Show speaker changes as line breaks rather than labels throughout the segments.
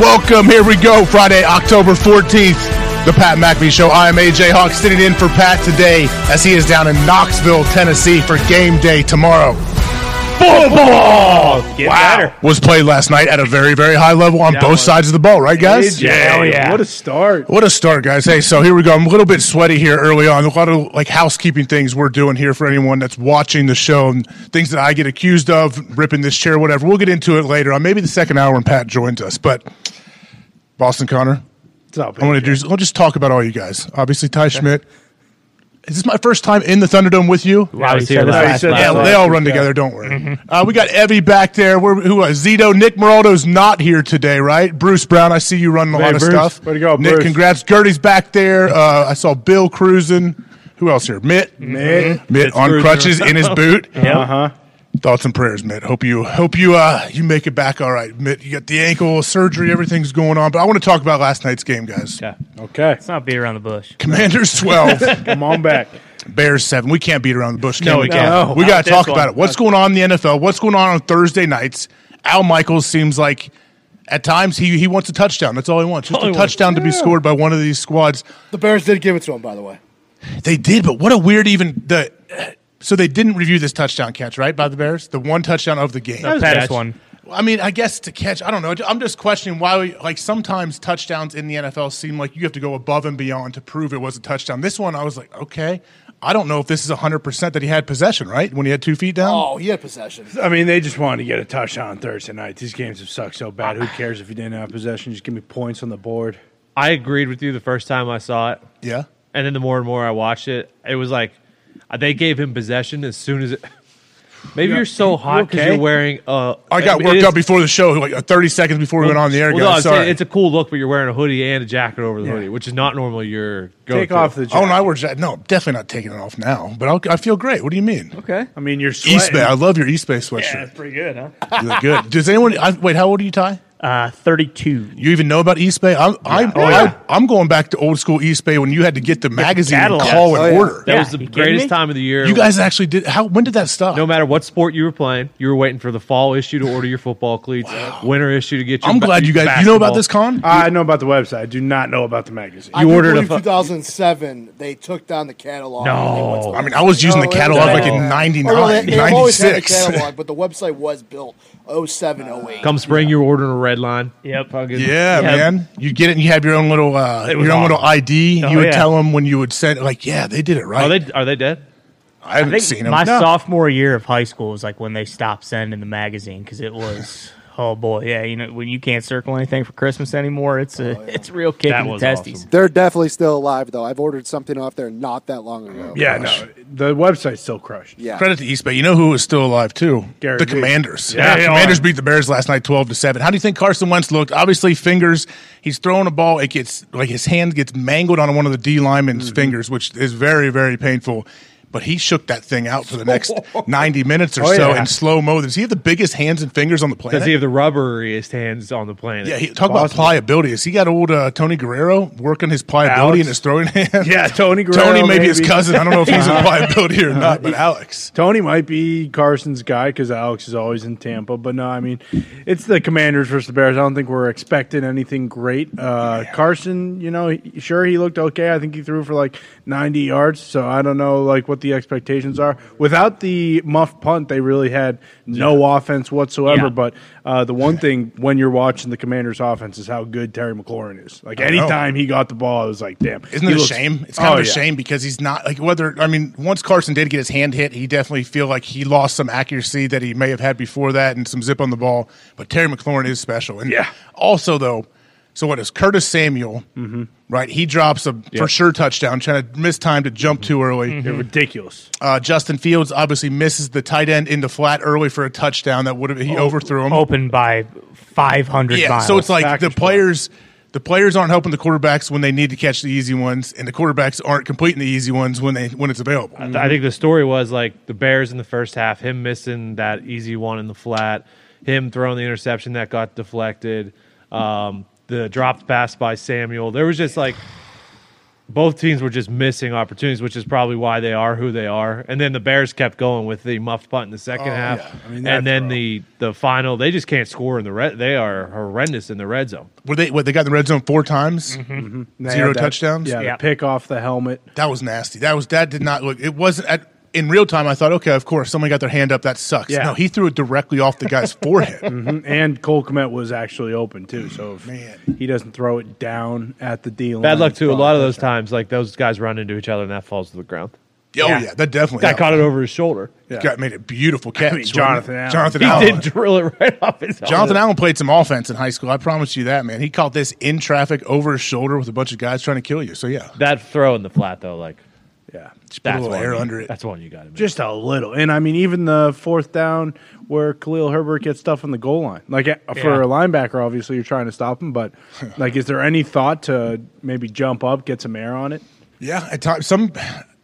Welcome. Here we go. Friday, October 14th. The Pat McAfee Show. I am AJ Hawk sitting in for Pat today as he is down in Knoxville, Tennessee for game day tomorrow. Football!
Get
wow.
better.
Was played last night at a very, very high level on both
was-
sides of the ball, right, guys?
Hell yeah.
What a start.
What a start, guys. Hey, so here we go. I'm a little bit sweaty here early on. A lot of like housekeeping things we're doing here for anyone that's watching the show and things that I get accused of, ripping this chair, whatever. We'll get into it later on, maybe the second hour when Pat joins us. But Boston Connor,
What's up,
I want to
AJ?
do. I'll just talk about all you guys. Obviously, Ty Schmidt. Is this my first time in the Thunderdome with you?
I was here
Yeah,
last
he said
Yeah,
that
night.
they
Yeah.
all
Mm-hmm.
run together. Don't worry. Uh, we got Evie back there. We're, who uh, Zito? Nick Moraldo's not here today, right? Bruce Brown, I see you running a
Hey,
lot of
Bruce.
stuff.
Way to go,
Nick,
Bruce.
congrats. Gertie's back there. Uh, I saw Bill cruising. Who else here? Mitt.
Mm-hmm.
Mitt.
Mitt
Mitt's
on
cruising
crutches in his boot.
Uh-huh.
Thoughts and prayers, Mitt. Hope you hope you uh you make it back all right, Mitt. You got the ankle surgery, everything's going on. But I want to talk about last night's game, guys.
Yeah. Let's
Okay.
not beat around the bush.
Commanders twelve.
Come on back.
Bears seven. We can't beat around the bush. Can
No, we can't.
No.
We got
Not
to
this
talk
one.
about it. What's going on in the NFL? What's going on on Thursday nights? Al Michaels seems like at times he he wants a touchdown. That's all he wants. Just
All he
a
wants.
touchdown to be scored by one of these squads.
The Bears did give it to him, by the way.
They did, but what a weird even the. So they didn't review this touchdown catch, right? By the Bears, the one touchdown of the game.
The
a
best
catch.
one.
I mean, I guess to catch, I don't know. I'm just questioning why, we, like, sometimes touchdowns in the NFL seem like you have to go above and beyond to prove it was a touchdown. This one, I was like, okay, I don't know if this is 100% that he had possession, right? When he had two feet down?
Oh, he had possession.
I mean, they just wanted to get a touchdown on Thursday night. These games have sucked so bad. Who cares if you didn't have possession? Just give me points on the board.
I agreed with you the first time I saw it,
Yeah.
and then the more and more I watched it, it was like uh, they gave him possession as soon as it. Maybe you're so hot because
okay?
you're wearing a.
uh, I got
mean,
worked
it
up
is-
before the show, like uh, 30 seconds before we went on the air.
Well, no,
guys.
I'm
Sorry.
saying it's a cool look, but you're wearing a hoodie and a jacket over the
Yeah.
hoodie, which is not normally your go.
Take off the.
oh, no, I
jacket.
were, no, I'm definitely not taking it off now, but I'll, I feel great. What do you mean?
Okay.
I mean, you're
East Bay. I
sweating.
love your East Bay
Yeah,
sweatshirt.
that's pretty good, huh?
You look good. Does anyone, I, wait, how old are you, Ty?
Uh, Oh, 32.
You even know about East Bay? I'm I'm, I, am going back to old school East Bay when you had to get the magazine and
catalog.
call
Oh,
and
yeah.
order.
That
Yeah,
was the
you kidding
greatest
me?
time of the year.
You guys actually did. How? When did that stop?
no matter what sport you were playing, you were waiting for the fall issue to order your football cleats, winter issue to get your.
I'm
ba-
glad you guys. You know about this con?
I know about the website. I do not know about the magazine.
I do
ordered a
believe
fu-
2007. They took down the catalog.
No.
I mean, I was using the catalog like in
Or, well, they,
99,
they've always had a
96.
catalog, but the website was built 07, 08.
Come spring, you're ordering a red line.
Yep.
Fucking-
Yeah, man. You get it and you have your own little uh, your
was
own little
awesome.
ID.
Oh,
you would
yeah. Oh,
tell them when you would send like, yeah, they did it right.
Are they are they dead?
I haven't
I
seen
think
them.
my sophomore year of high school was like when they stopped sending the magazine because it was. Oh boy, yeah, you know when you can't circle anything for Christmas anymore, it's
Oh,
a it's a real kick
That
in the
was
testes.
awesome.
They're definitely still alive, though. I've ordered something off there not that long ago.
yeah, no, the website's still crushed.
Yeah.
Credit to East Bay. You know who is still alive too?
Gary
the
V.
Commanders.
Yeah,
the
they
Commanders
are.
beat the Bears last night, twelve to seven. How do you think Carson Wentz looked? Obviously, fingers. He's throwing a ball. It gets like his hand gets mangled on one of the D linemen's fingers, which is very very painful. But he shook that thing out for the next ninety minutes or
Oh,
so
yeah.
in slow mo. Does he have the biggest hands and fingers on the planet?
Does he have the rubberiest hands on the planet?
yeah, he, talk about pliability. Has he got old uh, Tony Guerrero working his pliability
Alex?
in his throwing hand?
Yeah, Tony Guerrero.
Tony, maybe, his
maybe.
cousin. I don't know if he's in pliability or not, but Alex.
Tony might be Carson's guy because Alex is always in Tampa. But no, I mean, it's the Commanders versus the Bears. I don't think we're expecting anything great. Uh, Carson, you know, he- sure he looked okay. I think he threw for like 90 yards. So I don't know like what the expectations are. Without the muff punt, they really had no offense whatsoever.
Yeah.
But uh, the one thing when you're watching the Commanders' offense is how good Terry McLaurin is. Like
I know.
anytime he got the ball, I was like, damn.
Isn't
he
it a
looks-
shame? It's kind
Oh,
of a
yeah.
shame because he's not like whether I mean once Carson did get his hand hit, he definitely feel like he lost some accuracy that he may have had before that and some zip on the ball. But Terry McLaurin is special, and
Yeah.
Also though, so what is Curtis Samuel?
Mm-hmm.
Right, he drops a for sure touchdown, trying to miss time to jump too early.
They're ridiculous.
Uh, Justin Fields obviously misses the tight end in the flat early for a touchdown that would have he overthrew him.
Open by five hundred
Yeah,
miles.
so it's like the
Packers
players, the players aren't helping the quarterbacks when they need to catch the easy ones, and the quarterbacks aren't completing the easy ones when they when it's available.
I th- I think the story was like the Bears in the first half, him missing that easy one in the flat, him throwing the interception that got deflected, um, the dropped pass by Samuel. There was just like both teams were just missing opportunities, which is probably why they are who they are. And then the Bears kept going with the muffed punt in the second half,
Oh, I mean, that's
and then
rough.
the the final they just can't score in the red. They are horrendous in the red zone.
Were they? What they got in the red zone four times?
Mm-hmm. They
Zero
had that-
touchdowns?
Yeah,
Yeah.
The pick off the helmet.
That was nasty. That was that did not look. It wasn't at, in real time. I thought, okay, of course, somebody got their hand up. That sucks.
Yeah.
No, he threw it directly off the guy's forehead.
Mhm. And Cole Komet was actually open too. So if
Man.
he doesn't throw it down at the D line.
Bad luck too. A
probably
lot of those
touchdown.
times, like those guys run into each other and that falls to the ground.
Oh yeah, that definitely.
Guy
helped.
caught it over his shoulder.
This guy made a beautiful catch.
mean,
wasn't
Jonathan
it?
Allen.
Jonathan
He
Allen.
did drill it right off his.
Jonathan
helmet.
Allen played some offense in high school. I promise you that, man. He caught this in traffic over his shoulder with a bunch of guys trying to kill you. So yeah,
That throw in the flat though, like
Yeah.
just put
that's
a little
one
air
you-
under it.
That's one you got to make.
Just a little. And I mean, even the fourth down where Khalil Herbert gets stuff on the goal line. Like uh, for
Yeah.
a linebacker, obviously you're trying to stop him, but like, is there any thought to maybe jump up, get some air on it?
Yeah, at times some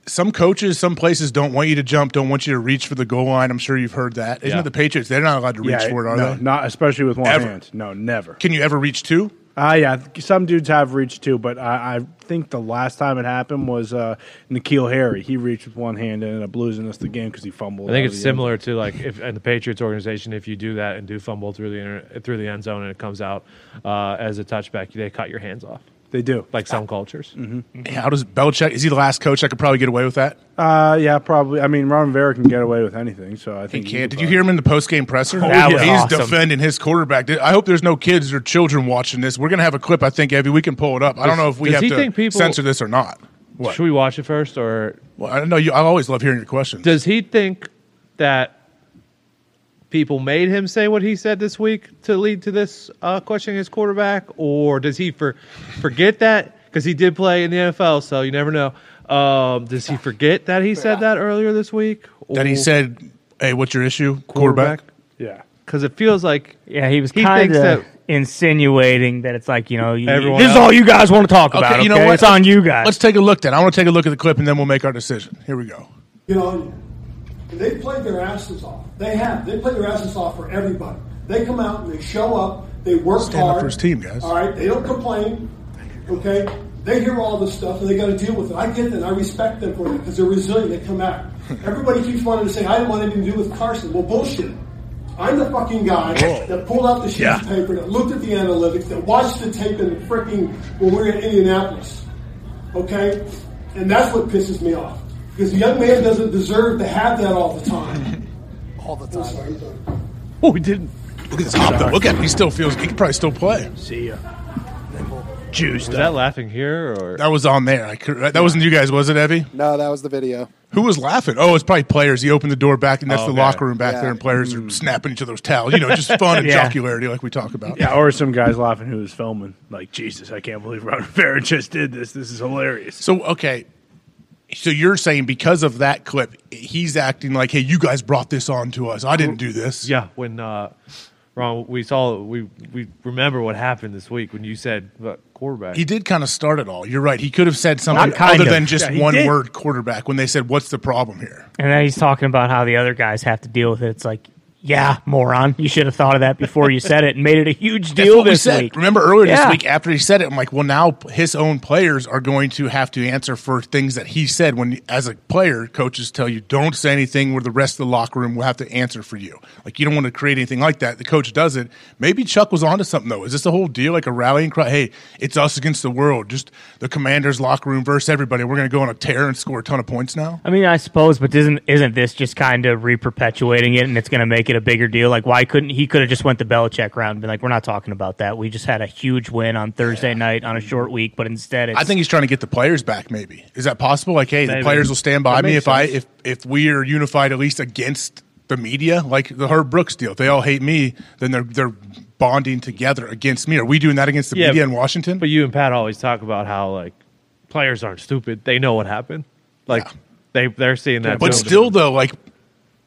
some coaches, some places don't want you to jump, don't want you to reach for the goal line. I'm sure you've heard that. Isn't
Yeah.
it the Patriots? They're not allowed to reach for it, are
no,
they?
not especially with one
Ever.
hand. No, never.
Can you ever reach two?
Ah, yeah. th- Some dudes have reached too, but I, I think the last time it happened was uh, Nikhil Harry. He reached with one hand and ended up losing us the game because he fumbled.
I think
out
it's
of the end
similar to like if in the Patriots organization, if you do that and do fumble through the inter- through the end zone and it comes out uh, as a touchback, they cut your hands off.
zone. They do. Mm-hmm.
Like some cultures,
How does Belichick? Is he the last coach that could probably get away with that?
Uh, yeah, probably. I mean, Ron Rivera can get away with anything, so I
He
think
can't.
could
Did you hear him in the post game presser?
That was
Oh, He's
awesome.
defending his quarterback. Did- I hope there's no kids or children watching this. We're gonna have a clip. I think Evie, we can pull it up. I don't know if we
does
have
he
to
think people-
censor this or not. What?
should we watch it first, or
Well, I don't know. You, I always love hearing your questions.
does he think that people made him say what he said this week to lead to this uh, questioning his quarterback, or does he for forget that because he did play in the NFL, so you never know. Um, does he forget that he said that earlier this week?
that he
Or-
said, "Hey, what's your issue, quarterback?"
Yeah.
because it feels like
Yeah, he was
He
kind
thinks that-
of insinuating that it's like you know you,
Everyone
this is
else-
all you guys want to talk about. Okay,
you know what?
It's on you guys.
Let's take a look. Then I want to take a look at the clip, and then we'll make our decision. Here we go.
You know, they played their asses off. They have. They play their asses off for everybody. They come out and they show up. They work
Stand up
hard.
for his team, guys.
All right. They don't complain. Okay. They hear all this stuff and they got to deal with it. I get that. I respect them for it because they're resilient. They come out. Everybody keeps wanting to say, "I didn't want anything to do with Carson." Well, bullshit. I'm the fucking guy that pulled out the sheet
Yeah.
of paper, that looked at the analytics, that watched the tape in the freaking when we were in Indianapolis okay? And that's what pisses me off. Because the young man doesn't deserve to have that all the time.
all the
I'm
time.
sorry, I'm sorry.
oh, he didn't.
Look at this hop. Though. Look at him. He still feels. He could probably still play.
See ya. Juiced
Is that laughing here or
That was on there. I could, that wasn't you guys, was it, Evie?
No, that was the video.
Who was laughing? Oh, it's probably players. He opened the door back,
Oh,
and that's the
Okay.
locker room back
Yeah.
there, and players
Mm.
are snapping each other's towels. You know, just fun and
Yeah.
jocularity, like we talk about.
Yeah, or some guys laughing who was filming. Like, Jesus, I can't believe Ron Rivera just did this. This is hilarious.
So okay, so you're saying because of that clip, he's acting like, "Hey, you guys brought this on to us. I didn't do this."
yeah when uh Ron, we saw we we remember what happened this week when you said uh, quarterback
He did kind of start it all. You're right. He could have said something
Not kind of.
other than just
Yeah, he
one
did.
word quarterback when they said, What's the problem here?
and then he's talking about how the other guys have to deal with it. It's like, yeah, moron, you should have thought of that before you said it and made it a huge
That's
deal
what we
this
said.
week.
Remember earlier this
Yeah.
week after he said it, I'm like, well, now his own players are going to have to answer for things that he said. When as a player, coaches tell you don't say anything, where the rest of the locker room will have to answer for you. Like you don't want to create anything like that. The coach does it. Maybe Chuck was onto something though. Is this the whole deal like a rallying cry? Hey, it's us against the world. Just the commander's locker room versus everybody. We're going to go on a tear and score a ton of points now.
I mean, I suppose, but isn't isn't this just kind of reperpetuating it, and it's going to make it a bigger deal? Like, why couldn't he could have just went the Belichick round and been like, "We're not talking about that. We just had a huge win on Thursday night on a short week, but instead, it's,
I think he's trying to get the players back. Maybe is that possible? Like, hey, the
Maybe.
players will stand by
That
me
makes
if I
sense.
if if we are unified at least against the media, like the Herb Brooks deal. If they all hate me, then they're they're bonding together against me. Are we doing that against the
Yeah,
media in Washington?
but you and Pat always talk about how like players aren't stupid they know what happened like
Yeah.
they they're seeing that
But
too.
still, though, like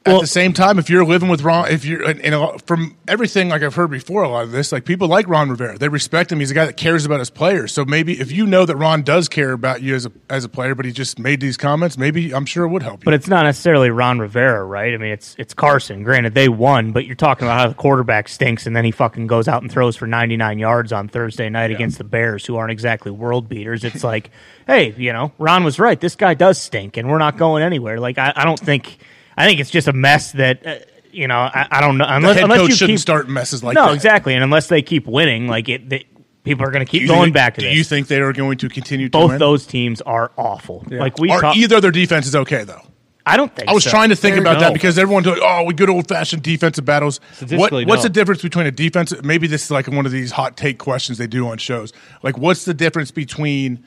at the same time, if you're living with Ron, if you're and, and a lot- from everything like I've heard before, a lot of this, like people like Ron Rivera, they respect him. He's a guy that cares about his players. So maybe if you know that Ron does care about you as a as a player, but he just made these comments, maybe I'm sure it would help you.
But it's not necessarily Ron Rivera, right? I mean, it's it's Carson. Granted, they won, but you're talking about how the quarterback stinks, and then he fucking goes out and throws for 99 yards on Thursday night against the Bears, who aren't exactly world beaters. It's like, hey, you know, Ron was right. This guy does stink, and we're not going anywhere. Like, I, I don't think, I think it's just a mess that. Uh, you know, I, I don't know. Unless,
the head
unless
coach
you
shouldn't
keep,
start messes like
no,
that.
exactly. And unless they keep winning, like it, they, people are going to
Do
keep
you
going
think-
back to
do
this.
you think they are going to continue? to
Both
win?
those teams are awful. Like we,
are
talk,
either their defense is okay though.
I don't think.
I was
so.
trying to think about that
no.
because everyone's like, oh, we good old fashioned defensive battles. What,
Statistically,
What's
no.
the difference between a defense? Maybe this is like one of these hot take questions they do on shows. Like, what's the difference between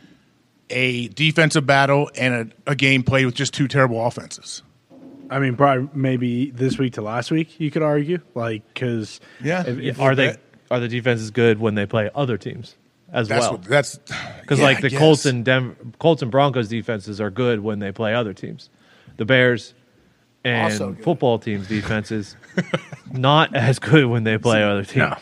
a defensive battle and a, a game played with just two terrible offenses?
I mean, probably maybe this week to last week, you could argue, like because
Yeah.
are they are the defenses good when they play other teams as
That's
well?
what that's
Because
yeah, I
like the
guess.
Colts and Denver, Colts and Broncos defenses are good when they play other teams. The Bears
Also
and
good.
football teams defenses not as good when they play other teams.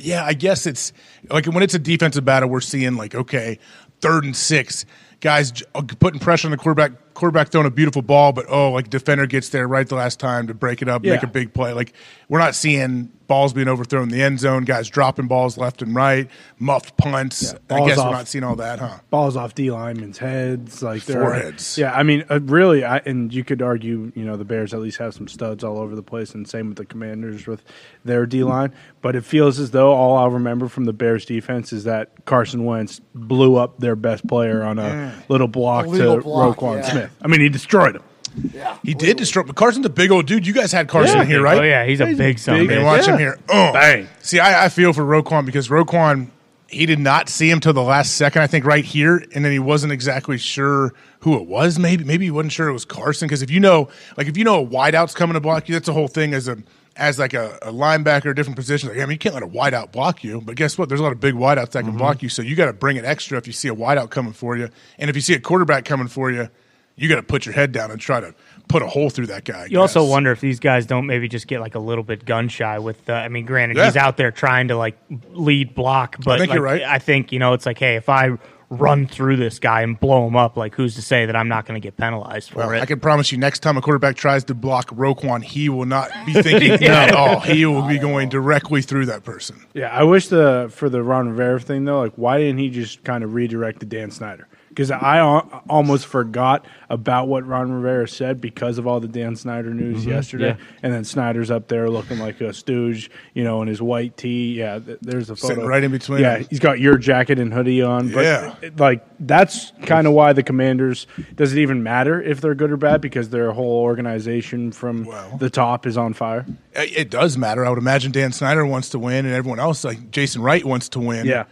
yeah, I guess it's like when it's a defensive battle, we're seeing like okay, third and six guys j- uh, putting pressure on the quarterback. Quarterback throwing a beautiful ball, but oh, like defender gets there right the last time to break it up, make
Yeah.
a big play. Like we're not seeing balls being overthrown in the end zone, guys dropping balls left and right, muffed punts. I
balls
guess
off.
we're not seeing all that, huh?
balls off D linemen's heads, like they're-
Foreheads.
Yeah, I mean, uh, really, I, and you could argue, you know, the Bears at least have some studs all over the place, and same with the Commanders with their D line. But it feels as though all I'll remember from the Bears defense is that Carson Wentz blew up their best player on a little block
A little
to
block,
Roquan
yeah.
Smith. I mean, he destroyed him.
Oh.
Yeah.
He did destroy. But Carson's a big old dude. You guys had Carson here, right?
Oh yeah, he's a big son. of a
They
bitch.
watch him
Yeah.
here. Oh,
Bang.
See, I, I feel for Roquan because Roquan, he did not see him till the last second, I think, right here, and then he wasn't exactly sure who it was. Maybe, maybe he wasn't sure it was Carson because if you know, like, if you know a wideout's coming to block you, that's the whole thing as a as like a, a linebacker, a different position. Like, I mean, you can't let a wideout block you, but guess what? There's a lot of big wideouts that can block you, so you got to bring it extra if you see a wideout coming for you, and if you see a quarterback coming for you, you got to put your head down and try to put a hole through that guy. I
You also
guess.
wonder if these guys don't maybe just get like a little bit gun shy with. Uh, I mean, granted,
Yeah.
he's out there trying to like lead block, but
think
like,
you're right.
I think you know it's like, hey, if I run through this guy and blow him up, like who's to say that I'm not going to get penalized for
Well,
it?
I can promise you, next time a quarterback tries to block Roquan, he will not be thinking at all. He will be going directly through that person.
Yeah, I wish the for the Ron Rivera thing though, like why didn't he just kind of redirect to Dan Snyder? Because I al- almost forgot about what Ron Rivera said because of all the Dan Snyder news
Mm-hmm.
yesterday,
yeah.
and then Snyder's up there looking like a stooge, you know, in his white tee. Yeah, th- there's a photo
Sitting right in between
Yeah,
them.
he's got your jacket and hoodie on. But
Yeah.
it- like that's kind of why the Commanders does it even matter if they're good or bad because their whole organization from
Well.
the top is on fire.
It it does matter. I would imagine Dan Snyder wants to win, and everyone else, like Jason Wright, wants to win.
Yeah.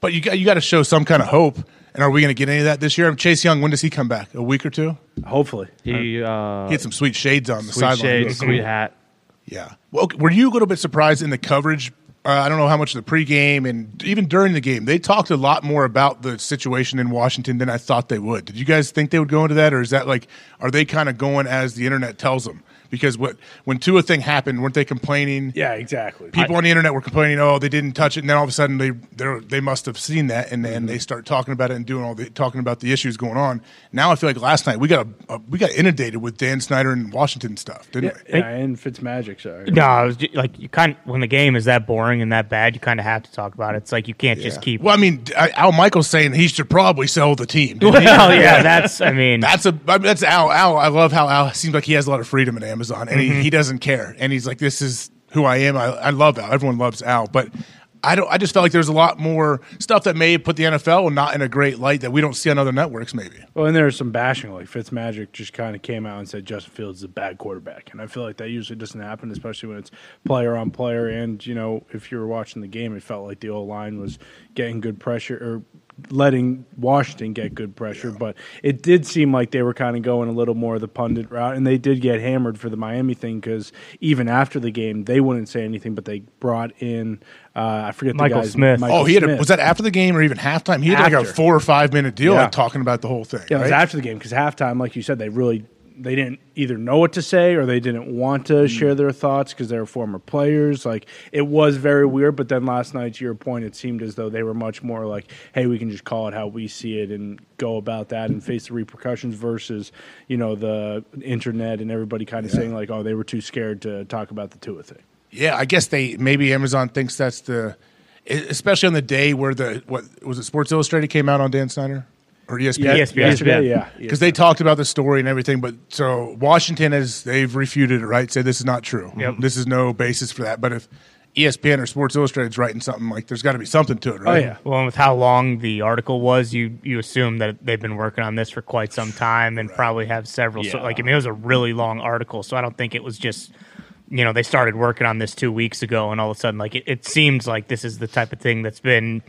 but you got you got to show some kind of hope. And are we going to get any of that this year? Chase Young, when does he come back? A week or two?
Hopefully,
He uh,
He had some sweet shades on the
sweet
sideline.
shade, sweet hat.
Yeah. Well, okay, were you a little bit surprised in the coverage? Uh, I don't know how much the pregame and even during the game, they talked a lot more about the situation in Washington than I thought they would. Did you guys think they would go into that, or is that like, are they kind of going as the internet tells them? Because what when Tua thing happened, weren't they complaining?
yeah, exactly.
People on the internet were complaining, oh, they didn't touch it, and then all of a sudden they they're- they must have seen that, and then they start talking about it and doing all the talking about the issues going on. Now I feel like last night we got a, we got inundated with Dan Snyder and Washington stuff, didn't we?
Yeah, and Fitzmagic, sorry.
no, I was ju- like you kind when the game is that boring and that bad, you kind of have to talk about it. It's like you can't just keep.
Well, I mean, I- Al Michael's saying he should probably sell the team.
Well, yeah, that's. I mean,
That's a I mean, that's Al. Al, I love how Al seems like he has a lot of freedom in Amazon, and
Mm-hmm.
he, he doesn't care, and he's like, "This is who I am." I, I love Al. Everyone loves Al, but I don't. I just felt like there's a lot more stuff that may put the NFL not in a great light that we don't see on other networks. Maybe
Well, and there was some bashing. Like Fitzmagic just kind of came out and said Justin Fields is a bad quarterback, and I feel like that usually doesn't happen, especially when it's player on player. And you know, if you were watching the game, it felt like the old line was getting good pressure or letting Washington get good pressure, but it did seem like they were kind of going a little more of the pundit route, and they did get hammered for the Miami thing because even after the game, they wouldn't say anything, but they brought in uh, I forget
Michael
the guy's
Smith.
oh, he had a,
Smith.
was that after the game or even halftime? He had like a
After.
four or five minute deal,
Yeah.
like talking about the whole thing.
Yeah, it was
right?
after the game because halftime, like you said, they really they didn't either know what to say or they didn't want
Mm-hmm.
to share their thoughts because they were former players. Like it was very weird. But then last night, to your point, it seemed as though they were much more like, "Hey, we can just call it how we see it and go about that and face the repercussions." Versus, you know, the internet and everybody kind of saying like, "Oh, they were too scared to talk about the Tua thing."
Yeah, I guess they maybe Amazon thinks that's the, e, especially on the day where the what was it Sports Illustrated came out on Dan Snyder or E ESPN?
ESPN.
Yesterday, yeah, E
because they talked about the story and everything. But so Washington has they've refuted it, right? Said this is not true. Mm-hmm. This is no basis for that. But if E ESPN or Sports Illustrated's writing something like, there's got to be something to it,
Oh
right?
yeah.
Well, and with how long the article was, you you assume that they've been working on this for quite some time and probably have several. So, like, I mean, it was a really long article, so I don't think it was just, you know, they started working on this two weeks ago, and all of a sudden, like, it, it seems like this is the type of thing that's been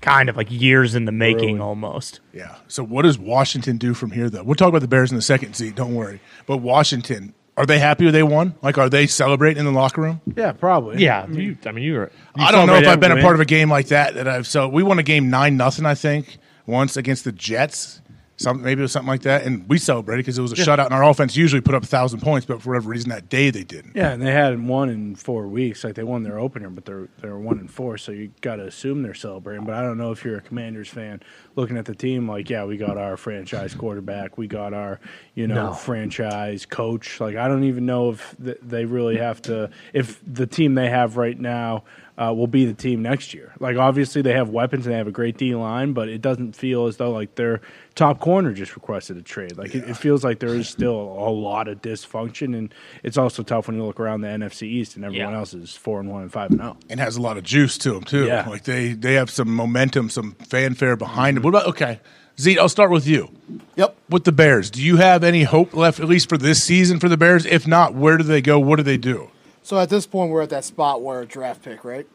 kind of like years in the making, almost.
Yeah. So what does Washington do from here, though? We'll talk about the Bears in the second seat. Don't worry. But Washington, are they happy they won? Like, are they celebrating in the locker room?
Yeah, probably.
Yeah, you, I mean, you're.
I don't know if
celebrate
I've been
every win.
a part of a game like that that I've so we won a game nine nothing I think once against the Jets. Some, maybe it was something like that, and we celebrated because it was a shutout. And our offense usually put up a thousand points, but for whatever reason that day they didn't.
Yeah, and they hadn't won in four weeks. Like they won their opener, but they're they're one and four, so you got to assume they're celebrating. But I don't know if you're a Commanders fan looking at the team, like, yeah, we got our franchise quarterback, we got our you know franchise coach. Like I don't even know if th- they really have to. If the team they have right now uh, will be the team next year, like obviously they have weapons and they have a great D line, but it doesn't feel as though like their top corner just requested a trade. Like it, it feels like there is still a lot of dysfunction, and it's also tough when you look around the NFC East and everyone
Yeah.
else is four and one and five and oh. zero.
And has a lot of juice to them too.
Yeah.
Like they they have some momentum, some fanfare behind
Mm-hmm.
them. What about okay, Zeke? I'll start with you
Yep.
with the Bears. Do you have any hope left, at least for this season, for the Bears? If not, where do they go? What do they do?
So at this point, we're at that spot where a draft pick, right?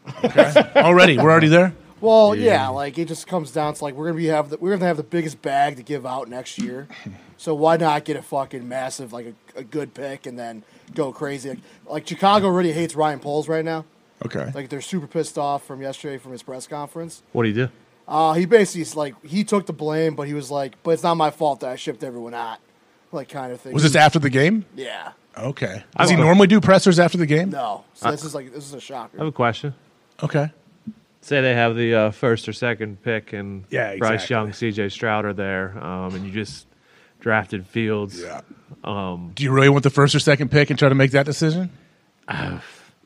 Already, we're already there.
Well, yeah. like it just comes down to like we're gonna be have the, we're gonna have the biggest bag to give out next year, so why not get a fucking massive like a, a good pick and then go crazy? Like, like Chicago already hates Ryan Poles right now.
Okay.
Like they're super pissed off from yesterday from his press conference.
What do you do?
Uh, he basically is like he took the blame, but he was like, "But it's not my fault that I shipped everyone out," like kind of thing.
Was this after the game?
Yeah.
Okay. Does he normally do pressers after the game? Uh,
No.
Uh,
So this is like this is a shocker.
I have a question.
Okay.
Say they have the uh, first or second pick, and
Yeah,
Bryce
exactly.
Young, C.J. Stroud are there, um, and you just drafted Fields.
Yeah. Um, Do you really want the first or second pick and try to make that decision?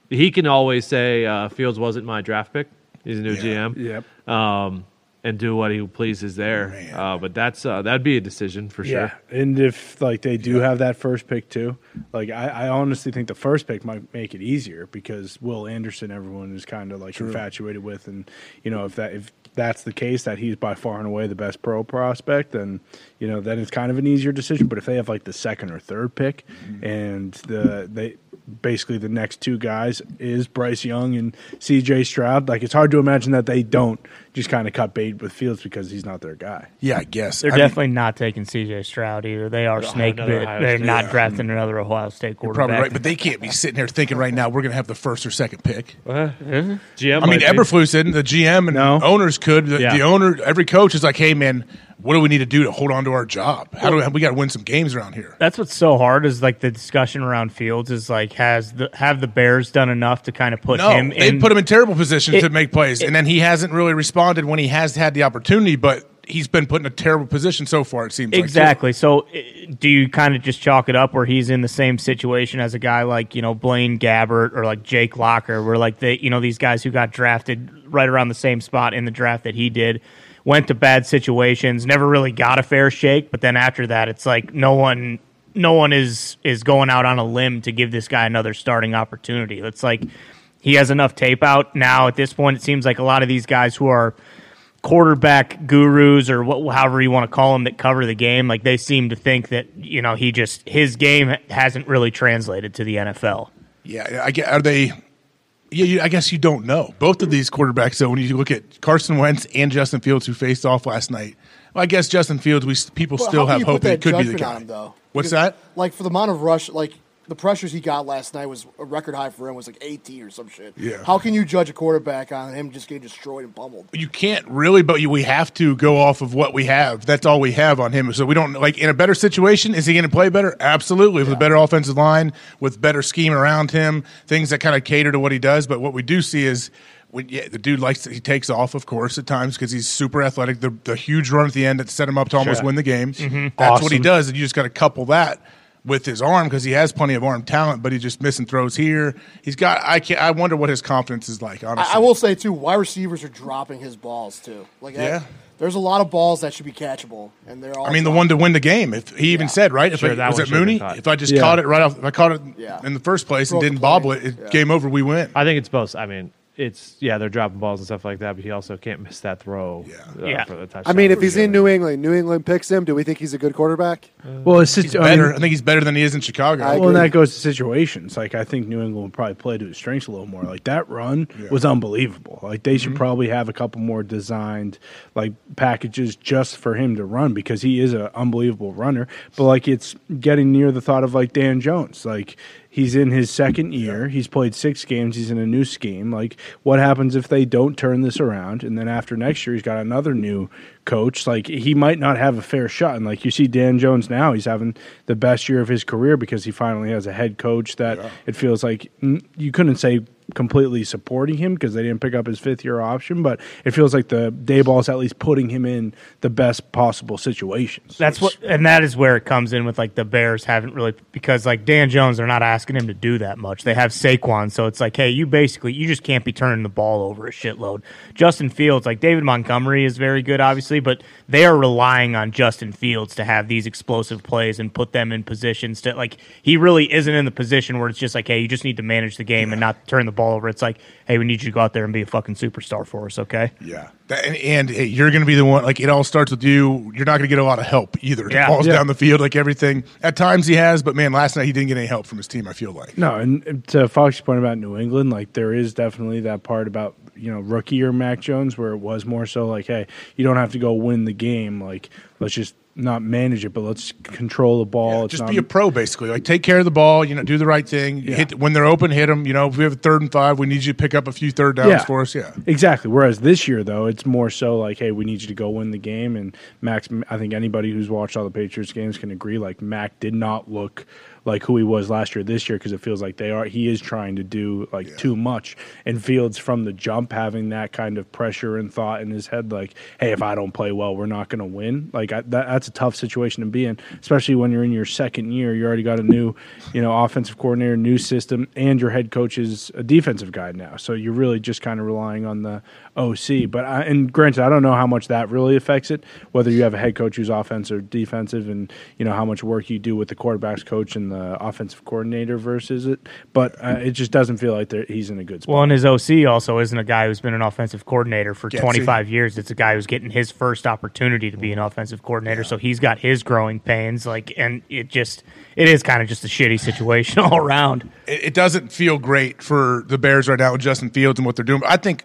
He can always say uh, Fields wasn't my draft pick. He's a new GM.
Yep.
um, and do what he pleases there. Uh, but that's uh, that'd be a decision for sure.
Yeah, and if like they do have that first pick too, like I, I honestly think the first pick might make it easier because Will Anderson, everyone is kind of like infatuated with, and you know if that if that's the case that he's by far and away the best pro prospect, then you know then it's kind of an easier decision. But if they have like the second or third pick,
Mm-hmm.
and the they basically the next two guys is Bryce Young and C.J. Stroud, like it's hard to imagine that they don't just kind of cut bait with Fields because he's not their guy.
Yeah, I guess.
They're
I mean,
definitely not taking CJ Stroud either. They are snake
another
bit.
Ohio
They're
State.
not drafting another Ohio State quarterback.
probably right, but they can't be sitting here thinking right now we're going to have the first or second pick.
GM
I mean,
might be-
Eberflus didn't. The GM and
No.
owners could. The,
Yeah.
the owner, every coach is like, "Hey, man, what do we need to do to hold on to our job? How do we, we got to win some games around here?"
That's what's so hard is like the discussion around Fields is like has the have the Bears done enough to kind of put
No,
him
they
in
put him in terrible position
It-
to make plays, and then he hasn't really responded when he has had the opportunity. But he's been put in a terrible position so far. It seems like, too.
Exactly. so i- do you kind of just chalk it up where he's in the same situation as a guy like, you know, Blaine Gabbert or like Jake Locker, where like they, you know, these guys who got drafted right around the same spot in the draft that he did, went to bad situations, never really got a fair shake, but then after that it's like no one no one is is going out on a limb to give this guy another starting opportunity. It's like he has enough tape out now at this point it seems like a lot of these guys who are quarterback gurus or what, however you want to call them that cover the game, like they seem to think that you know he just his game hasn't really translated to the NFL.
Yeah, I get. Are they? Yeah, you, I guess you don't know both of these quarterbacks. Though, when you look at Carson Wentz and Justin Fields, who faced off last night, well, I guess Justin Fields, we s- people
But
still
how can
have
you put
hope that he
that
could be the
judgment
guy.
on him, though?
What's
Because,
that?
Like for the amount of rush, like the pressures he got last night was a record high for him was like 18 or some shit.
Yeah.
How can you judge a quarterback on him just getting destroyed and pummeled?
You can't really, but you, we have to go off of what we have. That's all we have on him. So we don't like in a better situation. Is he going to play better? Absolutely, with a better offensive line, with better scheme around him, things that kind of cater to what he does. But what we do see is. When, yeah, the dude likes he takes off, of course, at times because he's super athletic. The, the huge run at the end that set him up to almost
Sure.
win the game. That's what he does, and you just got to couple that with his arm because he has plenty of arm talent, but he's just missing throws here. He's got I can not I wonder what his confidence is like. Honestly,
I, I will say too, wide receivers are dropping his balls too. Like, I-
Yeah.
there's a lot of balls that should be catchable, and they're all.
I mean, the one to win the game. If he even said right, if
Sure,
I-
that
was
one
it
should've
Mooney?
been caught.
If I just
Yeah.
caught it right off, if I caught it
Yeah.
in the first place
Broke the
and didn't bobble
play.
it, it
Yeah.
game over. We win.
I think it's both. I mean, it's yeah, they're dropping balls and stuff like that, but he also can't miss that throw.
Yeah.
uh,
Yeah.
For the touchdown.
I mean, if
for
he's
sure.
in New England, New England picks him. Do we think he's a good quarterback?
Well, it's just, I mean,
better. I think he's better than he is in Chicago.
I-
I,
well, and
agree.
that goes to situations. Like I think New England would probably play to his strengths a little more. Like that run was unbelievable. Like they should probably have a couple more designed like packages just for him to run because he is an unbelievable runner. But like it's getting near the thought of like Dan Jones. Like he's in his second year. He's played six games. He's in a new scheme. Like what happens if they don't turn this around? And then after next year, he's got another new coach. Like he might not have a fair shot. And like you see Dan Jones now, he's having the best year of his career because he finally has a head coach that it feels like mm, you couldn't say completely supporting him because they didn't pick up his fifth year option, but it feels like the day ball's at least putting him in the best possible situations.
That's what, and that is where it comes in with like the Bears haven't really because like Dan Jones, they're not asking him to do that much. They have Saquon, so it's like, hey, you basically you just can't be turning the ball over a shitload. Justin Fields, like David Montgomery, is very good, obviously, but they are relying on Justin Fields to have these explosive plays and put them in positions to like he really isn't in the position where it's just like, hey, you just need to manage the game and not turn the ball over. It's like, hey, we need you to go out there and be a fucking superstar for us, okay?
yeah, That- and, and hey, you're going to be the one. Like it all starts with you. You're not going to get a lot of help either.
Yeah.
It falls
Yeah.
down the field like everything. At times he has, but man, last night he didn't get any help from his team. I feel like.
No, and to Fox's point about New England, like there is definitely that part about you know rookie or Mac Jones where it was more so like, hey, you don't have to go win the game. Like let's just not manage it, but let's control the ball.
Yeah,
It's
just
not-
be a pro, basically. Like take care of the ball. You know, do the right thing. Hit when they're open, hit them. You know, if we have a third and five, we need you to pick up a few third downs for us. Yeah,
exactly. Whereas this year, though, it's more so like, hey, we need you to go win the game. And Max, I think anybody who's watched all the Patriots games can agree, like Mac did not look like who he was last year this year because it feels like they are he is trying to do like too much and fields from the jump having that kind of pressure and thought in his head like hey if i don't play well we're not going to win like I, that, that's a tough situation to be in especially when you're in your second year you already got a new you know offensive coordinator new system and your head coach is a defensive guy now so you're really just kind of relying on the oc but I, and granted i don't know how much that really affects it whether you have a head coach who's offensive or defensive and you know how much work you do with the quarterbacks coach and the offensive coordinator versus it but uh, it just doesn't feel like they're- he's in a good spot
Well, and his OC also isn't a guy who's been an offensive coordinator for
Getsy.
25 years. It's a guy who's getting his first opportunity to be an offensive coordinator, so he's got his growing pains. Like, and it just it is kind of just a shitty situation all around.
it, it doesn't feel great for the Bears right now with Justin Fields and what they're doing. I think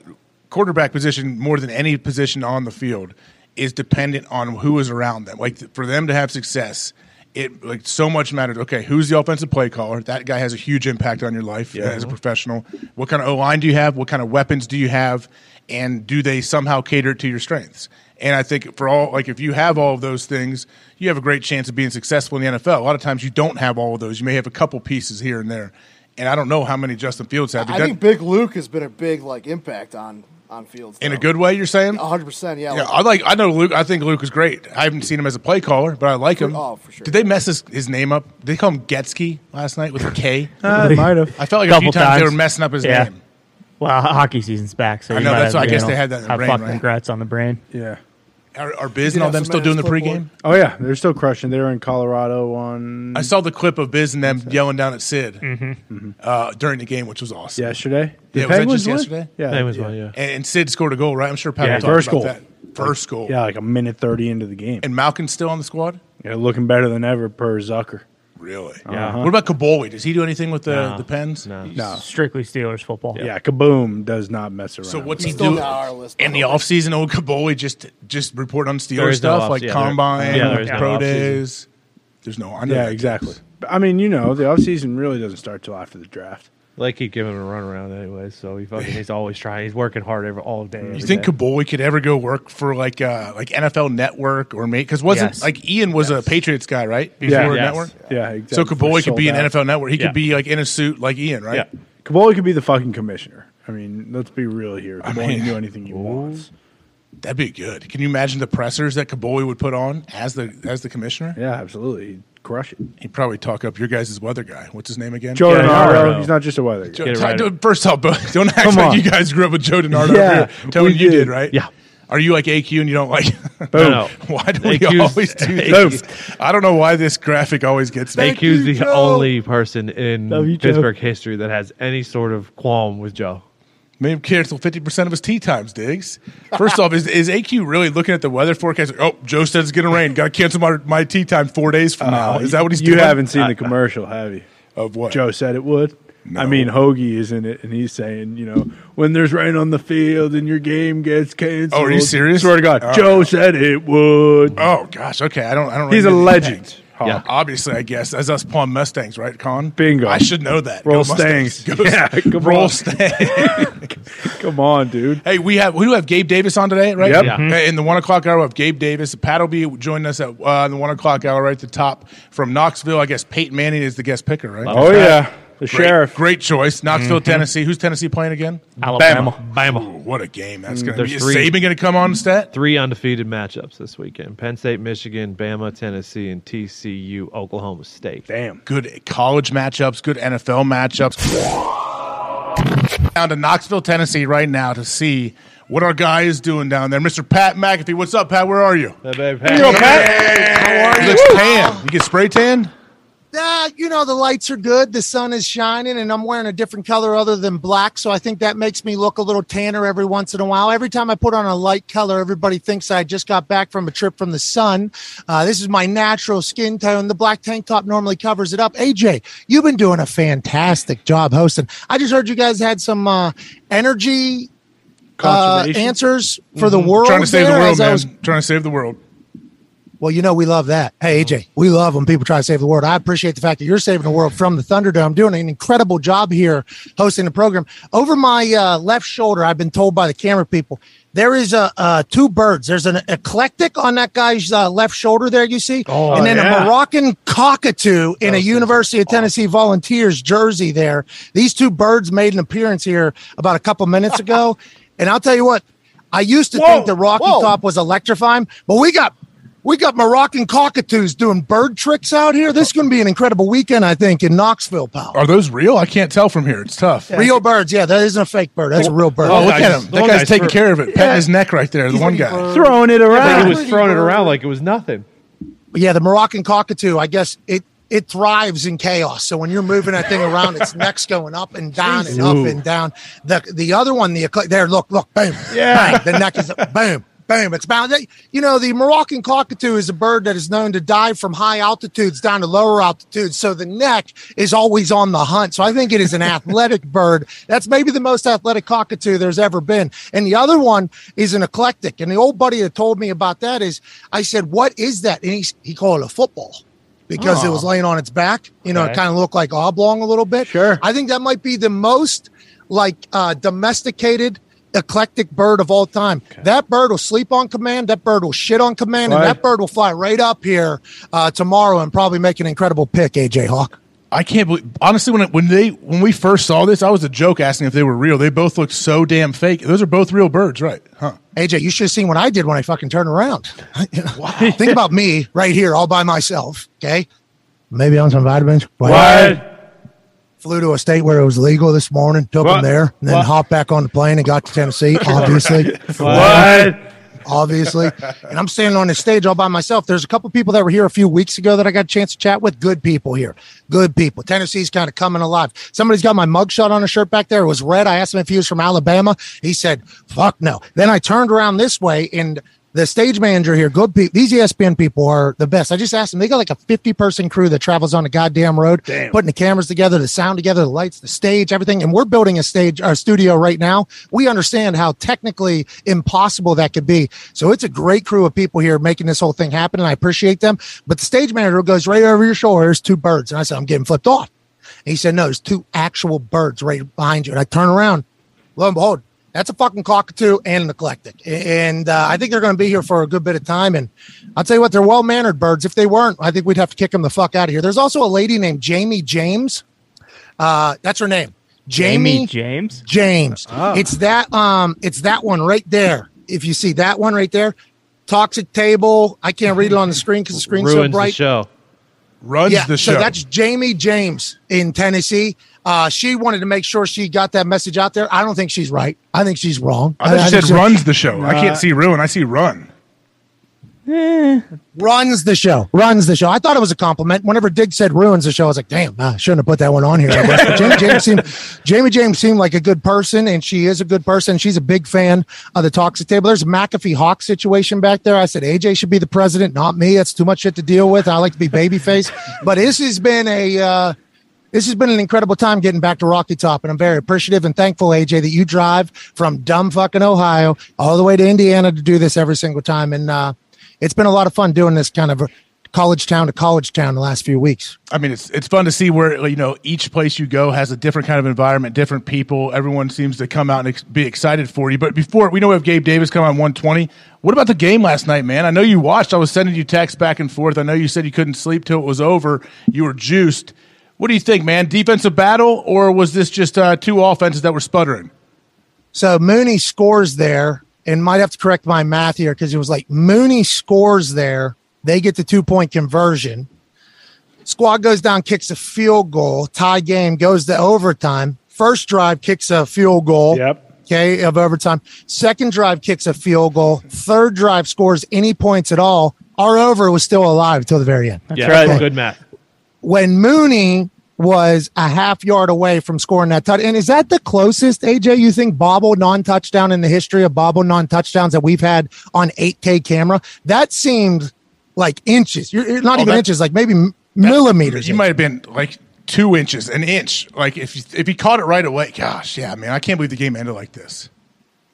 quarterback position more than any position on the field is dependent on who is around them. Like th- for them to have success, it like so much matters. Okay, who's the offensive play caller? That guy has a huge impact on your life as a professional. What kind of O line do you have? What kind of weapons do you have? And do they somehow cater to your strengths? And I think for all, like if you have all of those things, you have a great chance of being successful in the NFL. A lot of times you don't have all of those. You may have a couple pieces here and there. And I don't know how many Justin Fields have.
I think Big Luke has been a big like impact on on Fields
in a
though.
good way, you're saying?
100%. Yeah,
Yeah,
like-
I like. I know Luke. I think Luke is great. I haven't seen him as a play caller, but I like him.
oh, for sure.
Did they mess his, his name up? Did they call him Getsky last night with a K? I
Uh, might have
felt like a few
Couple
times, they
times.
were messing up his
Yeah.
name.
Well, ho- hockey season's back, so
I
you
know,
might
that's
have,
why I
you
guess
know,
they had that in the
have
brain,
fucking
right?
grats on the brain.
yeah
Are, are Biz
You can
and all
have
them still
somebody
doing the
on his
pregame?
clipboard.
oh yeah they're still crushing they were in colorado on
I saw the clip of Biz and them yelling down at Sid Uh, during the game, which was awesome.
Mm-hmm. yesterday
Yeah,
The
was that
Penguins
just
win?
yesterday?
yeah
That was one, yeah.
And, and Sid scored a goal, right? I'm sure Pat
Yeah,
will talk
first
about
goal.
that. First goal.
Yeah, like a minute thirty into the game.
And Malkin's still on the squad.
Yeah, looking better than ever per Zucker.
Really?
Yeah. Uh-huh.
What about Kaboli? Does he do anything with the,
No.
the Pens?
No.
No.
Strictly Steelers football.
Yeah, Kaboom does not mess around.
So what's he
He's still
doing
not on our list,
in the
though.
offseason? Old Kaboli just just report on
There
Steelers
is no
stuff
off-
like
yeah, there-
combine,
yeah, there is no
pro
offseason.
days. There's no. I know
Yeah,
that.
exactly. I mean, you know, the offseason really doesn't start till after the draft.
Like he give him a runaround anyway, so he fucking he's always trying. He's working hard every all day.
You think Kaboli could ever go work for like uh, like NFL Network or make because wasn't
Yes.
like Ian was a Patriots guy right before
Yeah. Yes.
Network?
Yeah, exactly.
So Kaboli could
Sold
be an
out.
NFL Network. He
Yeah.
could be like in a suit like Ian, right?
Yeah.
Kaboli could be the fucking commissioner. I mean, let's be real here. Kaboli
mean-
can do anything he wants.
That'd be good. Can you imagine the pressers that Kaboli would put on as the as the commissioner?
Yeah, absolutely. He'd crush it.
He'd probably talk up your guys' weather guy. What's his name again?
Joe
Yeah,
Gennaro,
Gennaro.
he's not just a weather guy.
Joe,
Get it right.
don't- first off, but don't act
Come
like
on.
you guys grew up with Joe DiNardo.
Yeah,
over here. Tony,
we
you
did.
did, right?
Yeah.
Are you like AQ and you don't like?
No, no.
why do we
AQ's
always do this? I don't know why this graphic always gets me.
AQ's the
you, Joe.
only person in
Love you, Joe.
Pittsburgh history that has any sort of qualm with Joe.
Made him cancel fifty percent of his tea times, Diggs. First off, is, is AQ really looking at the weether forecast? Oh, Joe said it's gonna rain. Got to cancel my, my tea time four days from now. Uh, Is that what he's
Uh, You
doing? Uh,
haven't seen the commercial, have you?
of what?
Joe said it would. I mean, Hoagie is in it, and he's saying, you know, when there's rain on the field and your game gets canceled.
Oh, are you serious?
Swear to God,
Oh.
Joe said it would.
Oh gosh. Okay. I don't. I don't.
He's
really
a
know that.
legend. Hawk.
Yeah.
Obviously, I guess as us pawn Mustangs, right, Con?
Bingo.
I should know that.
Roll
Go Mustangs.
Stangs.
Go-
Yeah, come
roll
on.
Stangs.
Come on, dude.
Hey, we have we do have Gabe Davis on today, right?
Yep.
Yeah.
Hey, in the one o'clock hour, we have Gabe Davis. Pat B joined us at uh, the one o'clock hour, right at the top from Knoxville. I guess Peyton Manning is the guest picker, right?
Oh, yeah. The
Great-
sheriff.
Great choice.
Mm-hmm.
Knoxville,
Mm.
Tennessee. Who's Tennessee playing again?
Alabama.
Bama. Mm,
What a game that's going to
there's
be. Is
three.
Saban going to come on stat?
Three undefeated matchups this weekend: Penn State, Michigan, Bama, Tennessee, and TCU, Oklahoma State.
Damn.
Good college matchups, good NFL matchups. Down to Knoxville, Tennessee right now to see what our guy is doing down there. Mr. Pat McAfee. What's up, Pat? Where are you?
Hey, baby, hey.
How are you? Looks tan. You get spray tan?
uh, you know, the lights are good, the sun is shining, and I'm wearing a different color other than black. So I think that makes me look a little tanner every once in a while. Every time I put on a light color, everybody thinks I just got back from a trip from the sun. Uh, this is my natural skin tone. The black tank top normally covers it up. AJ, you've been doing a fantastic job hosting. I just heard you guys had some uh, energy uh,
Conservation.
answers for the world.
Mm-hmm. Trying to save the
there
world,
as I
man.
was
Trying to save the world.
well, you know, we love that. Hey, AJ, we love when people try to save the world. I appreciate the fact that you're saving the world from the Thunderdome, doing an incredible job here hosting the program. Over my uh, left shoulder, I've been told by the camera people there is a uh, two birds. There's an eclectic on that guy's uh, left shoulder there, you see, and then
yeah.
a Moroccan cockatoo in a University of Tennessee Volunteers jersey. There, these two birds made an appearance here about a couple minutes ago, and I'll tell you what. I used to think the Rocky
whoa.
Top was electrifying, but we got we got Moroccan cockatoos doing bird tricks out here. This is going to be an incredible weekend, I think, in Knoxville, pal.
Are those real? I can't tell from here. Oh, It's tough.
Real birds, yeah. That isn't a fake bird. That's a real bird.
Oh, look
guy's-
at him.
the
That
one
guy's
guy's
taking
for-
care of it. Patting his neck right there. The one guy.
Throwing it
Like
around.
he was throwing it around like it was nothing.
yeah, the Moroccan cockatoo. I guess it it thrives in chaos. So when you're moving that thing around, its neck's going up and down and up and down. The the other one, the ecla- there, look, look, boom, yeah, bang, the neck is boom. Boom! It's bound. You know the Moroccan cockatoo is a bird that is known to dive from high altitudes down to lower altitudes, so the neck is always on the hunt. So I think it is an athletic bird. That's maybe the most athletic cockatoo there's ever been. And the other one is an eclectic. And the old buddy that told me about that is, I said, "What is that?" And he s- he called it a football because it was laying on its back. You know,
Okay.
it kind of looked like oblong a little bit.
Sure.
I think that might be the most like uh, domesticated eclectic bird of all time. That bird will sleep on command. That bird will shit on command,
Right.
and that bird will fly right up here uh, tomorrow and probably make an incredible pick. AJ Hawk.
I can't believe. Honestly, when it, when they when we first saw this, I was a joke asking if they were real. They both looked so damn fake. Those are both real birds, right? Huh?
AJ, you should have seen what I did when I fucking turned around. Think about me right here, all by myself. Okay, maybe on some vitamins.
What?
flew to a state where it was legal this morning, took
What?
them there, and then
What?
hopped back on the plane and got to Tennessee, obviously.
What?
obviously. And I'm standing on this stage all by myself. There's a couple people that were here a few weeks ago that I got a chance to chat with. Good people here. Good people. Tennessee's kind of coming alive. Somebody's got my mugshot on a shirt back there. It was red. I asked him if he was from Alabama. He said, fuck no. Then I turned around this way and the stage manager here, good people. These E ESPN people are the best. I just asked them. They got like a fifty-person crew that travels on the goddamn road, putting the cameras together, the sound together, the lights, the stage, everything. And we're building a stage, our studio right now. We understand how technically impossible that could be. So it's a great crew of people here making this whole thing happen, and I appreciate them. But the stage manager goes right over your shoulder. There's two birds, and I said, I'm getting flipped off. And he said, No, there's two actual birds right behind you. And I turn around. Lo and behold, that's a fucking cockatoo and an eclectic. A- And uh, I think they're going to be here for a good bit of time. And I'll tell you what, they're well mannered birds. If they weren't, I think we'd have to kick them the fuck out of here. There's also a lady named Jamie James. Uh, that's her name.
Jamie
Jamie
James.
James.
Ah.
Oh.
It's that um it's that one right there. If you see that one right there, toxic table. I can't read it on the screen because the screen's so
Ruins the
bright.
show.
Runs
yeah,
the show.
So that's Jamie James in Tennessee. Uh, she wanted to make sure she got that message out there. I don't think she's right. I think she's wrong.
I thought you
think
said
she-
runs the show. I
Nah.
can't see ruin. I see run.
runs the show. Runs the show. I thought it was a compliment. Whenever Dig said ruins the show, I was like, damn, I shouldn't have put that one on here. I guess. But Jamie, James seemed, Jamie James seemed like a good person, and she is a good person. She's a big fan of the Toxic Table. There's a McAfee Hawk situation back there. I said AJ should be the president, not me. That's too much shit to deal with. I like to be babyface. But this has been a. Uh, this has been an incredible time getting back to Rocky Top, and I'm very appreciative and thankful, AJ, that you drive from dumb fucking Ohio all the way to Indiana to do this every single time. And uh, it's been a lot of fun doing this kind of college town to college town the last few weeks.
I mean, it's it's fun to see where you know each place you go has a different kind of environment, different people. Everyone seems to come out and ex- be excited for you. But before we know we have Gabe Davis come on 120. What about the game last night, man? I know you watched. I was sending you texts back and forth. I know you said you couldn't sleep till it was over. You were juiced. What do you think, man? Defensive battle, or was this just uh, two offenses that were sputtering?
So Mooney scores there, and might have to correct my math here because it was like Mooney scores there. They get the two point conversion. Squad goes down, kicks a field goal, tie game, goes to overtime. First drive kicks a field goal.
Yep.
Okay, of overtime. Second drive kicks a field goal. Third drive scores any points at all. Our over was still alive till the very end.
yeah,
right.
that's good math.
when Mooney was a half yard away from scoring that touchdown. And is that the closest, AJ, you think Bobble non touchdown in the history of Bobble non touchdowns that we've had on 8K camera? That seemed like inches. You're, you're not
Oh,
even
that-
inches, like maybe m- millimeters.
You might have been like two inches, an inch. Like if you, if he caught it right away, gosh, yeah, man, I can't believe the game ended like this.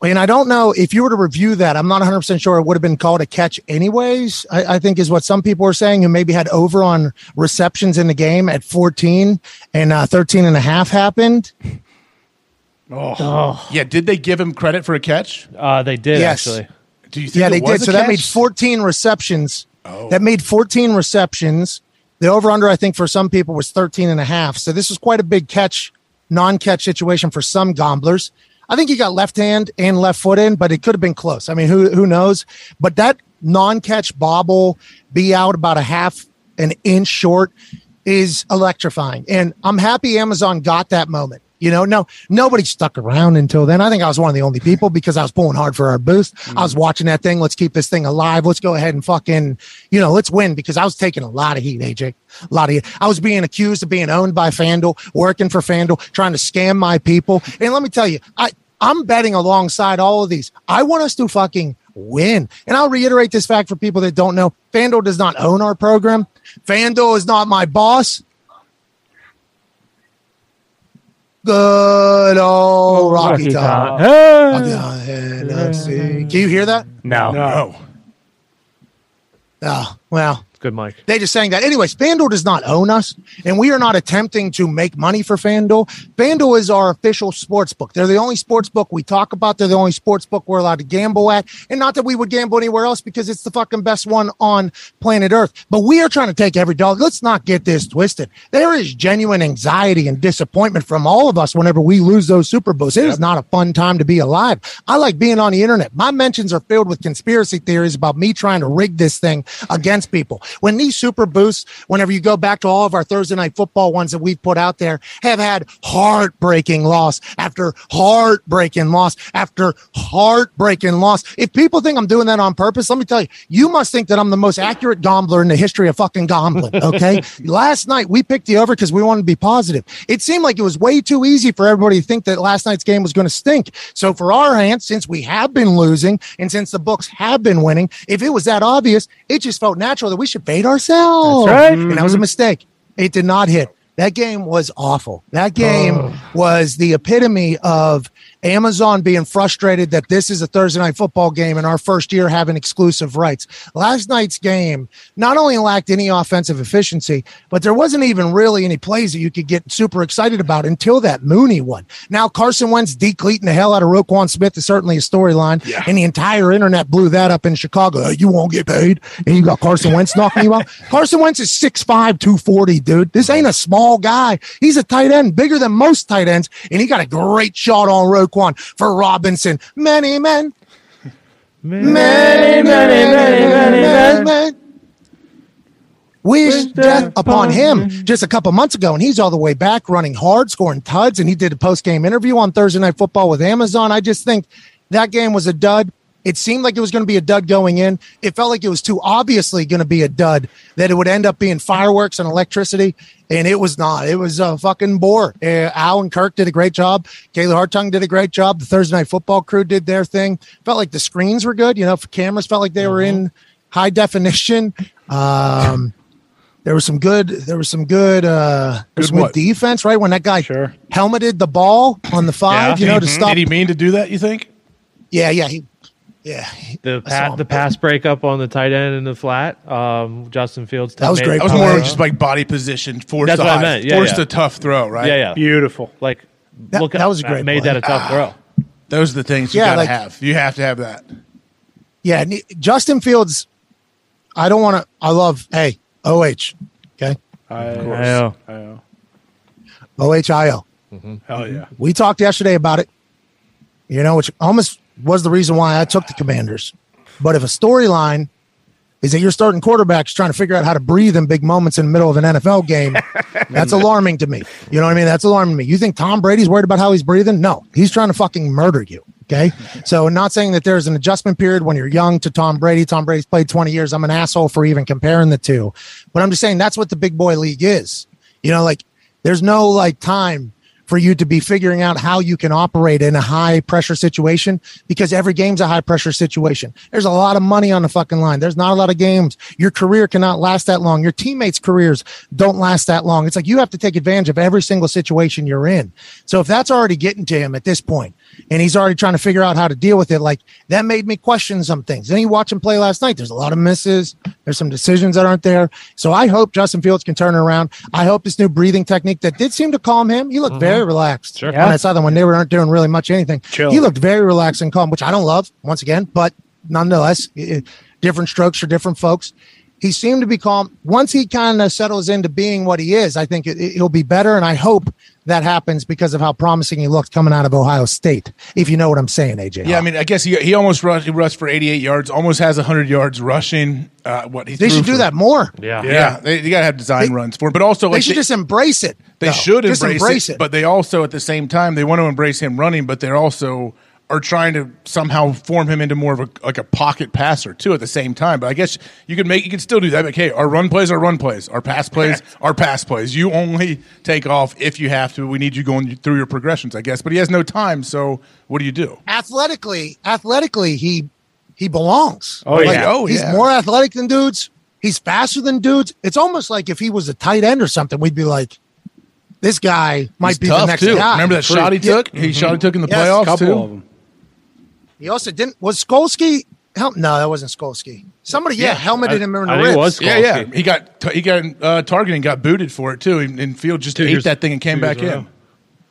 And I don't know if you were to review that, I'm not 100% sure it would have been called a catch, anyways. I, I think is what some people are saying who maybe had over on receptions in the game at 14 and uh, 13 and a half happened.
Oh. yeah. Did they give him credit for a catch?
Uh, they did
Yes.
actually.
Do you think?
Yeah,
it
they
was
did.
a
So that made
catch? Oh.
14 receptions. That made 14 receptions. The over under, I think, for some people was 13 and a half. So this was quite a big catch, non catch situation for some gomblers. I think he got left hand and left foot in, but it could have been close. I mean, who who knows? But that non catch bobble be out about a half an inch short is electrifying. And I'm happy Amazon got that moment. You know, no, nobody stuck around until then. I think I was one of the only people because I was pulling hard for our boost. I was watching that thing. Let's keep this thing alive. Let's go ahead and fucking, you know, let's win because I was taking a lot of heat, AJ. A lot of heat. I was being accused of being owned by FanDuel, working for FanDuel, trying to scam my people. And let me tell you, I, I'm betting alongside all of these. I want us to fucking win. And I'll reiterate this fact for people that don't know. FanDuel does not own our program. FanDuel is not my boss. Good old Oh, Rocky, Top. Rocky Top. And let's see. Can you hear that?
No.
No.
Oh, well.
It's good, Mike.
They just saying that. Anyways, FanDuel does not own us, and we are not attempting to make money for FanDuel. FanDuel is our official sports book. They're the only sports book we talk about. They're the only sports book we're allowed to gamble at. And not that we would gamble anywhere else because it's the fucking best one on planet Earth. But we are trying to take every dollar. Let's not get this twisted. There is genuine anxiety and disappointment from all of us whenever we lose those Super Bowls. It is not a fun time to be alive. I like being on the internet. My mentions are filled with conspiracy theories about me trying to rig this thing against people. When these super boosts, whenever you go back to all of our Thursday night football ones that we've put out there, have had heartbreaking loss after heartbreaking loss after heartbreaking loss. If people think I'm doing that on purpose, let me tell you, you must think that I'm the most accurate gombler in the history of fucking gombling. Okay. last night we picked the over because we wanted to be positive. It seemed like it was way too easy for everybody to think that last night's game was going to stink. So for our hand, since we have been losing and since the books have been winning, if it was that obvious, it just felt natural that we should fade ourselves.
That's right.
And that was a mistake. It did not hit. That game was awful. That game was the epitome of Amazon being frustrated that this is a Thursday night football game and our first year having exclusive rights. Last night's game not only lacked any offensive efficiency, but there wasn't even really any plays that you could get super excited about until that Mooney one. Now Carson Wentz decleating the hell out of Roquan Smith is certainly a storyline, and the entire internet blew that up in Chicago. "Oh, you won't get paid, and you got Carson Wentz knocking you out. Carson Wentz is 6'5", 240, dude. This ain't a small guy. He's a tight end, bigger than most tight ends, and he got a great shot on Roquan for Robinson. Many men. Many, many, many, many, many, many. Wish death upon him just a couple months ago, and he's all the way back running hard, scoring tuds, and he did a post game interview on Thursday Night Football with Amazon. I just think that game was a dud. It seemed like it was going to be a dud going in. It felt like it was too obviously going to be a dud that it would end up being fireworks and electricity, and it was not. It was a fucking bore. Uh, Al and Kirk did a great job. Kayla Hartung did a great job. The Thursday Night Football crew did their thing. Felt like the screens were good. You know, for cameras felt like they were in high definition. Um, there was some good. There was some good. Uh, there was
Good
some
what?
good defense, right? When that guy helmeted the ball on the five, you know, to
Mhm.
stop.
Did he mean to do that? You think?
yeah, yeah, he, yeah.
The
saw
pa-
him.
the pass breakup on the tight end in the flat. Um, Justin Fields.
That was
made-
great.
That was more just like body position, forced
That's
a
what I
high-
meant. Yeah,
forced
yeah.
a tough throw, right?
Yeah, yeah.
Beautiful.
Like
That-
look,
that was a great
made
play.
that a
Ah.
tough throw.
Those are the things you
Yeah,
gotta
like-
have. You have to have that.
Yeah, and he- Justin Fields. I don't want to. I love. Hey, O H. Okay,
I,
I know.
I know.
O H I O.
Hell yeah.
We talked yesterday about it. You know, which almost was the reason why I took the Commanders. But if a storyline is that you're starting quarterbacks trying to figure out how to breathe in big moments in the middle of an NFL game, that's alarming to me. You know what I mean? That's alarming to me. You think Tom Brady's worried about how he's breathing? No, he's trying to fucking murder you. Okay. So, not saying that there's an adjustment period when you're young to Tom Brady. Tom Brady's played 20 years. I'm an asshole for even comparing the two. But I'm just saying that's what the big boy league is. You know, like there's no like time for you to be figuring out how you can operate in a high pressure situation because every game's a high pressure situation. There's a lot of money on the fucking line. There's not a lot of games. Your career cannot last that long. Your teammates' careers don't last that long. It's like you have to take advantage of every single situation you're in. So if that's already getting to him at this point and he's already trying to figure out how to deal with it, like that made me question some things. Then you watch him play last night. There's a lot of misses. There's some decisions that aren't there. So I hope Justin Fields can turn it around. I hope this new breathing technique that did seem to calm him. He looked very relaxed
Sure.
when I saw them when they weren't doing really much anything.
Chill.
He looked very relaxed and calm, which I don't love once again, but nonetheless, i- i- different strokes for different folks. He seemed to be calm. Once he kind of settles into being what he is, I think it, it- he'll be better. And I hope that happens because of how promising he looked coming out of Ohio State, if you know what I'm saying, AJ.
Yeah, I mean, I guess he, he almost rushed, he rushed for 88 yards, almost has 100 yards rushing. Uh, what he
they
threw
should do
for-
that more.
Yeah.
Yeah, they, they gotta have design runs for him, but also
They
like
should just embrace it.
They
though.
should
Just
embrace, it,
it.
but they also at the same time they want to embrace him running, but they're also are trying to somehow form him into more of a like a pocket passer too at the same time. But I guess you can make you can still do that. Like, hey, our run plays are run plays, our pass plays are pass plays. You only take off if you have to. We need you going through your progressions, I guess. But he has no time, so what do you do?
athletically, athletically, he he belongs.
Oh,
Like,
yeah.
Oh,
he's
yeah.
more athletic than dudes. He's faster than dudes. It's almost like if he was a tight end or something, we'd be like, this guy might
He's
be the
tough
next
too.
guy.
Remember that
Yeah.
shot he took? He shot he took in the
Yes,
playoffs
Couple
too.
of them.
He also didn't. Was Skolsky? Help? No, that wasn't Skolsky. Somebody, yeah, helmeted him in the
I think
ribs.
it was
Yeah, yeah.
Skolsky.
He got he got uh, targeted and got booted for it too. And, and Field just
Two
ate
years-
that thing and came
two
back
years in a
in.
row.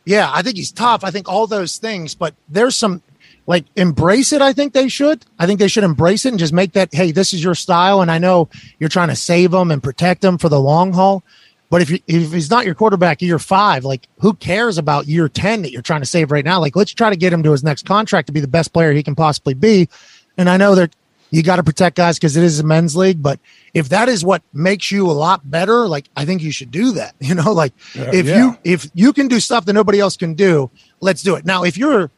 Yeah, I think he's tough. I think all those things, but there's some like embrace it. I think they should. I think they should embrace it and just make that. Hey, this is your style, and I know you're trying to save them and protect them for the long haul. But if you, if he's not your quarterback year five, like who cares about year ten that you're trying to save right now? Like let's try to get him to his next contract to be the best player he can possibly be. And I know that you got to protect guys because it is a men's league. But if that is what makes you a lot better, like I think you should do that. You know, like
Yeah,
if
yeah.
you if you can do stuff that nobody else can do, let's do it. Now, if you're,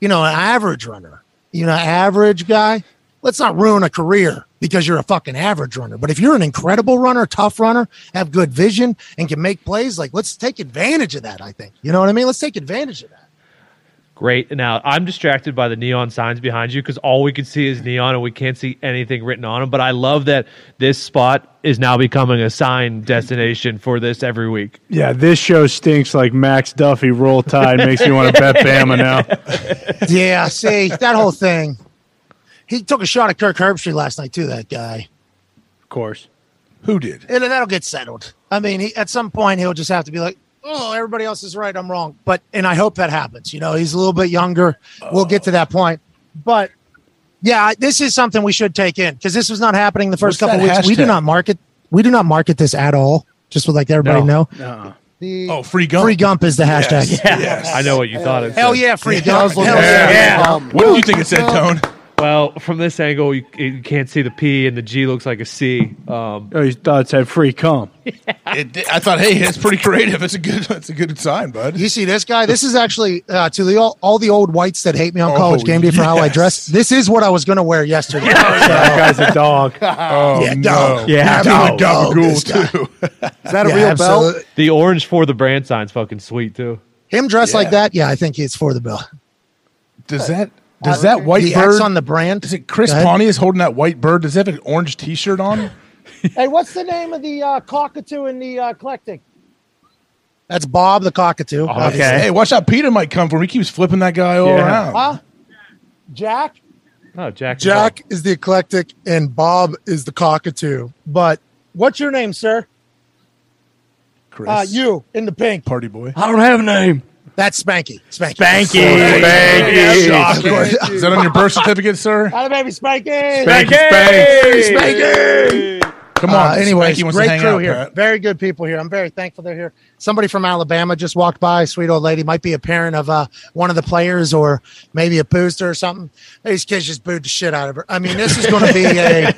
you know, an average runner, you know, average guy, let's not ruin a career because you're a fucking average runner. But if you're an incredible runner, tough runner, have good vision and can make plays, like let's take advantage of that. I think you know what I mean. Let's take advantage of that.
Great. Now I'm distracted by the neon signs behind you because all we can see is neon and we can't see anything written on them. But I love that this spot is now becoming a sign destination for this every week.
Yeah, this show stinks like Max Duffy roll tide Uh, makes me want to bet Bama now.
yeah, see that whole thing. He took a shot at Kirk Herbstreit last night too. That guy,
of course.
Who did?
and that'll get settled. I mean, he, at some point he'll just have to be like, "Oh, everybody else is right, I'm wrong." But and I hope that happens. You know, he's a little bit younger. We'll get to that point. But yeah, I- this is something we should take in because this was not happening the first
What's
couple
that
weeks. We do
hashtag?
not market. We do not market this at all. Just to let everybody know.
oh, free gump.
Free Gump is the hashtag.
I know what you thought it
Hell
said.
yeah, free
Yeah, I
Gump.
was looking
Hell
at
yeah.
that. What do you think it said, Tone?
Well, from this angle, you, you can't see the P and the G looks like a C. Um,
Oh, he thought it said free cum.
It did- I thought, hey, it's pretty creative. It's a good, it's a good sign, bud.
You see this guy? This is actually uh, to the all, all the old whites that hate me on
Oh,
college game day for how I dress. This is what I was going to wear yesterday.
That guy's a dog.
Oh
Yeah,
no,
dog.
yeah,
Dog.
dog,
Dog,
dog, ghoul
this guy.
too.
Is that a
Yeah,
real
absolutely.
belt?
the orange for the brand sign's fucking sweet too.
Him dressed
Yeah.
like that? Yeah, I think it's for the bill.
Does that does that white
the
bird
X on the brand.
Is it Chris
Go ahead.
Pontius holding that white bird? Does he have an orange T-shirt on?
Hey, what's the name of the uh, cockatoo in the uh, collecting? That's Bob the cockatoo. obviously.
Okay.
Oh, Hey, watch out! Peter might come for him. He keeps flipping that guy all
Yeah.
around.
Huh? Jack.
Oh, Jack.
Jack is the eclectic, and Bob is the cockatoo. But what's your name, sir?
Chris,
Uh, you in the pink.
party boy.
I don't have a name.
That's Spanky. Spanky.
Spanky.
Of course. Is that on your birth certificate, sir?
Hi, baby Spanky.
Spanky, Spanky. Come on.
Uh, anyways,
Spanky wants to
great
hang
crew
out,
here.
Pat.
Very good people here. I'm very thankful they're here. Somebody from Alabama just walked by. Sweet old lady might be a parent of uh, one of the players, or maybe a booster or something. These kids just booed the shit out of her. I mean, this is going to be a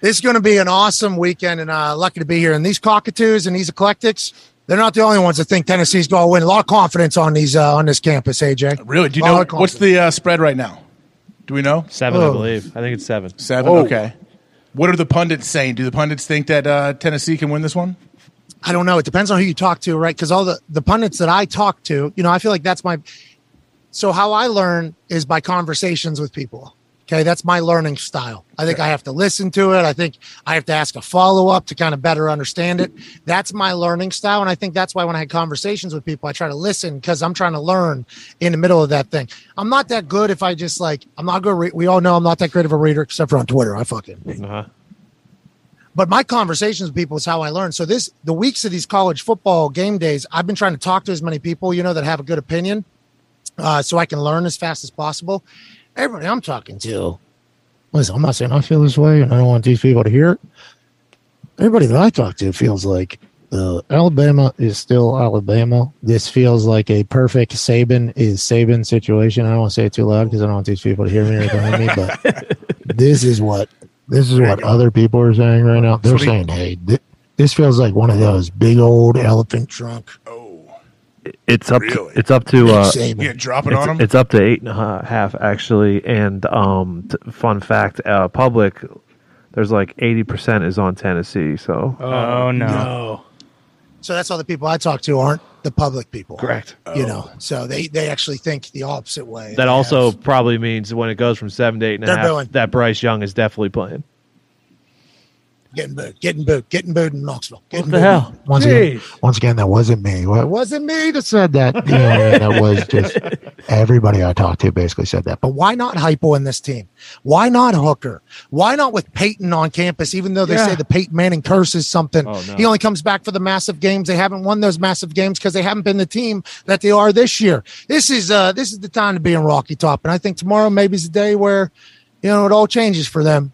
this is going to be an awesome weekend, and uh, lucky to be here. And these cockatoos and these eclectics. They're not the only ones that think Tennessee's going to win. A lot of confidence on these uh, on this campus, AJ.
Really? Do you
Lot
know
of
what's
confidence.
the uh, spread right now? Do we know?
Seven, I
Oh.
believe. I think it's seven.
Seven. Okay. What are the pundits saying? Do the pundits think that uh, Tennessee can win this one?
I don't know. It depends on who you talk to, right? Because all the the pundits that I talk to, you know, I feel like that's my. So how I learn is by conversations with people. Okay, that's my learning style. I think I have to listen to it. I think I have to ask a follow up to kind of better understand it. That's my learning style, and I think that's why when I had conversations with people, I try to listen because I'm trying to learn in the middle of that thing. I'm not that good if I just like I'm not good. Re- we all know I'm not that great of a reader except for on Twitter. I fucking
Uh-huh.
but my conversations with people is how I learn. So this the weeks of these college football game days, I've been trying to talk to as many people, you know, that have a good opinion, uh, so I can learn as fast as possible. Everybody I'm talking to, listen, I'm not saying I feel this way, and I don't want these people to hear it. Everybody that I talk to feels like uh, Alabama is still Alabama. This feels like a perfect Saban is Saban situation. I don't want to say it too loud because I don't want these people to hear me or behind me, but this is what this is what other people are saying right now. They're saying, "Hey, th- this feels like one of those big old elephant trunk."
It's up.
Really?
it's up to. uh,
Saban.
Yeah, drop it
it's,
on them.
it's up to eight and a half actually and um t- fun fact uh public there's like 80% is on tennessee so
Oh no.
Oh.
So that's all the people I talk to aren't the public people.
correct
You know, so they they actually think the opposite way.
that also probably means when it goes from seven to eight and a
They're
half
going.
that bryce young is definitely playing
getting booed, getting booed, getting booed in Knoxville. Getting
the
booed.
hell?
Once again,
Jeez.
once again, that wasn't me. Well, it wasn't me that said that. You know, and that was just everybody I talked to basically said that. But why not Hypo in this team? Why not Hooker? Why not with Peyton on campus? Even though they say the Peyton Manning curse is something,
Oh, no.
he only comes back for the massive games. They haven't won those massive games because they haven't been the team that they are this year. This is uh this is the time to be in Rocky Top, and I think tomorrow maybe is the day where you know it all changes for them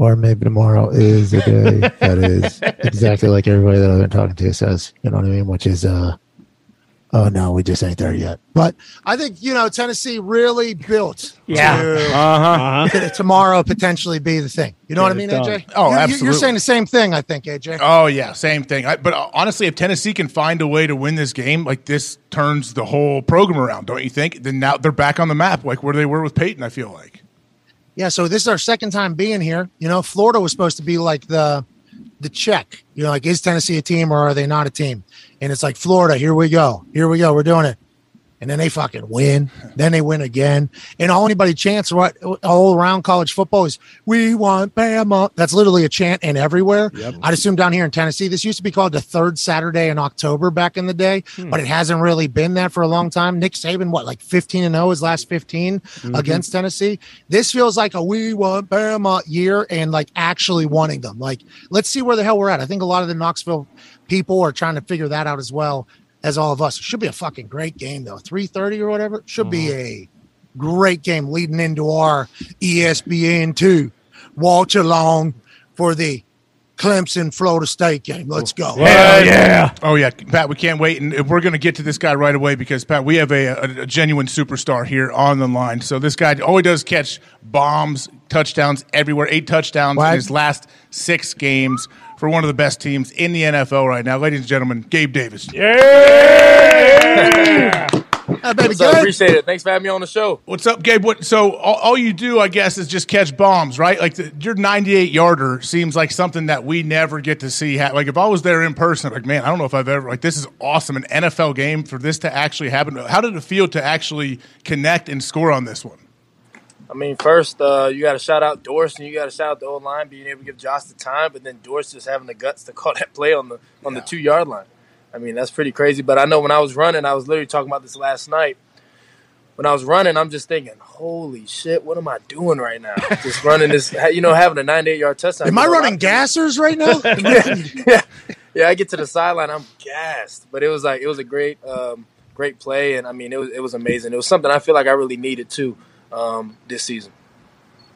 or maybe tomorrow is a day that is exactly like everybody that I've been talking to says, you know what I mean? Which is uh oh no, we just ain't there yet. But I think you know Tennessee really built.
Yeah.
to-
Uh-huh.
to tomorrow potentially be the thing. You know what I mean, AJ?
Oh,
You're- you're- You're
absolutely.
saying the same thing, I think, AJ.
Oh yeah, same thing. I, but uh, honestly, if Tennessee can find a way to win this game, like this turns the whole program around, don't you think? Then now they're back on the map, like where they were with Peyton. I feel like.
Yeah, so this is our second time being here. You know, Florida was supposed to be like the the check. You know, like is Tennessee a team or are they not a team? And it's like Florida, here we go, here we go, we're doing it. And then they fucking win. Then they win again. And all anybody chants right all around college football is we want Bama. That's literally a chant and everywhere. I'd assume down here in Tennessee, this used to be called the third Saturday in October back in the day,
Hmm.
but it hasn't really been that for a long time. Nick Saban, what, like 15 and 0 his last 15
Mhm.
against Tennessee? This feels like a we want Bama year and like actually wanting them. Like, let's see where the hell we're at. I think a lot of the Knoxville people are trying to figure that out as well as all of us. It should be a fucking great game though. 3:30 or whatever. Should be a great game leading into our E ESPN2 watch along for the Clemson Florida State game. Let's go.
Hell Oh yeah, Pat. We can't wait, and we're going to get to this guy right away because Pat, we have a, a, a genuine superstar here on the line. So this guy, all he does is catch bombs, touchdowns everywhere. Eight touchdowns in his last six games for one of the best teams in the NFL right now, ladies and gentlemen. Gabe Davis.
What's up? Appreciate it. Thanks for having me on the show.
What's up, Gabe? What? So all, all you do, I guess, is just catch bombs, right? Like the, your 98 yarder seems like something that we never get to see. Ha- like if I was there in person, I'd be like man, I don't know if I've ever like this is awesome. An NFL game for this to actually happen. How did it feel to actually connect and score on this one?
I mean, first, uh, you got to shout out Doris and you got to shout out the old line being able to give Josh the time, but then Doris just having the guts to call that play on the on the two yard line. I mean, that's pretty crazy. But I know when I was running, I was literally talking about this last night. When I was running, I'm just thinking, holy shit, what am I doing right now? Just running this, you know, having a 98 yard touchdown.
Am I
You know, a lot
running gassers right now?
yeah, I get to the sideline, I'm gassed. But it was like it was a great, um, great play, and I mean, it was it was amazing. It was something I feel like I really needed too um, this season.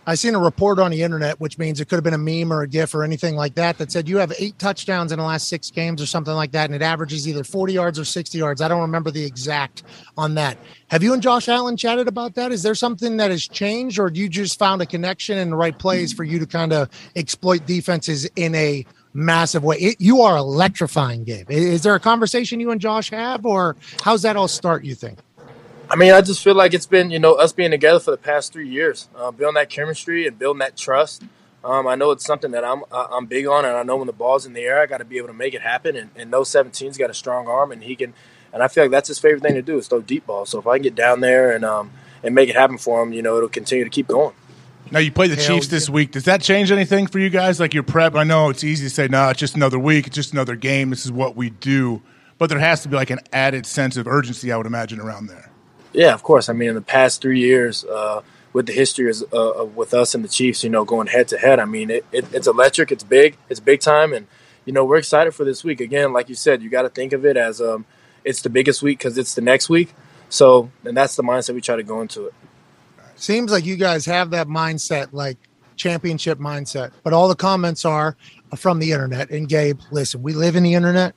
I seen a report on the internet, which means it could have been a meme or a GIF or anything like that, that said you have eight touchdowns in the last six games or something like that, and it averages either 40 yards or 60 yards. I don't remember the exact on that. Have you and Josh Allen chatted about that? Is there something that has changed, or you just found a connection and the right plays for you to kind of exploit defenses in a massive way? It, you are electrifying, Gabe. I- Is there a conversation you and Josh have, or how's that all start, you think?
I mean, I just feel like it's been, you know, us being together for the past three years, uh, building that chemistry and building that trust. Um, I know it's something that I'm I- I'm big on, and I know when the ball's in the air, I got to be able to make it happen. And, and no 17's got a strong arm, and he can. And I feel like that's his favorite thing to do is throw deep balls. So if I can get down there and um, and make it happen for him, you know, it'll continue to keep going.
Now you play the Chiefs this week. Does that change anything for you guys? Like your prep? I know it's easy to say, nah, it's just another week, it's just another game. This is what we do. But there has to be like an added sense of urgency, I would imagine, around there.
Yeah, of course. I mean, in the past three years, uh, with the history is, uh, of- with us and the Chiefs, you know, going head to head, I mean, it, it, it's electric. It's big. It's big time, and you know, we're excited for this week. Again, like you said, you got to think of it as um, it's the biggest week because it's the next week. So, and that's the mindset we try to go into it.
seems like you guys have that mindset, like championship mindset. But all the comments are uh, from the internet. And Gabe, listen, we live in the internet,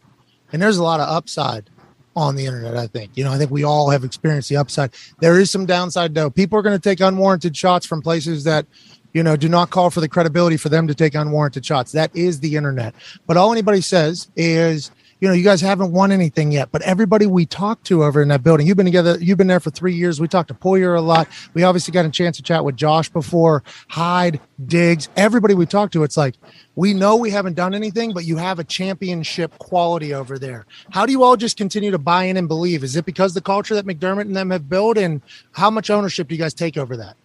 and there's a lot of upside on the internet. I think you know, I think we all have experienced the upside. There is some downside though. People are going to take unwarranted shots from places that you know do not call for the credibility for them to take unwarranted shots. That is the internet. But all anybody says is. You know, you guys haven't won anything yet, but everybody we talked to over in that building, you've been together, you've been there for three years. We talked to Poyer a lot. We obviously got a chance to chat with Josh before, Hyde, Diggs, everybody we talked to. It's like, we know we haven't done anything, but you have a championship quality over there. How do you all just continue to buy in and believe? Is it because the culture that McDermott and them have built, and how much ownership do you guys take over that?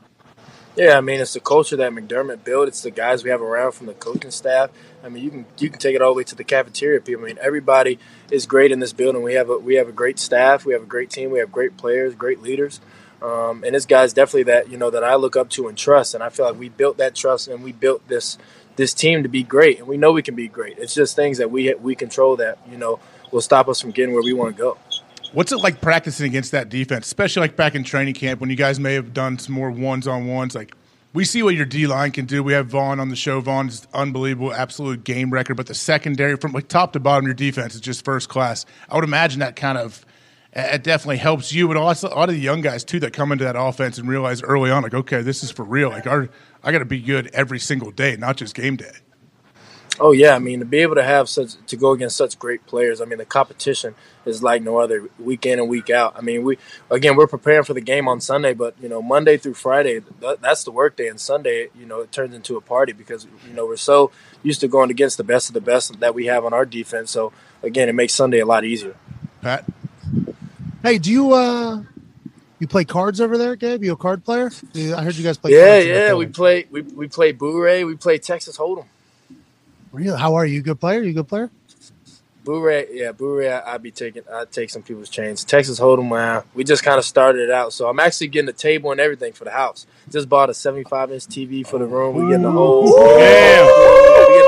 Yeah, I mean, it's the culture that McDermott built. It's the guys we have around from the coaching staff. I mean, you can you can take it all the way to the cafeteria people. I mean, everybody is great in this building. We have a we have a great staff. We have a great team. We have great players, great leaders, um, and this guy's definitely that you know that I look up to and trust. And I feel like we built that trust and we built this this team to be great. And we know we can be great. It's just things that we we control that you know will stop us from getting where we want to go.
What's it like practicing against that defense, especially like back in training camp when you guys may have done some more ones on ones? Like, we see what your D line can do. We have Vaughn on the show. Vaughn's unbelievable, absolute game record. But the secondary, from like top to bottom, your defense is just first class. I would imagine that kind of it it definitely helps you, but also a lot of the young guys too that come into that offense and realize early on, like, okay, this is for real. Like, our, I got to be good every single day, not just game day.
Oh yeah, I mean to be able to have such to go against such great players. I mean the competition is like no other week in and week out. I mean we again we're preparing for the game on Sunday, but you know Monday through Friday that, that's the work day, and Sunday you know it turns into a party because you know we're so used to going against the best of the best that we have on our defense. So again, it makes Sunday a lot easier.
Pat,
Hey, do you uh you play cards over there, Gabe? You a card player? Do- I heard you guys play.
yeah,
cards in that
yeah, we
building.
play we we play Bure, we play Texas Hold'em.
Really? How are you? You Good player? You a good player?
Bure, yeah, Bure, I, I be taking, I take some people's chains. Texas Hold'em, uh, we just kind of started it out, so I'm actually getting a table and everything for the house. Just bought a 75 inch TV for the room. We getting the whole, we
yeah,
getting the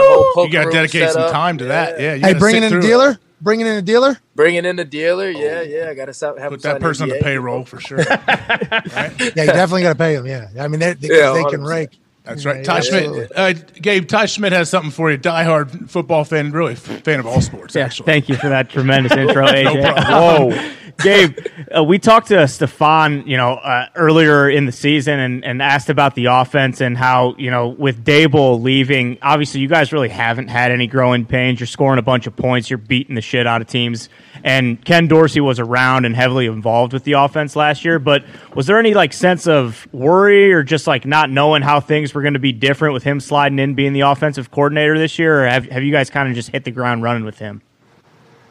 whole poker
you got to
room
dedicate
set
some
up.
time to that. Yeah,
hey,
you gotta
bringing
sit
in a
through it. Oh.
dealer. Bringing in a dealer.
Bringing in the dealer, yeah, yeah, I got to have
Put that person on the payroll for sure.
Yeah, you definitely got to pay them. Yeah, I mean they, they,
Yeah,
they can
100%.
rake.
That's
Yeah,
right. Ty
absolutely.
Schmidt, uh, Gabe, Ty Schmidt has something for you. Diehard football fan, really f- fan of all sports, actually.
Thank you for that tremendous intro,
No
AJ.
problem.
Whoa. Gabe, uh, we talked to Stefan, you know, uh, earlier in the season and, and asked about the offense and how, you know, with Dable leaving, obviously you guys really haven't had any growing pains. You're scoring a bunch of points. You're beating the shit out of teams. And Ken Dorsey was around and heavily involved with the offense last year. But was there any, like, sense of worry or just, like, not knowing how things were going to be different with him sliding in being the offensive coordinator this year? Or have, have you guys kind of just hit the ground running with him?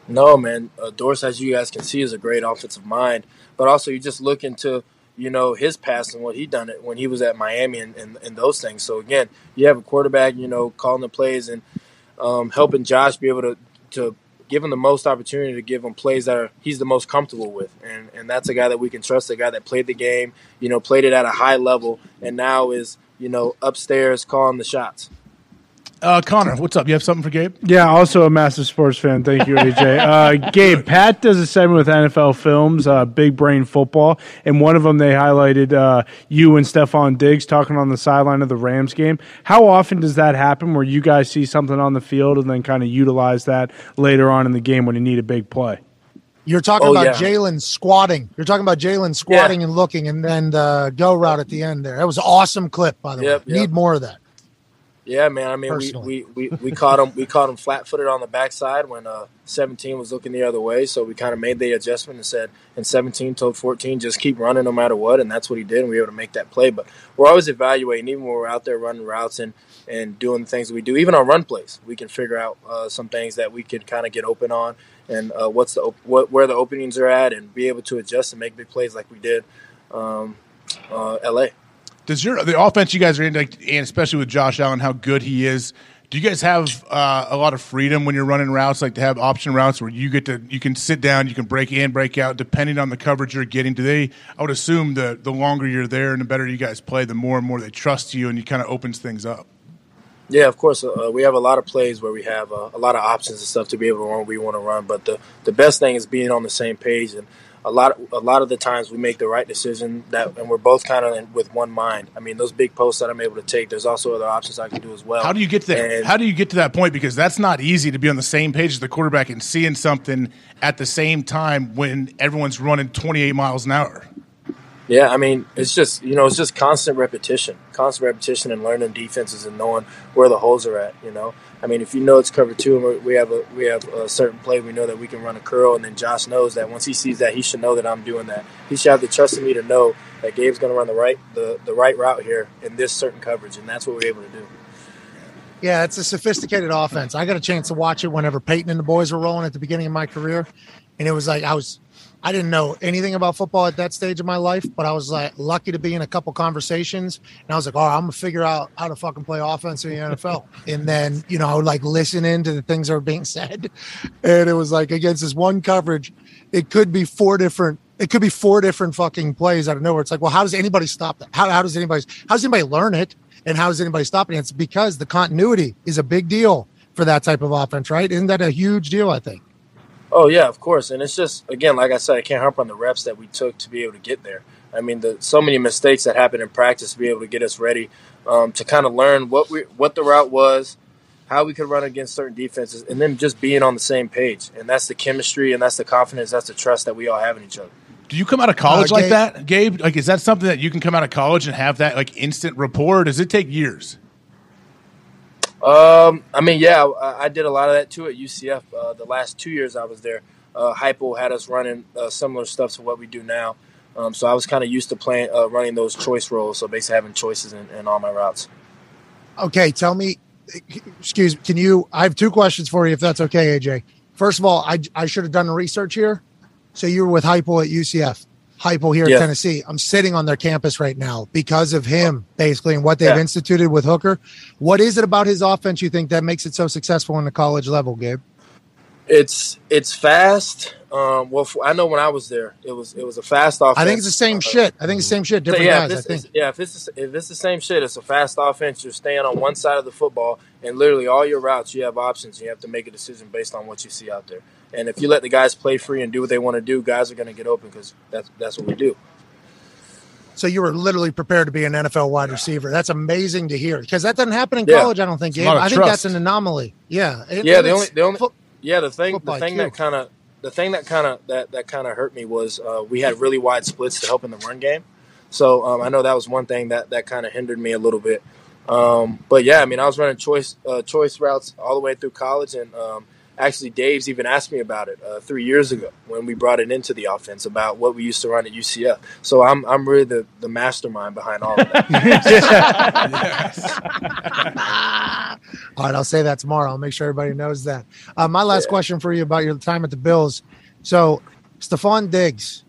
No, man. Uh, Dorsey, as you guys can see, is a great offensive mind, but also you just look into you know his past and what he done it when he was at Miami and, and, and those things. So again, you have a quarterback, you know, calling the plays and um, helping Josh be able to to give him the most opportunity to give him plays that are he's the most comfortable with, and and that's a guy that we can trust, a guy that played the game, you know, played it at a high level, and now is you know upstairs calling the shots.
Uh, Connor, what's up? You have something for Gabe?
Yeah, also a massive sports fan. Thank you, AJ. Uh, Gabe, Pat does a segment with NFL Films, uh, Big Brain Football, and one of them they highlighted uh, you and Stephon Diggs talking on the sideline of the Rams game. How often does that happen where you guys see something on the field and then kind of utilize that later on in the game when you need a big play?
You're talking
Oh,
about
yeah.
Jalen squatting. You're talking about Jalen squatting and looking, and then the go route at the end there. That was an awesome clip, by the
Yep,
way.
yep.
Need more of that.
Yeah, man. I mean, we, we,
Personally.
we, we caught him. We caught him flat-footed on the backside when uh, 17 was looking the other way. So we kind of made the adjustment and said, and 17 told 14, just keep running no matter what. And that's what he did. And we were able to make that play. But we're always evaluating, even when we're out there running routes and and doing the things that we do. Even on run plays, we can figure out uh, some things that we could kind of get open on, and uh, what's the op- what where the openings are at, and be able to adjust and make big plays like we did, um, uh, LA.
Does your the offense you guys are in, like, and especially with Josh Allen, how good he is? Do you guys have uh, a lot of freedom when you're running routes, like to have option routes where you get to you can sit down, you can break in, break out, depending on the coverage you're getting? Do they? I would assume the the longer you're there and the better you guys play, the more and more they trust you, and you kind of opens things up.
Yeah, of course. Uh, we have a lot of plays where we have uh, a lot of options and stuff to be able to run where we want to run. But the, the best thing is being on the same page. And a lot a lot of the times we make the right decision that, and we're both kind of with one mind. I mean, those big posts that I'm able to take. There's also other options I can do as well.
How do you get there?
And-
How do you get to that point? Because that's not easy to be on the same page as the quarterback and seeing something at the same time when everyone's running 28 miles an hour.
Yeah, I mean, it's just you know, it's just constant repetition, constant repetition, and learning defenses and knowing where the holes are at. You know, I mean, if you know it's cover two, and we- we have a we have a certain play, we know that we can run a curl, and then Josh knows that once he sees that, he should know that I'm doing that. He should have the trust in me to know that Gabe's going to run the right the, the right route here in this certain coverage, and that's what we're able to do.
Yeah, it's a sophisticated offense. I got a chance to watch it whenever Peyton and the boys were rolling at the beginning of my career, and it was like I was, I didn't know anything about football at that stage of my life, but I was like lucky to be in a couple conversations, and I was like, all right, I'm gonna figure out how to fucking play offense in the NFL, and then you know I would like listen into the things that were being said, and it was like against this one coverage, it could be four different. It could be four different fucking plays out of nowhere. It's like, well, how does anybody stop that? How, how does anybody? How does anybody learn it? and how is anybody stopping? it? It's because the continuity is a big deal for that type of offense, right? Isn't that a huge deal? I think.
Oh yeah, of course. And it's just again, like I said, I can't harp on the reps that we took to be able to get there. I mean, the, so many mistakes that happened in practice to be able to get us ready um, to kind of learn what we what the route was, how we could run against certain defenses, and then just being on the same page. And that's the chemistry, and that's the confidence, that's the trust that we all have in each other.
Do you come out of college
Uh,
like
Gabe-
that, Gabe? Like, is that something that you can come out of college and have that like instant rapport? or Does it take years?
Um, I mean, yeah, I, I did a lot of that too at UCF. Uh, the last two years I was there, uh, Hypo had us running uh, similar stuff to what we do now. Um, so I was kind of used to playing uh, running those choice roles, so basically having choices in, in all my routes.
Okay, tell me, excuse me, can you? I have two questions for you, if that's okay, AJ. First of all, I, I should have done the research here. So you were with Hypo at UCF, Hypo here
Yeah.
at Tennessee. I'm sitting on their campus right now because of him, basically, and what they've
Yeah.
instituted with Hooker. What is it about his offense you think that makes it so successful on the college level, Gabe?
It's it's fast. Um, well, f- I know when I was there, it was it was a fast offense. Uh,
I think it's the same shit. I think it's the same shit.
So,
Different
yeah,
guys,
if
I
it's,
think.
it's- yeah, if it's the- if it's the same shit, it's a fast offense. You're staying on one side of the football, and literally all your routes, you have options. You have to make a decision based on what you see out there. And if you let the guys play free and do what they want to do, guys are going to get open because that's that's what we do.
So you were literally prepared to be an NFL wide receiver. That's amazing to hear because that doesn't happen in
Yeah.
college. I don't think.
It's a
Gabe.
lot of
I think
trust.
that's an anomaly. Yeah. and-
yeah,
and
the
it's-
only, the only, yeah, the thing,
football
the thing
IQ.
that kind of, the thing that kind of that that kind of hurt me was uh, we had really wide splits to help in the run game. So um, I know that was one thing that that kind of hindered me a little bit. Um, but yeah, I mean, I was running choice uh, choice routes all the way through college, and um, actually, Dave's even asked me about it uh, three years ago when we brought it into the offense about what we used to run at UCF. So I'm I'm really the, the mastermind behind all of that.
All right, I'll say that tomorrow. I'll make sure everybody knows that. Uh, my last question for you about your time at the Bills. So, Stephon Diggs,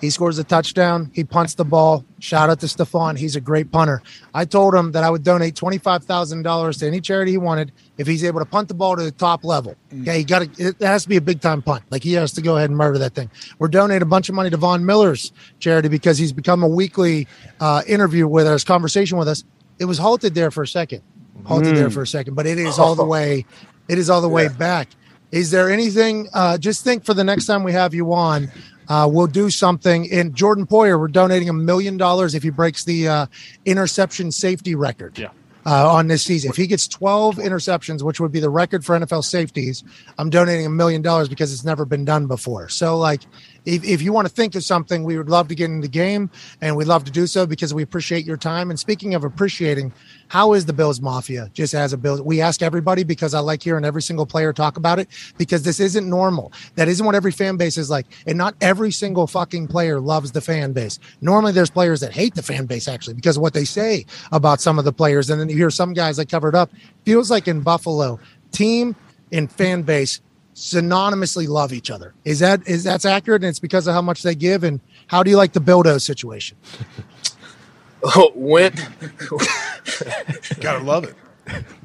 he scores a touchdown. He punts the ball. Shout out to Stephon. He's a great punter. I told him that I would donate $25,000 to any charity he wanted if he's able to punt the ball to the top level. Okay, you got to, it has to be a big time punt. Like, he has to go ahead and murder that thing. We're donating a bunch of money to Von Miller's charity because he's become a weekly uh, interview with us, conversation with us. It was halted there for a second halted there
Mm.
for a second, but it is all the way, it is all the way back. Is there anything? Uh, just think for the next time we have you on, uh, we'll do something. And Jordan Poyer, we're donating a million dollars if he breaks the uh, interception safety record. Yeah. Uh, on this season, if he gets 12 interceptions, which would be the record for NFL safeties, I'm donating a million dollars because it's never been done before. So, like, if, if you want to think of something, we would love to get in the game and we'd love to do so because we appreciate your time. And speaking of appreciating, how is the Bills Mafia just as a Bills? We ask everybody because I like hearing every single player talk about it because this isn't normal. That isn't what every fan base is like. And not every single fucking player loves the fan base. Normally there's players that hate the fan base actually because of what they say about some of the players. And then you hear some guys that covered up. Feels like in Buffalo, team and fan base synonymously love each other. Is that is that's accurate? And it's because of how much they give. And how do you like the Bildo situation?
win,
gotta love it.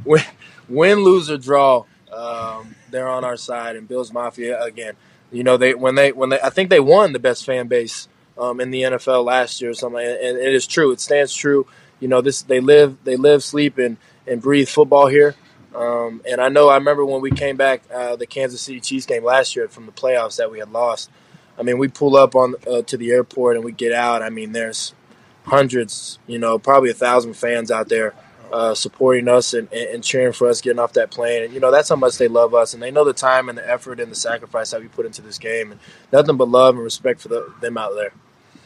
Win, win, lose or draw, um, they're on our side. And Bills Mafia again. You know they when they when they I think they won the best fan base um, in the NFL last year or something. And, and it is true. It stands true. You know this. They live. They live, sleep, and and breathe football here. Um, and I know I remember when we came back uh, the Kansas City Chiefs game last year from the playoffs that we had lost. I mean, we pull up on uh, to the airport and we get out. I mean, there's hundreds, you know, probably a thousand fans out there uh, supporting us and, and, and cheering for us getting off that plane. And, you know, that's how much they love us. And they know the time and the effort and the sacrifice that we put into this game. And nothing but love and respect for the, them out there.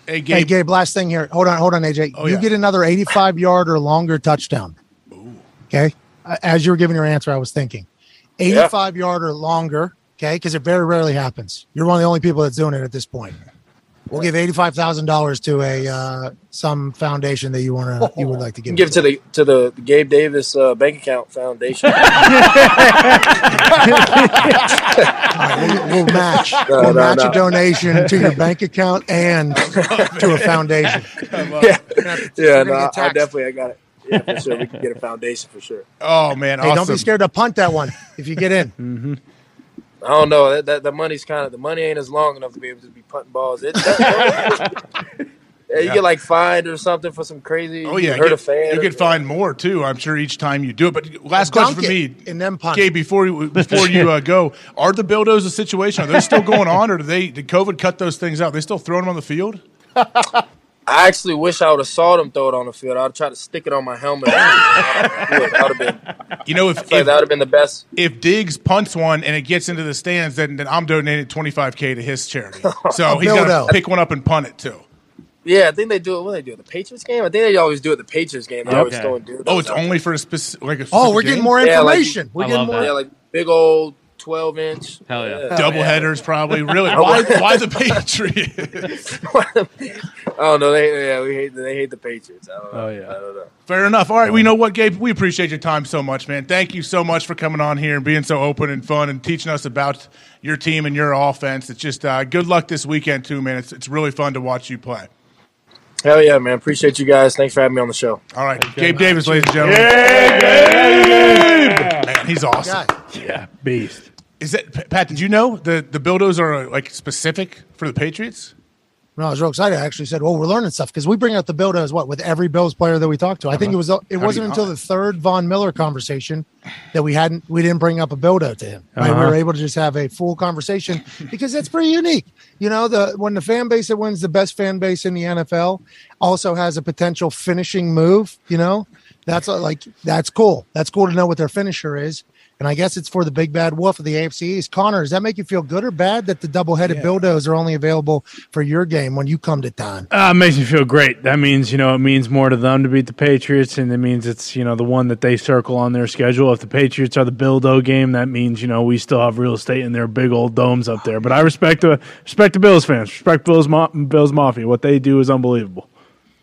Hey,
Hey, Gabe, last thing here. Hold on, hold on, AJ.
Oh,
you
yeah.
get another 85 yard or longer touchdown. Okay. Uh, As you were giving your answer, I was thinking 85 yard or longer. Okay. Because it very rarely happens. You're one of the only people that's doing it at this point. We'll give eighty-five thousand dollars to a uh, some foundation that you want to you would like to
Give,
give.
give it to the to the Gabe Davis uh, Bank Account Foundation.
we'll, we'll match.
No, no,
we'll match
no.
a donation to your bank account and to a foundation.
yeah, yeah no,
You're gonna get
I
taxed.
definitely I got it. Yeah, for sure. We can get a foundation for sure.
Oh man, Mm-hmm.
Hey, don't be scared to punt that one if you get in.
I don't know. That, that the money's kind of the money ain't as long enough to be able to be punting balls. It, that- yeah, you
Yeah.
get like fined or something for some crazy.
Oh yeah,
you hurt
get-
a fan.
you
or-
could find more too. I'm sure each time you do it. But last
Dunk
question for me,
it and then punt.
Gabe, before you, before you uh, go, are the Bildos a situation? Are they still going on, or do they did COVID cut those things out? They still throwing them on the field?
I actually wish I would have saw them throw it on the field. I'd try to stick it on my helmet. that would have been.
You know, if,
that would have been the best.
If Diggs punts one and it gets into the stands, then, then I'm donating 25k to his charity. So he's
Build
got
up.
to pick one up and punt it too.
Yeah, I think they do it. What do they do at the Patriots game? I think they always do it at the Patriots game. They always throw and do
Oh, it's only for a specific. Like a
Oh, we're
specific
getting
game?
more information.
Yeah, like, yeah, like big old twelve inch. Hell yeah,
Double headers, probably. Really? Why? why the Patriots?
I don't know. Oh, They yeah, we hate they hate the Patriots. I don't know. Oh yeah, I don't know.
Fair enough. All right, we know what, Gabe. We appreciate your time so much, man. Thank you so much for coming on here and being so open and fun and teaching us about your team and your offense. It's just uh, good luck this weekend too, man. It's it's really fun to watch you play.
Hell yeah, man. Appreciate you guys. Thanks for having me on the show.
All right, Gabe Davis, ladies and gentlemen. Man, he's awesome.
Yeah, beast.
Is that P- Pat? Did you know the the buildos are uh, like specific for the Patriots?
No, I was real excited. I actually said, "Well, we're learning stuff because we bring out the build as what with every Bills player that we talked
Uh-huh.
to." I think it was it wasn't until the third Von Miller conversation that we hadn't we didn't bring up a build to him. Right? We
Uh-huh.
were able to just have a full conversation because that's pretty unique. You know, the when the fan base that wins the best fan base in the NFL also has a potential finishing move. You know, that's uh, like that's cool. That's cool to know what their finisher is. And I guess it's for the big bad wolf of the AFC East. Connor, does that make you feel good or bad that the double-headed buildos are only available for your game when you come to town?
Uh, it makes me feel great. That means you know it means more to them to beat the Patriots, and it means it's you know the one that they circle on their schedule. If the Patriots are the Bildo game, that means you know we still have real estate in their big old domes up there. But I respect the respect the Bills fans, respect Bills Ma- Bills Mafia. What they do is unbelievable.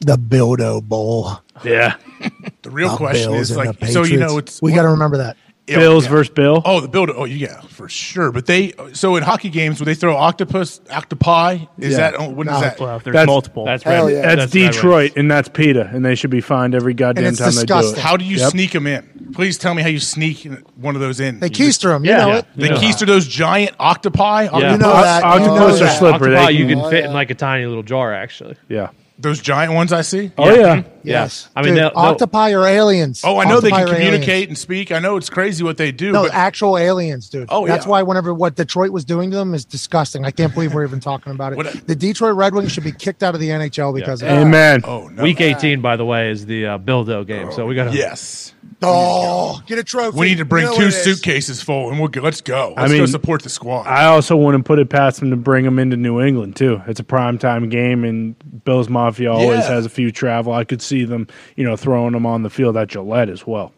The Buildo Bowl.
Yeah,
The real
The
question
Bills
is
and
like,
the
so you
Patriots.
know, it's
we got to remember that.
Yeah,
Bills
yeah.
versus Bill.
Oh, the builder. Oh, yeah, for sure. But they so in hockey games, would they throw octopus, octopi? Is
Yeah.
that oh, what is that?
That's, that's, Detroit, and that's PETA, and they should be fined every goddamn time they do it.
How do you
Yep.
sneak them in? Please tell me how you sneak one of those in.
They keister 'em, you know it.
They
Yeah.
keister those giant octopi.
Yeah.
Octopus?
Octopus Octopi you can fit in like a tiny little jar, actually.
Yeah.
Those giant ones I see. Mm-hmm.
Oh, yeah. Yeah.
Yes.
I mean,
Dude,
they'll- they'll-
octopi are aliens.
Oh, I know
Octopi
they can
are aliens.
communicate and speak. I know it's crazy what they do.
No,
but
actual aliens, dude.
Oh,
that's
yeah.
why whenever what Detroit was doing to them is disgusting. I can't believe we're even talking about it. The Detroit Red Wings should be kicked out of the NHL because of that.
Oh, no. Week 18, by the way, is the uh, Bildo game. so we got to.
Yes.
Oh, get a trophy.
we need to bring
You know
two
what it is.
suitcases full, and we'll go, let's go.
I
Let's go
mean-
support the squad.
I also wouldn't put it past them to bring them into New England too. It's a prime time game, and Bills Mafia always
Yeah.
has a few travel. I could see them, you know, throwing them on the field at Gillette as well.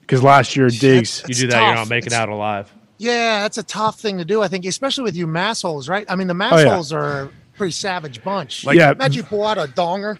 Because last year Diggs,
You do that, you're
tough.
not making out alive.
Yeah, that's a tough thing to do. I think, especially with you mass holes, right? I mean, the mass
Oh, yeah.
holes are a pretty savage bunch.
Like- Yeah. Mm-hmm.
imagine you pull out a donger.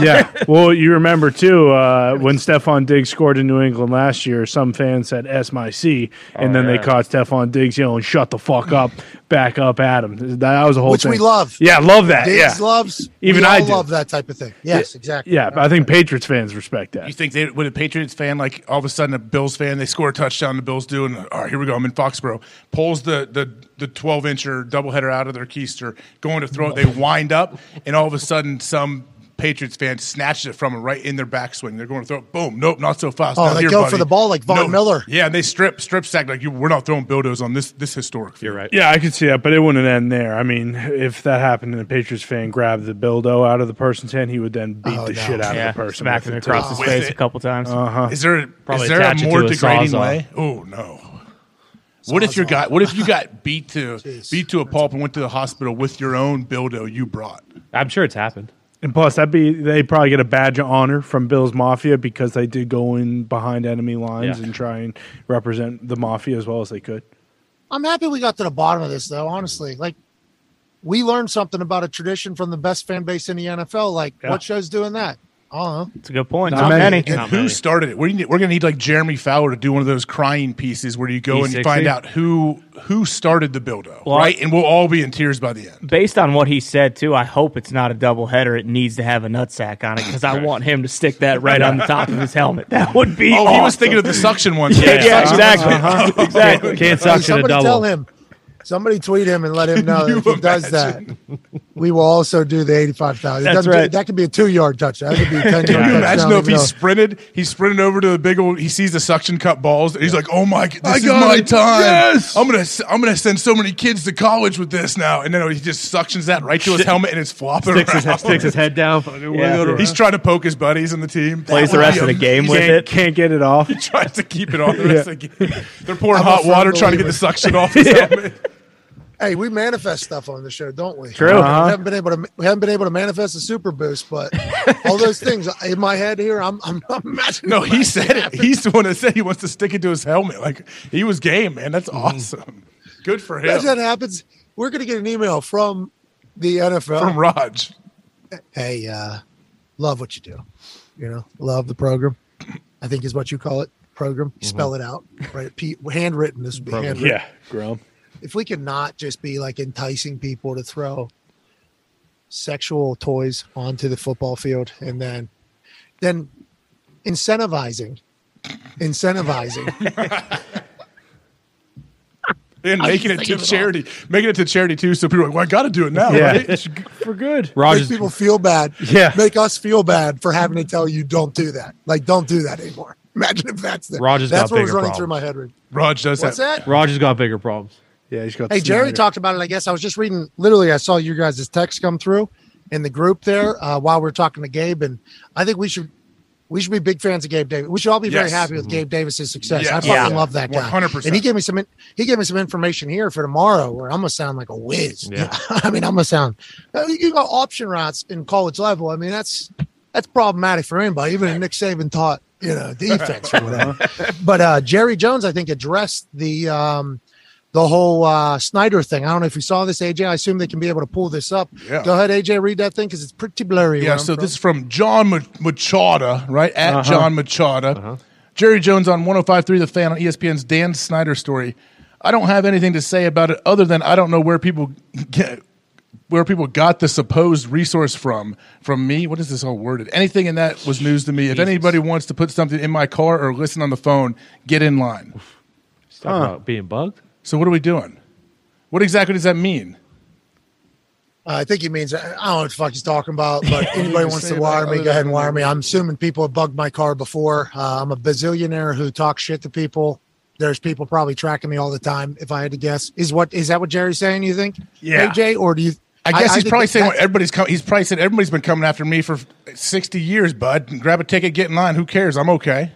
yeah. Well, you remember too uh, when Stefan Diggs scored in New England last year. Some fans said "S my C," and
Oh,
then
yeah.
they caught Stefan Diggs yelling "Shut the fuck up!" Back up at him. That was a whole
Which
thing.
we love.
Yeah, love that.
Diggs
yeah,
loves.
Even
we
I
all
do.
love that type of thing. Yes,
Yeah.
exactly.
Yeah, but I think Patriots fans respect that.
You think they would a Patriots fan like all of a sudden a Bills fan they score a touchdown the Bills do and all right here we go I'm in Foxborough pulls the the the twelve incher doubleheader out of their keister going to throw it they wind up and all of a sudden some Patriots fan snatches it from them right in their backswing they're going to throw it boom nope not so fast
Oh,
Not
they
here,
go
buddy.
for the ball like Von
No.
Miller.
yeah and they strip strip sack like you, we're not throwing bulldoze on this this historic field.
You're right.
Yeah, I could see that, but it wouldn't end there. I mean, if that happened and a Patriots fan grabbed the Bildo out of the person's hand, he would then beat
Oh,
the shit out
Yeah,
of the person.
smacked him across his face a couple times.
Uh-huh.
Is there
Probably
is there a
attach it
more
to a
degrading
Sawzall.
way? Oh no. What if your guy? What if you got beat to beat to a pulp and went to the hospital with your own buildo you brought?
I'm sure it's happened.
And plus, that'd be they probably get a badge of honor from Bills Mafia because they did go in behind enemy lines
Yeah.
and try and represent the Mafia as well as they could.
I'm happy we got to the bottom of this, though. Honestly, like we learned something about a tradition from the best fan base in the NFL. Like,
Yeah.
what show's doing that? I don't know.
It's a good point.
Not
Not,
many.
many.
And who started it? We're, gonna- we're going to need like Jeremy Fowler to do one of those crying pieces where you go and you
E60?
find out who who started the buildo,
Well, I-
right? And we'll all be in tears by the end.
Based on what he said too, I hope it's not a double header. It needs to have a nutsack on it because I want him to stick that right on the top of his helmet. That would be.
oh, he was
awesome.
thinking of the suction one.
Yeah, yeah,
Suction
exactly,
ones.
exactly.
Can't
Hey,
suction a
somebody tell
double.
him. Somebody tweet him and let him know that if he does that. we will also do the 85,000. It
That's
doesn't-
right.
That could be a two yard touchdown. That could be a 10 yard
Can you
touchdown.
imagine though if
even
he sprinted? He sprinted over to the big old. He sees the suction cup balls. And he's like, "Oh my! This
I
is
got
my
it.
time.
Yes!"
I'm gonna s- I'm gonna send so many kids to college with this now." And then he just suctions that right to his
Shit.
helmet, and it's flopping.
Sticks his,
around.
head, sticks his head down. fucking wiggled around.
He's trying to poke his buddies in the team. That
Plays the
would
rest
be
of the game with
amazing.
it.
Can't get it off.
He tries to keep it on the rest of the game. They're pouring
I'm a
hot
firm
water trying to
believer.
get the suction off his helmet.
Hey, we manifest stuff on the show, don't we?
True. Uh-huh.
We haven't been able to we haven't been able to manifest a super boost, but all those things in my head here, I'm I'm, I'm imagining.
No, he said it. He's the one that said he wants to stick it to his helmet. Like he was game, man. That's awesome. Good for him.
Mm. Imagine that happens. We're gonna get an email from the NFL
From Raj.
Hey, uh, love what you do. You know, love the program. I think is what you call it. Program. You Spell it out. Right. P- handwritten. This would be handwritten.
Yeah, Grom.
if we could not just be like enticing people to throw sexual toys onto the football field and then then incentivizing incentivizing
And
I
making
just think
it to
of it all.
charity, making it to charity too. So people are like, "Well, I got to do it now."
Yeah.
right?
for good.
make people feel bad
Yeah.
make us feel bad for having to tell you don't do that like don't do that anymore imagine if that's the
Rogers got
that's what was
bigger
running through my head right
Raj does
What's
that.
that?
Rogers got bigger problems.
Yeah, he's got.
Hey, Jerry talked about it. I guess I was just reading. Literally, I saw you guys' text come through in the group there uh, while we are talking to Gabe, and I think we should we should be big fans of Gabe Davis. We should all be very
Yes.
happy with Gabe Davis's success.
Yes.
I fucking
Yeah.
love that guy.
100%.
And he gave me some in- he gave me some information here for tomorrow, where I'm gonna sound like a whiz.
Yeah.
I mean, I'm gonna sound. uh, You got option routes in college level. I mean, that's that's problematic for anybody. Even if Nick Saban taught you know defense or whatever. But uh, Jerry Jones, I think, addressed the um, the whole uh, Snyder thing. I don't know if you saw this, AJ. I assume they can be able to pull this up.
Yeah.
Go ahead, AJ. Read that thing because it's pretty blurry. where
Yeah,
I'm
so
from.
this is from John Ma- Machada, right? At
Uh-huh.
John Machada. Jerry Jones on 105.3 The Fan on E ESPN's Dan Snyder story. I don't have anything to say about it other than I don't know where people get where people got the supposed resource from from me what is this all worded anything in that was news to me if anybody wants to put something in my car or listen on the phone get in line
He's talking about being bugged.
so what are we doing what exactly does that mean
Uh, I think he means I don't know what the fuck he's talking about, but anybody wants to
Say
wire
that
me,
other
go ahead and
than-
wire me. I'm assuming people have bugged my car before. Uh, I'm a bazillionaire who talks shit to people. There's people probably tracking me all the time. If I had to guess, is what is that what Jerry's saying? You think?
Yeah.
AJ, or do you?
I guess he's
think
probably saying what
that's-
everybody's com- he's probably said everybody's been coming after me for 60 years, bud. Grab a ticket, get in line. Who cares? I'm okay.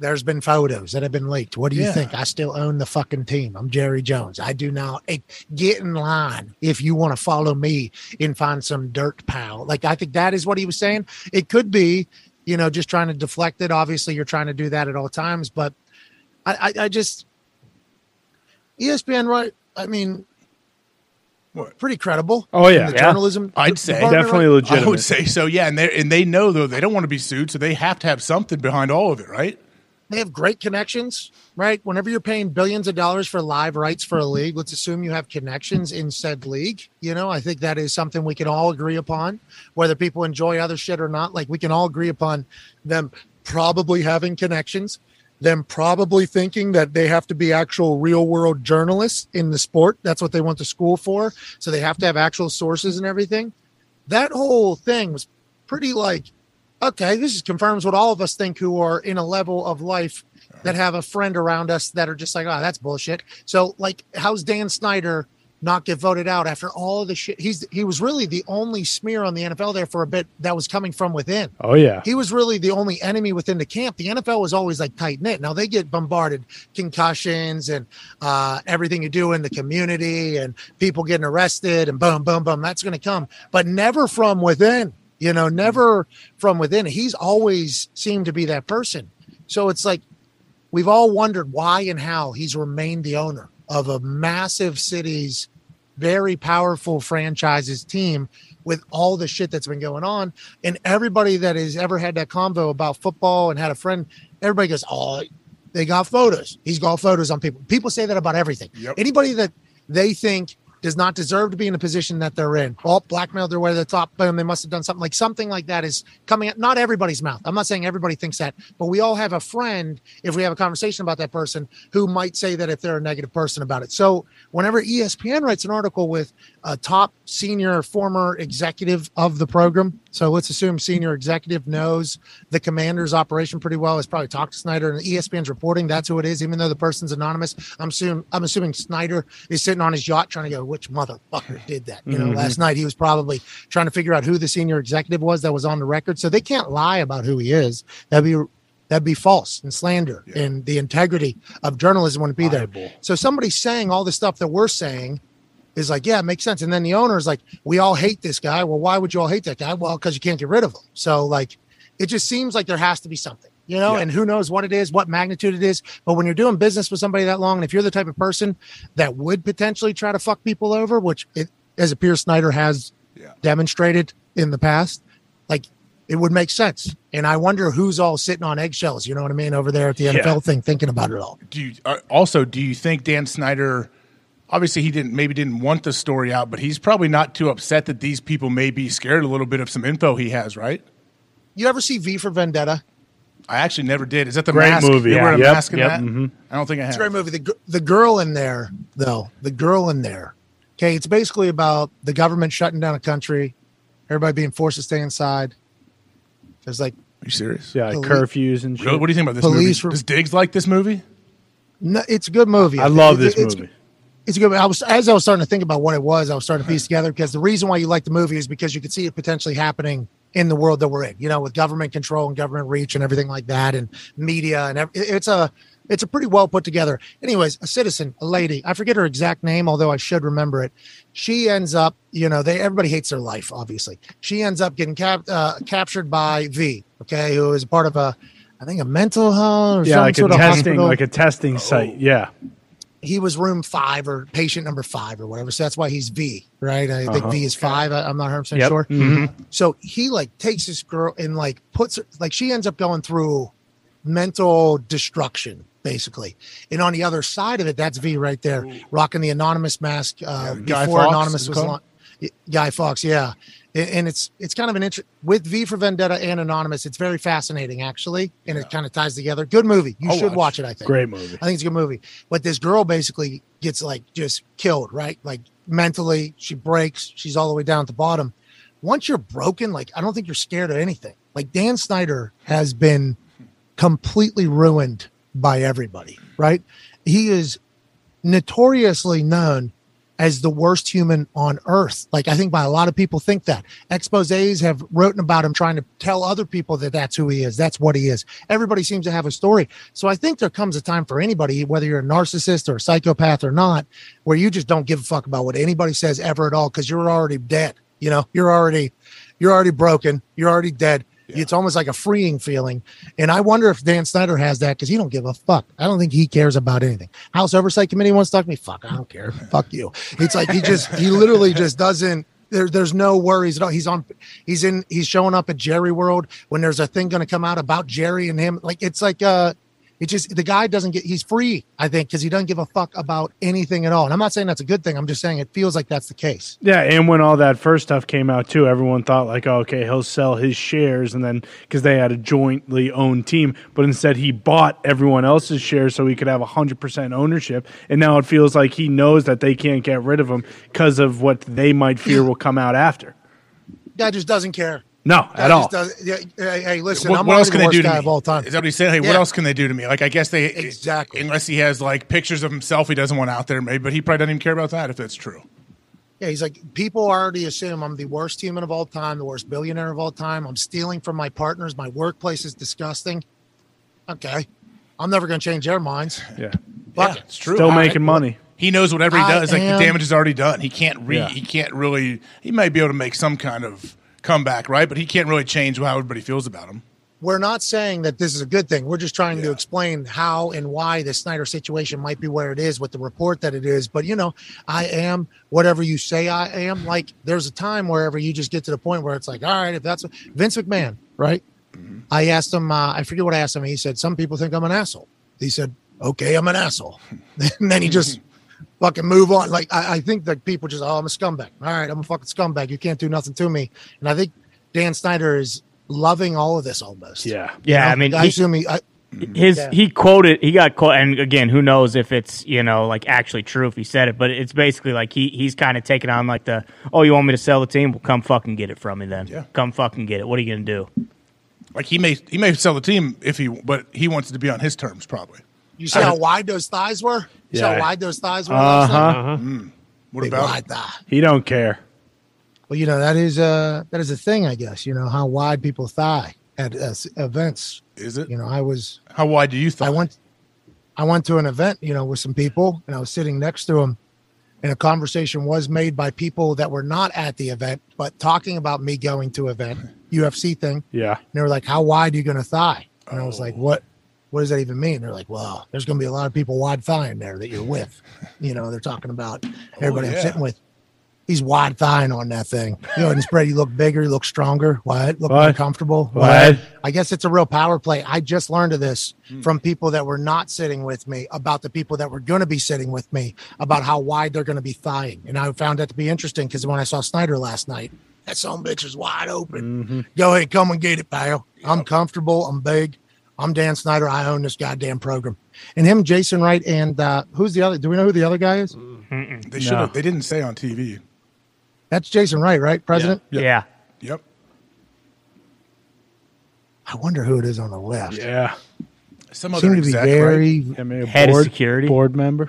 there's been photos that have been leaked. What do you
Yeah.
think? I still own the fucking team. I'm Jerry Jones. I do now. Hey, get in line if you want to follow me and find some dirt pal. Like I think that is what he was saying. It could be, you know, just trying to deflect it. Obviously, you're trying to do that at all times, but I, I, I just E ESPN, right? I mean,
What?
pretty credible.
Oh, yeah.
in the
Yeah.
journalism.
I'd say.
department,
Definitely
right?
legitimate.
I would say so, yeah. And they and they know though they don't want to be sued, so they have to have something behind all of it, right?
they have great connections, right? Whenever you're paying billions of dollars for live rights for a league, let's assume you have connections in said league. You know, I think that is something we can all agree upon, whether people enjoy other shit or not. Like we can all agree upon them probably having connections, them probably thinking that they have to be actual real world journalists in the sport. That's what they went to school for. So they have to have actual sources and everything. That whole thing was pretty like okay, this is confirms what all of us think who are in a level of life that have a friend around us that are just like, oh, that's bullshit. So, like, how's Dan Snyder not get voted out after all the shit? He's he was really the only smear on the NFL there for a bit that was coming from within.
Oh yeah.
He was really the only enemy within the camp. The NFL was always like tight knit. Now they get bombarded concussions and uh, everything you do in the community and people getting arrested and boom, boom, boom. That's going to come, but never from within. You know, never from within. He's always seemed to be that person. So it's like we've all wondered why and how he's remained the owner of a massive city's very powerful franchises team with all the shit that's been going on. And everybody that has ever had that convo about football and had a friend, everybody goes, Oh, they got photos. He's got photos on people. People say that about everything.
Yep.
Anybody that they think does not deserve to be in the position that they're in. Well, blackmailed their way to the top. Boom, they must have done something like something like that is coming out. Not everybody's mouth. I'm not saying everybody thinks that, but we all have a friend if we have a conversation about that person who might say that if they're a negative person about it. So whenever E ESPN writes an article with a top senior former executive of the program, so let's assume senior executive knows the commander's operation pretty well. Has probably talked to Snyder and E ESPN's reporting. That's who it is, even though the person's anonymous. I'm assuming I'm assuming Snyder is sitting on his yacht trying to go, which motherfucker did that? You know,
Mhm.
last night he was probably trying to figure out who the senior executive was that was on the record. So they can't lie about who he is. That'd be that'd be false and slander, and the integrity of journalism wouldn't be there. So somebody saying all the stuff that we're saying is like, yeah, it makes sense. And then the owner is like, we all hate this guy. Well, why would you all hate that guy? Well, because you can't get rid of him. So like, it just seems like there has to be something, you know. And who knows what it is, what magnitude it is. But when you're doing business with somebody that long, and if you're the type of person that would potentially try to fuck people over, which it, as a Pierce Snyder has demonstrated in the past, like it would make sense. And I wonder who's all sitting on eggshells, you know what I mean, over there at the
Yeah.
NFL thing, thinking about it all.
Do you uh, also do you think Dan Snyder? Obviously, he didn't maybe didn't want the story out, but he's probably not too upset that these people may be scared a little bit of some info he has, right?
You ever see V for Vendetta?
I actually never did. Is that the
Great
mask?
movie,
You're
yeah.
wearing a
Yep,
mask in
yep,
that?
mhm.
I don't think I
It's a
have.
great movie. The, gr- the girl in there, though, the girl in there. Okay, it's basically about the government shutting down a country, everybody being forced to stay inside. There's like
Are you serious?
Yeah,
Poli-
curfews and shit.
Really? What do you think about this
Police
movie? Does Diggs like this movie?
No, it's a good movie.
I love
It- it-
this
it's-
movie.
It's a good. I was as I was starting to think about what it was. I was starting to piece together because the reason why you like the movie is because you could see it potentially happening in the world that we're in. You know, with government control and government reach and everything like that, and media and ev- it- it's a it's a pretty well put together. Anyways, a citizen, a lady. I forget her exact name, although I should remember it. She ends up, you know, they everybody hates their life. Obviously, she ends up getting cap, uh, captured by V. Okay, who is part of a, I think a mental home. Or
Yeah,
some
like a
sort of
testing,
hospital
like a testing
Oh.
site. Yeah,
he was room five or patient number five or whatever. So that's why he's V, right? I think
Uh-huh.
V is five. I, I'm not 100%
Yep.
sure.
Mhm.
So he like takes this girl and like puts her, like she ends up going through mental destruction basically. And on the other side of it, that's V right there, rocking the anonymous mask uh,
Guy
before
Fawkes
anonymous
is
was
called?
launched. Y- Guy Fox, yeah, A- and it's it's kind of an interest with V for Vendetta and Anonymous. It's very fascinating, actually, and it kind of ties together. Good movie. You
I'll
should watch.
watch
it. I think
Great movie.
I think it's a good movie. But this girl basically gets like just killed, right? Like mentally, she breaks. She's all the way down at the bottom. Once you're broken, like I don't think you're scared of anything. Like Dan Snyder has been completely ruined by everybody, right? He is notoriously known as the worst human on earth. Like I think by a lot of people think that. Exposés have written about him trying to tell other people that that's who he is. That's what he is. Everybody seems to have a story. So I think there comes a time for anybody whether you're a narcissist or a psychopath or not where you just don't give a fuck about what anybody says ever at all cuz you're already dead. You know, you're already you're already broken, you're already dead. It's almost like a freeing feeling. And I wonder if Dan Snyder has that because he don't give a fuck. I don't think he cares about anything. House Oversight Committee wants to talk to me. Fuck, I don't care. fuck you. It's like he just he literally just doesn't there, there's no worries at all. He's on he's in he's showing up at Jerry World when there's a thing gonna come out about Jerry and him. Like it's like uh it just the guy doesn't get he's free, I think, because he doesn't give a fuck about anything at all. And I'm not saying that's a good thing. I'm just saying it feels like that's the case.
yeah. And when all that first stuff came out too, everyone thought like, oh, okay, he'll sell his shares, and then because they had a jointly owned team, but instead he bought everyone else's shares so he could have hundred percent ownership. And now it feels like he knows that they can't get rid of him because of what they might fear will come out after.
Guy just doesn't care.
No,
Guy
at
just
all.
does- yeah, hey, hey, listen,
What,
I'm
what
already
else
the
can they
worst
do to
guy
me?
of all time.
Is that what he's saying? Hey, what
Yeah.
else can they do to me? Like, I guess they
exactly
unless he has like pictures of himself he doesn't want out there, maybe. But he probably doesn't even care about that if that's true.
Yeah, he's like, people already assume I'm the worst human of all time, the worst billionaire of all time. I'm stealing from my partners. My workplace is disgusting. Okay. I'm never going to change their minds.
Yeah,
Fuck it.
it's true.
Still
All
making money.
He knows whatever he
I
does, like
am-
the damage is already done. He can't re.
Yeah.
He can't really. He might be able to make some kind of comeback, right? But he can't really change how everybody feels about him.
We're not saying that this is a good thing. We're just trying to explain how and why the Snyder situation might be where it is with the report that it is. But, you know, I am whatever you say I am. Like, there's a time wherever you just get to the point where it's like, all right, if that's what Vince McMahon, right? I asked him, uh, I forget what I asked him. He said, Some people think I'm an asshole. He said, Okay, I'm an asshole. and then he just fucking move on. Like I, I think that people just, oh, I'm a scumbag. All right, I'm a fucking scumbag. You can't do nothing to me. And I think Dan Snyder is loving all of this almost.
Yeah,
Yeah,
You know?
I mean,
I
he-
assume he. I,
his
Yeah.
he quoted he got quote and again who knows if it's you know like actually true if he said it but it's basically like he he's kind of taking on like the oh you want me to sell the team well come fucking get it from me then yeah. come fucking get it what are you gonna do
Like he may he may sell the team if he, but he wants it to be on his terms probably.
you see how wide those thighs were? You see
Yeah. Uh-huh.
how wide those thighs were?
Uh
Uh-huh.
last night?
huh.
Mm. What
Big wide thigh.
He don't care.
Well, you know that is uh that is a thing, I guess. You know how wide people thigh at uh, s- events.
Is it?
You know, I was.
How wide do you thigh?
I went. I went to an event, you know, with some people, and I was sitting next to him, and a conversation was made by people that were not at the event, but talking about me going to event UFC thing.
Yeah.
And they were like, "How wide are you going to thigh?" And I was like,
Oh.
"What? What does that even mean?" They're like, "Well, there's going to be a lot of people wide thigh in there that you're with." You know, they're talking about
Oh,
everybody
yeah.
I'm sitting with. He's wide thigh on that thing. You know, and spread. You look bigger. You look stronger. What? Look more
What?
comfortable.
What? Hmm.
I guess it's a real power play. I just learned of this from people that were not sitting with me about the people that were going to be sitting with me about how wide they're going to be thigh. And I found that to be interesting because when I saw Snyder last night, that son of a bitch is wide open.
Mm-hmm.
Go ahead, come and get it, pal. I'm comfortable. I'm big. I'm Dan Snyder. I own this goddamn program. And him, Jason Wright, and uh, who's the other? Do we know who the other guy is?
They should have. They didn't say on TV.
That's Jason Wright, right? President?
Yeah.
yeah
Yep.
I wonder who it is on the left.
Yeah.
Some
Seemed
other
to be
exec, right?
very.
I mean, a
Head of
board,
security.
board member,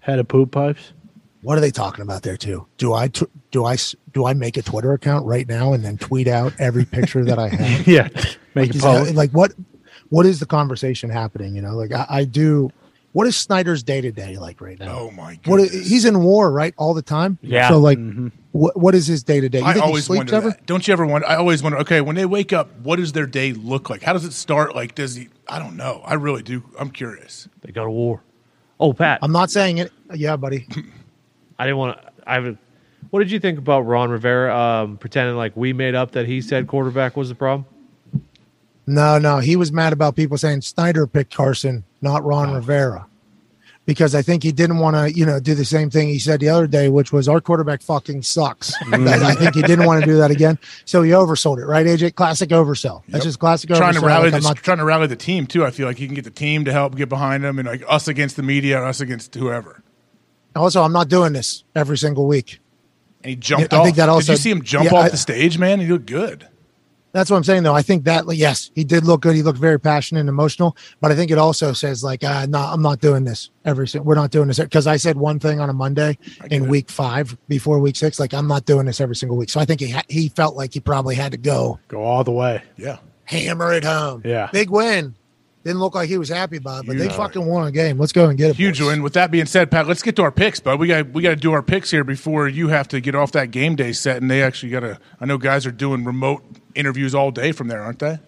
head of poop pipes.
What are they talking about there too? Do I tw- do I s- do I make a Twitter account right now and then tweet out every picture that I have?
yeah, make
Like,
it
is-
public.
like what what is the conversation happening? You know, like I, I do. What is Snyder's day to day like right now?
Oh my god.
What i- he's in war right all the time.
Yeah.
So like,
Mm-hmm.
what what is his day to day? You
I
think he
always
sleeps
wonder
ever?
that. Don't you ever wonder? I always wonder. Okay, when they wake up, what does their day look like? How does it start? Like, does he? I don't know. I really do. I'm curious.
They go to war. Oh, Pat,
I'm not saying it. Yeah, buddy.
I didn't want to. I haven't. What did you think about Ron Rivera um, pretending like we made up that he said quarterback was the problem?
No, no, he was mad about people saying Snyder picked Carson, not Ron Rivera, because I think he didn't want to, you know, do the same thing he said the other day, which was our quarterback fucking sucks. And I think he didn't want to do that again, so he oversold it, right, AJ? Classic oversell. That's just classic
Trying to
oversell.
rally,
Like, I'm
the,
not-
trying to rally the team too. I feel like he can get the team to help get behind him, and like us against the media, or us against whoever.
also, I'm not doing this every single week.
And he jumped
Yeah,
off.
I think that also-
Did you see him jump
yeah,
off
I-
the stage, man? He looked good.
That's what I'm saying, though. I think that like, yes, he did look good. He looked very passionate and emotional, but I think it also says like, uh, no, I'm not doing this every. si- We're not doing this because I said one thing on a Monday in week five before week six. Like, I'm not doing this every single week. So I think he ha- he felt like he probably had to go
Go all the way.
Yeah.
hammer it home.
Yeah.
big win. Didn't look like he was happy about, it, but they
Huge.
fucking won a game. Let's go and get it.
Huge win. With that being said, Pat, let's get to our picks, bud. We got we got to do our picks here before you have to get off that game day set, and they actually got to. I know guys are doing remote interviews all day from there, aren't they?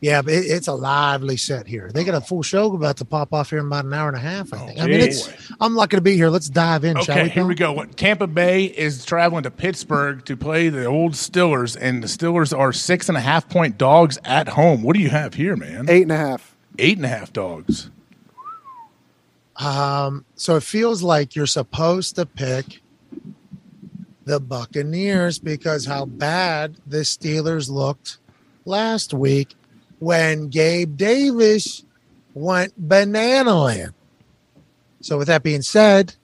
Yeah, but it, it's a lively set here. They got a full show about to pop off here in about an hour and a half. I think. I mean, it's. I'm lucky to be here. Let's dive in, shall
Okay,
we?
here
Tom?
we go. What Tampa Bay is traveling to Pittsburgh to play the old Steelers, and the Steelers are six and a half point dogs at home. What do you have here, man?
Eight and a half.
Eight and a half dogs.
Um, so it feels like you're supposed to pick the Buccaneers because how bad the Steelers looked last week when Gabe Davis went banana land. So with that being said,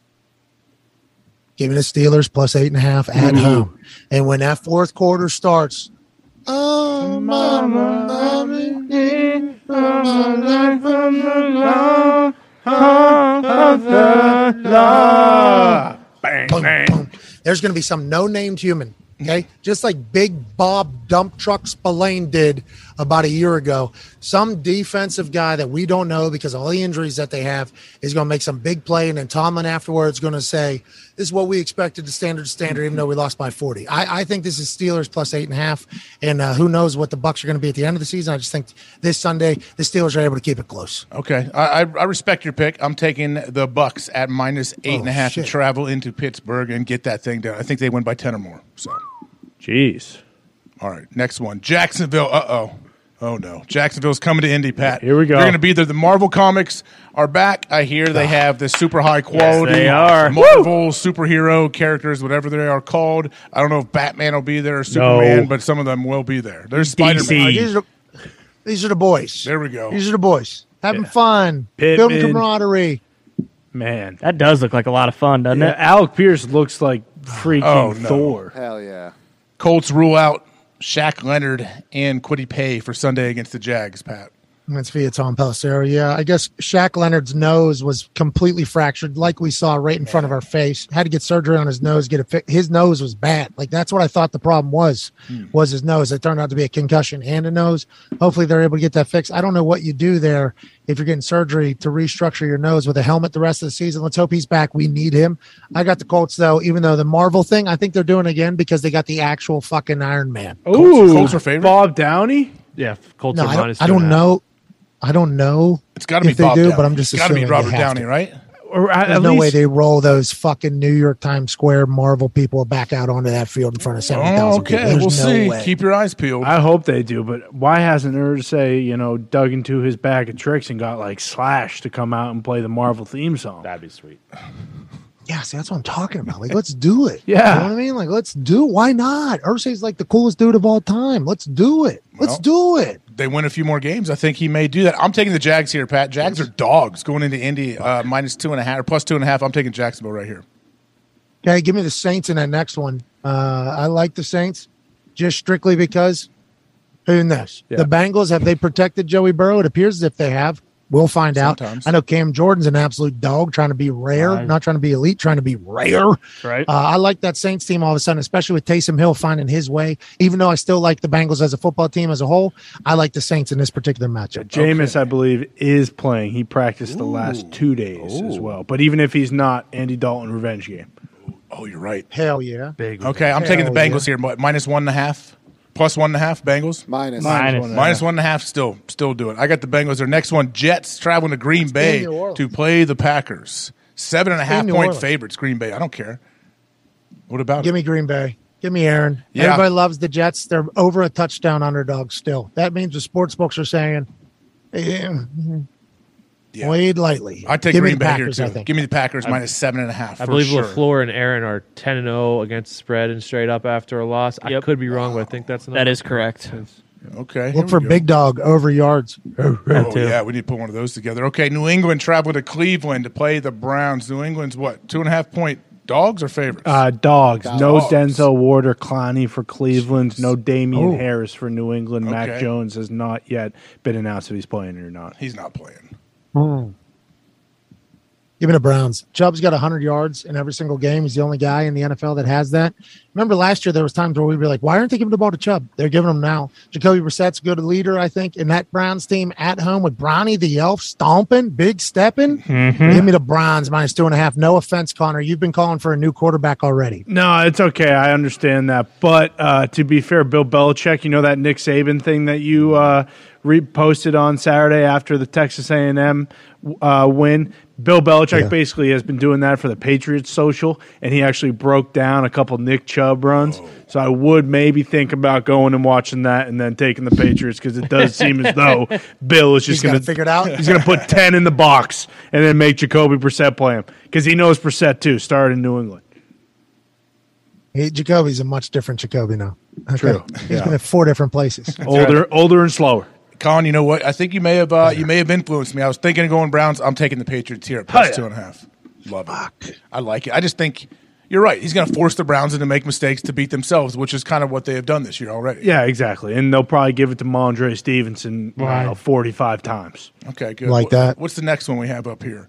giving the Steelers plus eight and a half at home. And when that fourth quarter starts, oh mama, mama, dear, mama, life on the line. Boom, boom. There's going to be some no-named human, okay? Just like Big Bob Dump Truck Spillane did about a year ago. Some defensive guy that we don't know because of all the injuries that they have is going to make some big play, and then Tomlin afterwards going to say, "This is what we expected, the standard standard, even though we lost by 40." I, I think this is Steelers plus eight and a half, and uh, who knows what the Bucks are going to be at the end of the season? I just think this Sunday the Steelers are able to keep it close.
Okay, I, I, I respect your pick. I'm taking the Bucks at minus eight and
Oh,
a half
shit.
to travel into Pittsburgh and get that thing done. I think they win by ten or more. So,
Jeez.
all right, next one, Jacksonville. Uh oh, Oh no, Jacksonville's coming to Indy, Pat.
Here we go.
They're going to be there. The Marvel comics are back. I hear they have the super high quality.
they are.
Marvel superhero characters, whatever they are called. I don't know if Batman will be there or Superman, but some of them will be there. There's Spider
Uh,
Man.
these, are, these are the boys.
There we go.
These are the boys. Having fun,
Pittman.
building camaraderie.
Man,
that does look like a lot of fun, doesn't
Yeah,
it?
Alec Pierce looks like freaking
Oh, no.
Thor.
Hell yeah.
Colts rule out Shaq Leonard and Quiddy Pay for Sunday against the Jags, Pat.
That's via Tom Pelissero. Yeah, I guess Shaq Leonard's nose was completely fractured, like we saw right in front of our face. Had to get surgery on his nose. Get a fi- his nose was bad. Like that's what I thought the problem was,
Hmm.
was his nose. It turned out to be a concussion and a nose. Hopefully they're able to get that fixed. I don't know what you do there if you're getting surgery to restructure your nose with a helmet the rest of the season. Let's hope he's back. We need him. I got the Colts though, even though the Marvel thing, I think they're doing again because they got the actual fucking Iron Man.
Ooh,
Colts are favorite?
Bob Downey.
Yeah, Colts
No,
are
I
minus.
don't, I
two and
don't
a half.
know. I don't know.
It's got to be
if they
Bob
do,
Downey.
but I'm just
it's got to be
assuming they
Robert
have
Downey,
to.
right?
Or at,
There's
at
no way
least
they roll those fucking New York Times Square Marvel people back out onto that field in front of seventy
Oh,
thousand people.
okay,
There's
we'll
no
see.
way.
Keep your eyes peeled.
I hope they do, but why hasn't Ursay, you know, dug into his bag of tricks and got like Slash to come out and play the Marvel theme song?
That'd be sweet.
yeah, see, that's what I'm talking about. Like, let's do it.
Yeah.
you know what I mean. Like, let's do. Why not? Ursay's like the coolest dude of all time. Let's do it. Let's do it.
they win a few more games, I think he may do that. I'm taking the Jags here, Pat. Jags are dogs going into Indy uh, minus two and a half or plus two and a half. I'm taking Jacksonville right here.
Okay, give me the Saints in that next one. Uh, I like the Saints just strictly because who knows? The Bengals, have they protected Joey Burrow? It appears as if they have. We'll find
Sometimes.
out. I know Cam Jordan's an absolute dog trying to be rare, not trying to be elite, trying to be rare.
Right.
Uh, I like that Saints team all of a sudden, especially with Taysom Hill finding his way. Even though I still like the Bengals as a football team as a whole, I like the Saints in this particular matchup.
Jameis, I believe, is playing. He practiced the last two days as well. But even if he's not, Andy Dalton revenge game.
Oh, you're right.
Hell yeah.
Big.
Okay, I'm taking the
Hell,
Bengals here. mi- Uh, Minus one and a half, plus one and a half. Bengals
Minus.
Minus.
one and a
minus one and a half. Still, still do it. I got the Bengals. Their next one, Jets traveling to Green Bay
in New Orleans.
to play the Packers. Seven and a half
New
point
Orleans.
favorites. Green Bay. I don't care. What about
Give
it?
me Green Bay. Give me Aaron.
Yeah.
Everybody loves the Jets. They're over a touchdown underdog still. That means the sports books are saying, eh,
Yeah.
wade lightly.
I take
Give me
Green
the
Bay
Packers, I
here too.
think.
Give me the Packers minus seven and a half.
I
for
believe
sure.
Lafleur and Aaron are ten and zero against the spread and straight up after a loss. I
Yep.
could be wrong, but I think that's
That is correct.
Okay, here
Look for
we go.
Big Dog over yards.
Oh, yeah, we need to put one of those together. Okay, New England travel to Cleveland to play the Browns. New England's what, two and a half point dogs or favorites?
Uh, dogs. No
Dogs.
Denzel Ward or Clowney for Cleveland. No Damian Harris for New England.
Oh. Okay.
Mac Jones has not yet been announced if he's playing or not.
He's not playing.
Give me Hmm. the Browns. Chubb's got 100 yards in every single game. He's the only guy in the NFL that has that. Remember last year, there was times where we were like, why aren't they giving the ball to Chubb? They're giving him now. Jacoby Brissett's a good leader, I think. And that Browns team at home with Bronny the Elf stomping, big stepping. Give me the Browns minus two and a half. No offense, Connor. You've been calling for a new quarterback already.
No, it's okay. I understand that. But uh, to be fair, Bill Belichick, you know that Nick Saban thing that you uh, reposted on Saturday after the Texas A&M uh, win? Bill Belichick basically has been doing that for the Patriots social, and he actually broke down a couple Nick Chubb runs.
Oh.
So I would maybe think about going and watching that and then taking the Patriots because it does seem as though Bill is
He's
just
got
going
to figure it out.
He's going to put 10 in the box and then make Jacoby Brissett play him because he knows Brissett, too, started in New England.
He, Jacoby's a much different Jacoby now. Okay. True. He's been at four different places.
older, older and slower.
Colin, you know what? I think you may have uh, you may have influenced me. I was thinking of going Browns. I'm taking the Patriots here at plus
yeah.
two and a half. Love it. I like it. I just think you're right. He's going to force the Browns into make mistakes to beat themselves, which is kind of what they have done this year already.
Yeah, exactly. And they'll probably give it to Mondre Stevenson I don't know, 45 times.
Okay, good.
Like
What-
that.
What's the next one we have up here?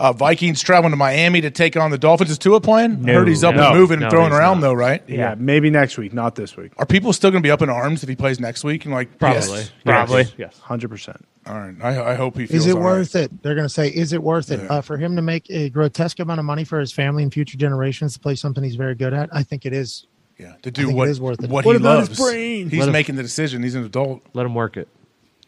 Uh, Vikings traveling to Miami to take on the Dolphins. Is Tua playing? I heard he's up
No.
and moving
No,
and throwing
he's
around
not.
though, right?
Yeah. maybe next week, not this week.
Are people still going to be up in arms if he plays next week? And like,
Probably.
yes.
Probably.
Yes. yes.
100%.
All right. I, I hope he feels
Is it
all
worth
right.
it? They're going to say, is it worth it uh, for him to make a grotesque amount of money for his family and future generations to play something he's very good at? I think it is.
Yeah, to do
think
what
it is worth it.
what,
What
he
about
loves.
his brain?
He's
Let him-
making the decision. He's an adult.
Let him work it.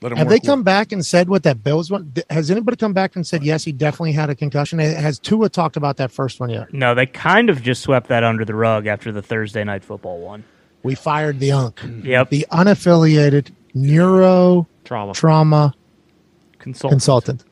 Let him.
Have
work
they come back and said what that Bills one? th- Has anybody come back and said yes, he definitely had a concussion? Has Tua talked about that first one yet?
No, they kind of just swept that under the rug after the Thursday night football one.
We fired the unk,
Yep.
the unaffiliated neuro
Trauma.
trauma
consultant.
consultant.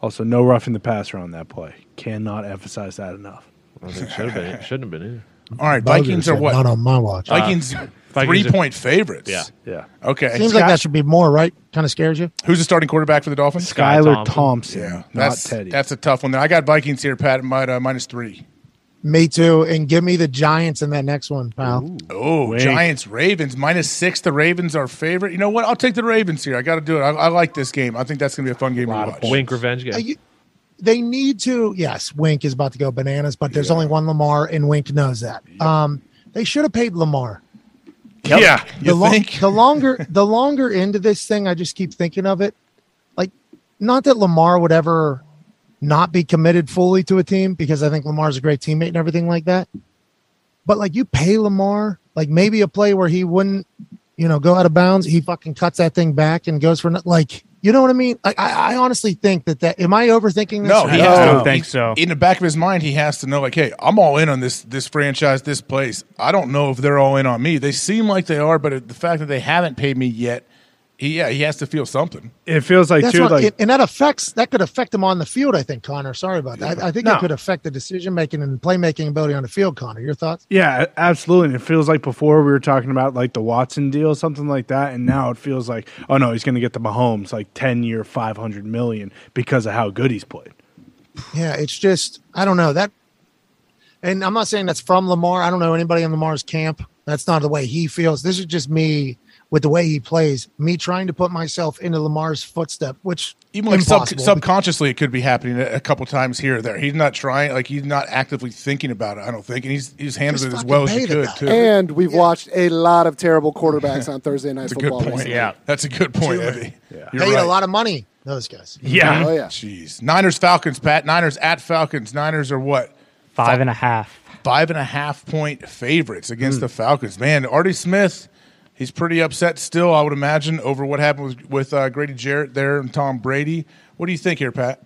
Also, no roughing the passer on that play. Cannot emphasize that enough.
I think it should have been. It shouldn't have been either. Uh,
All right,
Bugger
Vikings are
said,
what?
Not on my watch.
Vikings,
Vikings are-
three point favorites.
Yeah.
Yeah.
Okay.
Seems like that should be more, right? Kind of scares you.
Who's the starting quarterback for the Dolphins?
Sky
Skylar
Thompson.
Thompson,
Yeah,
not
that's
Teddy.
that's a tough one. There, I got Vikings here, Pat, might, uh, minus three.
Me too. And give me the Giants in that next one, pal.
Oh,
Wink.
Giants, Ravens, minus six. The Ravens are favorite. You know what? I'll take the Ravens here. I got to do it. I, I like this game. I think that's going to be a fun game to watch.
Wink revenge
Uh,
game.
you- they need to. Yes, Wink is about to go bananas, but there's only one Lamar, and Wink knows that. Um, they should have paid Lamar.
Yeah, you
the, lo-
think?
the longer the longer into this thing, I just keep thinking of it. Like, not that Lamar would ever not be committed fully to a team because I think Lamar's a great teammate and everything like that. But like, you pay Lamar, like maybe a play where he wouldn't, you know, go out of bounds, he fucking cuts that thing back and goes for no- like, you know what I mean? Like, I, I honestly think that that am I overthinking this?
No,
Or-
he
I
has
don't
to.
think so.
In the back of his mind, he has to know, like, hey, I'm all in on this this franchise, this place. I don't know if they're all in on me. They seem like they are, but the fact that they haven't paid me yet, he, yeah, he has to feel something.
It feels like
That's
too
what,
like
and- and that affects that could affect him on the field. I think Connor. Sorry about that. I, I think
No.
it could affect the decision making and playmaking ability on the field. Connor, your thoughts?
Yeah, absolutely. And it feels like before we were talking about like the Watson deal, something like that, and now it feels like, oh no, he's going to get the Mahomes like ten year, five hundred million because of how good he's played.
Yeah, it's just I don't know that, and I'm not saying that's from Lamar. I don't know anybody in Lamar's camp. That's not the way he feels. This is just me with the way he plays. Me trying to put myself into Lamar's footstep, which
Even like sub-
impossible.
subconsciously, it could be happening a a couple times here or there. He's not trying, like he's not actively thinking about it. I don't think, and he's he's handled
Just
it as
fucking
well as
pay
he
the
could
guy.
too.
And we've watched a lot of terrible quarterbacks on Thursday night
That's a good
football.
point.
recently.
Yeah.
that's a good point, Evie. You're
paid
right.
a lot of money. Those guys.
Yeah,
Oh yeah.
Jeez, Niners, Falcons, Pat. Niners at Falcons. Niners are what
Five and a half. Hmm.
five and a half point favorites against the Falcons. Man, Artie Smith, he's pretty upset still. I would imagine over what happened with, with uh, Grady Jarrett there and Tom Brady. What do you think here, Pat?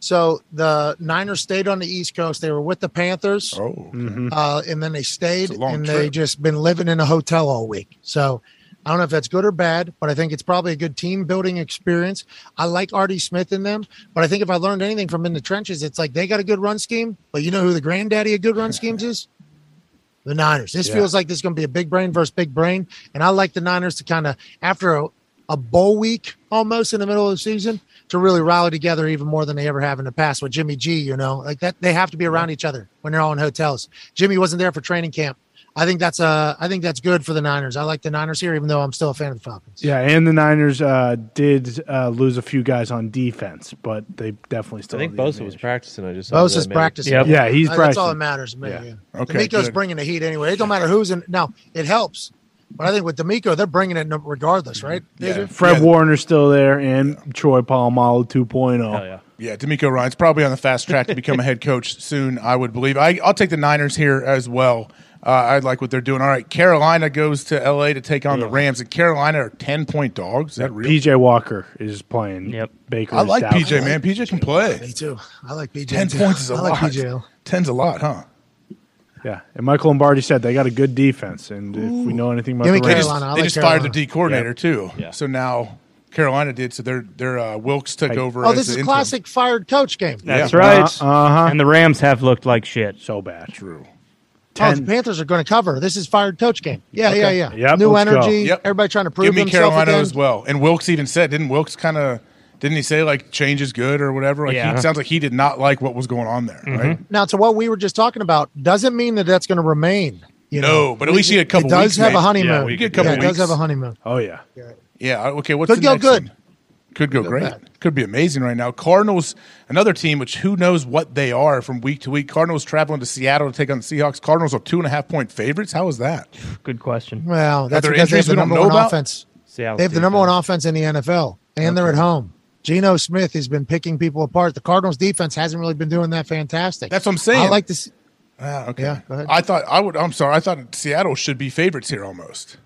So the Niners stayed on the East Coast. They were with the Panthers.
Oh,
uh, and then they stayed
It's a long
and they
trip.
just been living in a hotel all week. So I don't know if that's good or bad, but I think it's probably a good team building experience. I like Artie Smith in them, but I think if I learned anything from in the trenches, it's like they got a good run scheme, but you know who the granddaddy of good run schemes is? The Niners. This feels like this is going to be a big brain versus big brain, and I like the Niners to kind of after a, a bowl week almost in the middle of the season to really rally together even more than they ever have in the past with Jimmy G. You know, like that they have to be around each other when they're all in hotels. Jimmy wasn't there for training camp. I think that's uh I think that's good for the Niners. I like the Niners here, even though I'm still a fan of the Falcons.
yeah. And the Niners uh, did uh, lose a few guys on defense, but they definitely
I
still.
think
have the
Bosa was
advantage.
practicing. I just saw
Bosa's
that, maybe.
practicing.
Yep.
Yeah, he's
Uh, that's all that
practicing.
matters, man.
Yeah.
Yeah.
Okay,
D'Amico's
good.
bringing the heat anyway. It don't matter who's in. Now it helps, but I think with D'Amico, they're bringing it no- regardless, right?
yeah,
Fred
yeah,
Warner's still there, and Troy Polamalu oh. 2.0.
Hell yeah.
Yeah, D'Amico Ryan's probably on the fast track to become a head coach soon, I would believe. I, I'll take the Niners here as well. Uh, I like what they're doing. All right, Carolina goes to L.A. to take on the Rams, and Carolina are ten point dogs. Is that real?
PJ Walker is playing.
Yep.
Baker.
I like PJ, man. PJ can
Me
play.
too. I like BJ.
Ten
too.
points is a
I like
lot.
BJ.
Ten's a lot, huh?
Yeah, and Michael Lombardi said they got a good defense, and if we know anything about
Give me
the Rams,
Carolina. I
they
like
just
Carolina.
fired the D coordinator too.
Yeah.
So now Carolina did. So their their uh, Wilkes took over.
Oh,
as
this
the
is
interim.
classic fired coach game.
That's
Yeah.
right.
Uh-huh.
And the Rams have looked like shit.
so bad.
True.
Oh, the
10.
Panthers are going to cover. This is fired coach game. Yeah, yeah, yeah.
Yep,
New
let's go.
energy.
Yep.
Everybody trying to prove
Give me
themselves
Carolina
again.
as well. And Wilkes even said, didn't Wilkes kind of didn't he say like change is good or whatever? Like
Yeah.
he sounds like he did not like what was going on there,
Mm-hmm.
right?
Now, to what we were just talking about, doesn't mean that that's going to remain. You
No,
know,
but at least you get a couple
It does
weeks,
have a
mate.
honeymoon.
Yeah, we
get a couple
yeah, It does
weeks.
have a honeymoon.
Oh yeah,
Yeah. Okay. What's
Could
the
go
next
good.
one? Could go great. Could be amazing right now. Cardinals, another team which who knows what they are from week to week. Cardinals traveling to Seattle to take on the Seahawks. Cardinals are two and a half point favorites. How is that?
Good question.
Well, that's
there
because they
injuries
have the
we don't
number
know
one
about?
offense.
Seattle's
They have the number one
defense.
offense in the NFL, and they're at home. Geno Smith has been picking people apart. The Cardinals' defense hasn't really been doing that fantastic.
That's what I'm saying.
I like this.
Ah, okay.
Yeah, go ahead.
I thought I would. I'm sorry. I thought Seattle should be favorites here almost.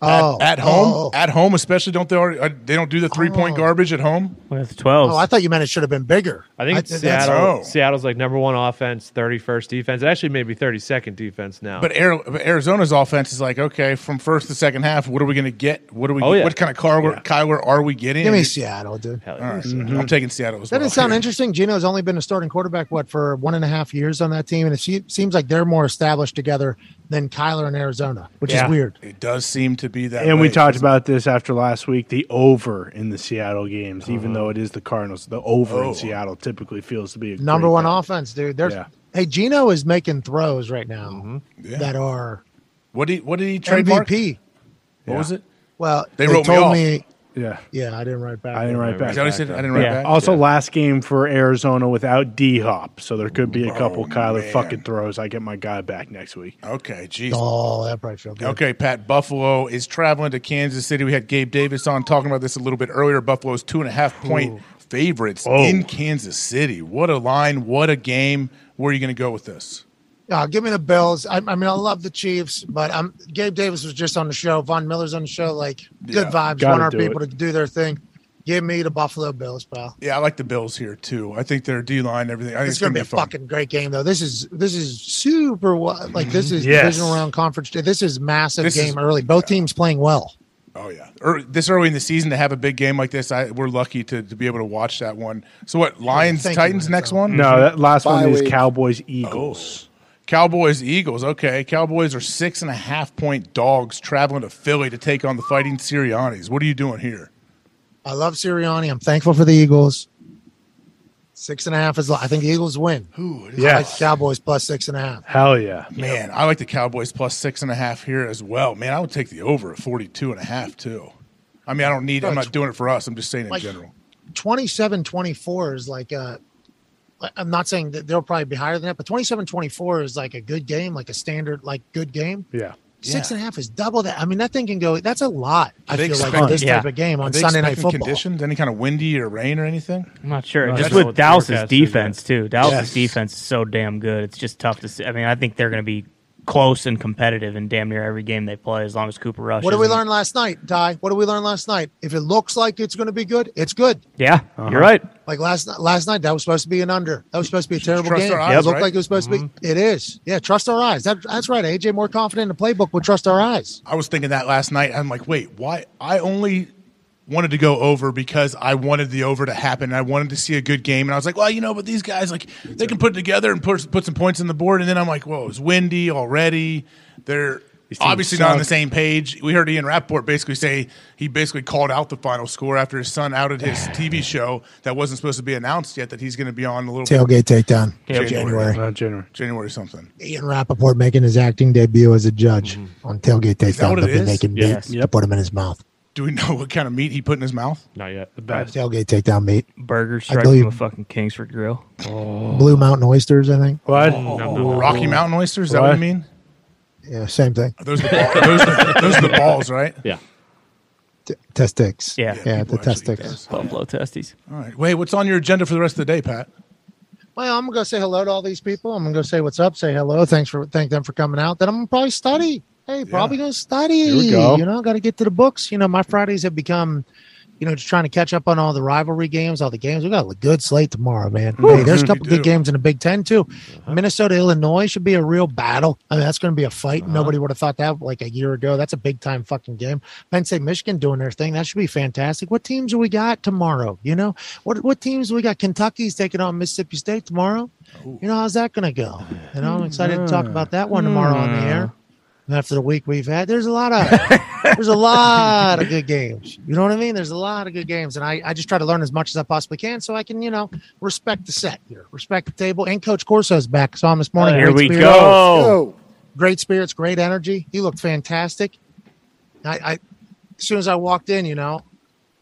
Oh.
at, at home, at home, especially don't they already? uh, They don't do the three point garbage at home.
With twelve,
Oh, I thought you meant it should have been bigger.
I think it's
that's-
Seattle. Seattle's like number one offense, thirty first defense. Actually, maybe thirty second defense now.
But, Ari- but Arizona's offense is like, okay, from first to second half, what are we going to get? What are we?
Oh, yeah. Mm-hmm.
What kind of car? Kyler, are we getting?
Give me Seattle, dude.
All right. I'm taking Seattle. As
That
well.
didn't sound interesting. Gino's only been a starting quarterback what for one and a half years on that team, and it se- seems like they're more established together than Kyler in Arizona, which
Yeah.
is weird.
It does seem to be that.
and we
way.
talked about this after last week. The over in the Seattle games, even
Uh-huh.
though it is the Cardinals, the over
Oh.
in Seattle typically feels to be a
Number
great
one
bet.
offense, dude. There's
Yeah.
hey, Gino is making throws right now
Mm-hmm.
that are
What did he, what did he trademark?
MVP.
What was it?
Well,
They wrote me
told
off.
me.
Yeah,
yeah, I didn't write back.
I didn't write back.
Is that what he said? I didn't write back.
Also, last game for Arizona without D Hop, so there could be a couple Kyler
Oh, man.
fucking throws. I get my guy back next week.
Okay, jeez.
Oh, that probably felt good.
Okay, Pat. Buffalo is traveling to Kansas City. We had Gabe Davis on talking about this a little bit earlier. Buffalo's two and a half point
Ooh.
favorites
Whoa.
in Kansas City. What a line! What a game! Where are you going to go with this?
Uh, give me the Bills. I, I mean, I love the Chiefs, but um, Gabe Davis was just on the show. Von Miller's on the show. Like,
Yeah,
good vibes.
gotta
Want our
do
people
it.
to do their thing. Give me the Buffalo Bills, pal.
Yeah, I like the Bills here too. I think their D line, everything. I think
It's, going to be a
fun.
fucking great game, though. This is this is super. wa- Like, this is
Mm-hmm. Yes.
divisional round conference. This is massive
This
game
is-
early. Both teams playing well.
Oh yeah, Ear this early in the season to have a big game like this, I, we're lucky to, to be able to watch that one. So what? Lions
Thank you, mm-hmm.
Titans next one? Oh.
No, that last one
Bye
is
week.
Cowboys Eagles.
Cowboys Eagles. Okay, Cowboys are six and a half point dogs traveling to Philly to take on the Fighting Siriannis. What are you doing here?
I love Sirianni. I'm thankful for the Eagles. Six and a half is. I think the Eagles win.
Ooh,
yeah. Like Cowboys plus six and a half.
Hell yeah,
man! I like the Cowboys plus six and a half here as well. Man, I would take the over at 42 and a half too. I mean, I don't need. I'm not doing it for us. I'm just saying in
Like-
general.
27 24 is like a I'm not saying that they'll probably be higher than that, but 27 24 is like a good game, like a standard, like good game.
Yeah.
Six and a half is double that. I mean, that thing can go, that's a lot. I
They
feel like
expect-
for this
yeah.
type of game
Are
on
they
Sunday Night
expecting
Football.
Conditions? Any kind of windy or rain or anything?
I'm not sure.
No,
just
that's
with
what the
Dallas's
forecast is, yeah.
defense too. Dallas's
Yes.
defense is so damn good. It's just tough to see. I mean, I think they're going to be close and competitive in damn near every game they play as long as Cooper Rush.
What did we
isn't-
learn last night, Ty? What did we learn last night? If it looks like it's going to be good, it's good.
Yeah,
Uh-huh.
you're right.
Like last night, last night that was supposed to be an under. That was supposed to be a terrible
Trust
game.
our
It
eyes,
looked
right?
like it was supposed to be. It is. Yeah, trust our eyes. That, that's right. AJ more confident in the playbook would trust our eyes.
I was thinking that last night. I'm like, wait, why? I only wanted to go over because I wanted the over to happen. I wanted to see a good game, and I was like, well, you know, but these guys like they can put it together and put put some points on the board. And then I'm like, whoa, it's windy already. They're
These teams
obviously not on the
suck.
same page. We heard Ian Rapport basically say he basically called out the final score after his son outed his TV show that wasn't supposed to be announced yet that he's going to be on a little
Tailgate takedown. January.
Not January.
January something.
Ian Rappaport making his acting debut as a judge
Mm-hmm.
on Tailgate
Is that
Takedown.
what it
They've been
is?
making
Yes.
meats to put him in his mouth.
Do we know what kind of meat he put in his mouth?
Not yet. The
best.
Tailgate Takedown meat.
Burger
I
straight
believe
from a fucking Kingsford grill.
Blue Mountain Oysters, I think.
What?
Oh, Rocky Mountain oysters? Is that what you mean?
Yeah, same thing.
Are those the ball, are those, the, those are the balls, right?
Yeah.
Test sticks.
Yeah.
Yeah, the test sticks.
Buffalo testes.
All right. Wait, what's on your agenda for the rest of the day, Pat?
Well, I'm gonna go say hello to all these people. I'm gonna go say what's up, say hello, thanks for thank them for coming out. Then I'm gonna probably study. Hey, probably gonna study.
Here we go.
You know, gotta get to the books. You know, my Fridays have become, you know, just trying to catch up on all the rivalry games, all the games. We got a good slate tomorrow, man.
Whew.
hey, there's a
Mhm.
couple
We
good
do.
games in the Big Ten too. Minnesota, Illinois should be a real battle. I mean, that's gonna be a fight. Nobody would have thought that like a year ago. That's a big time fucking game. Penn State, Michigan doing their thing. That should be fantastic. What teams do we got tomorrow? You know, what what teams do we got? Kentucky's taking on Mississippi State tomorrow. You know, how's that going to go? You
Hmm.
know, I'm excited to talk about that one tomorrow on the air.
Hmm.
And after the week we've had, there's a lot of there's a lot of good games. You know what I mean? There's a lot of good games, and I, I just try to learn as much as I possibly can so I can you know respect the set here, respect the table, and Coach Corso's back. Saw
Uh,
him this morning.
Here
Great
we
spirit.
go.
Great spirits, great energy. He looked fantastic. I, I as soon as I walked in, you know,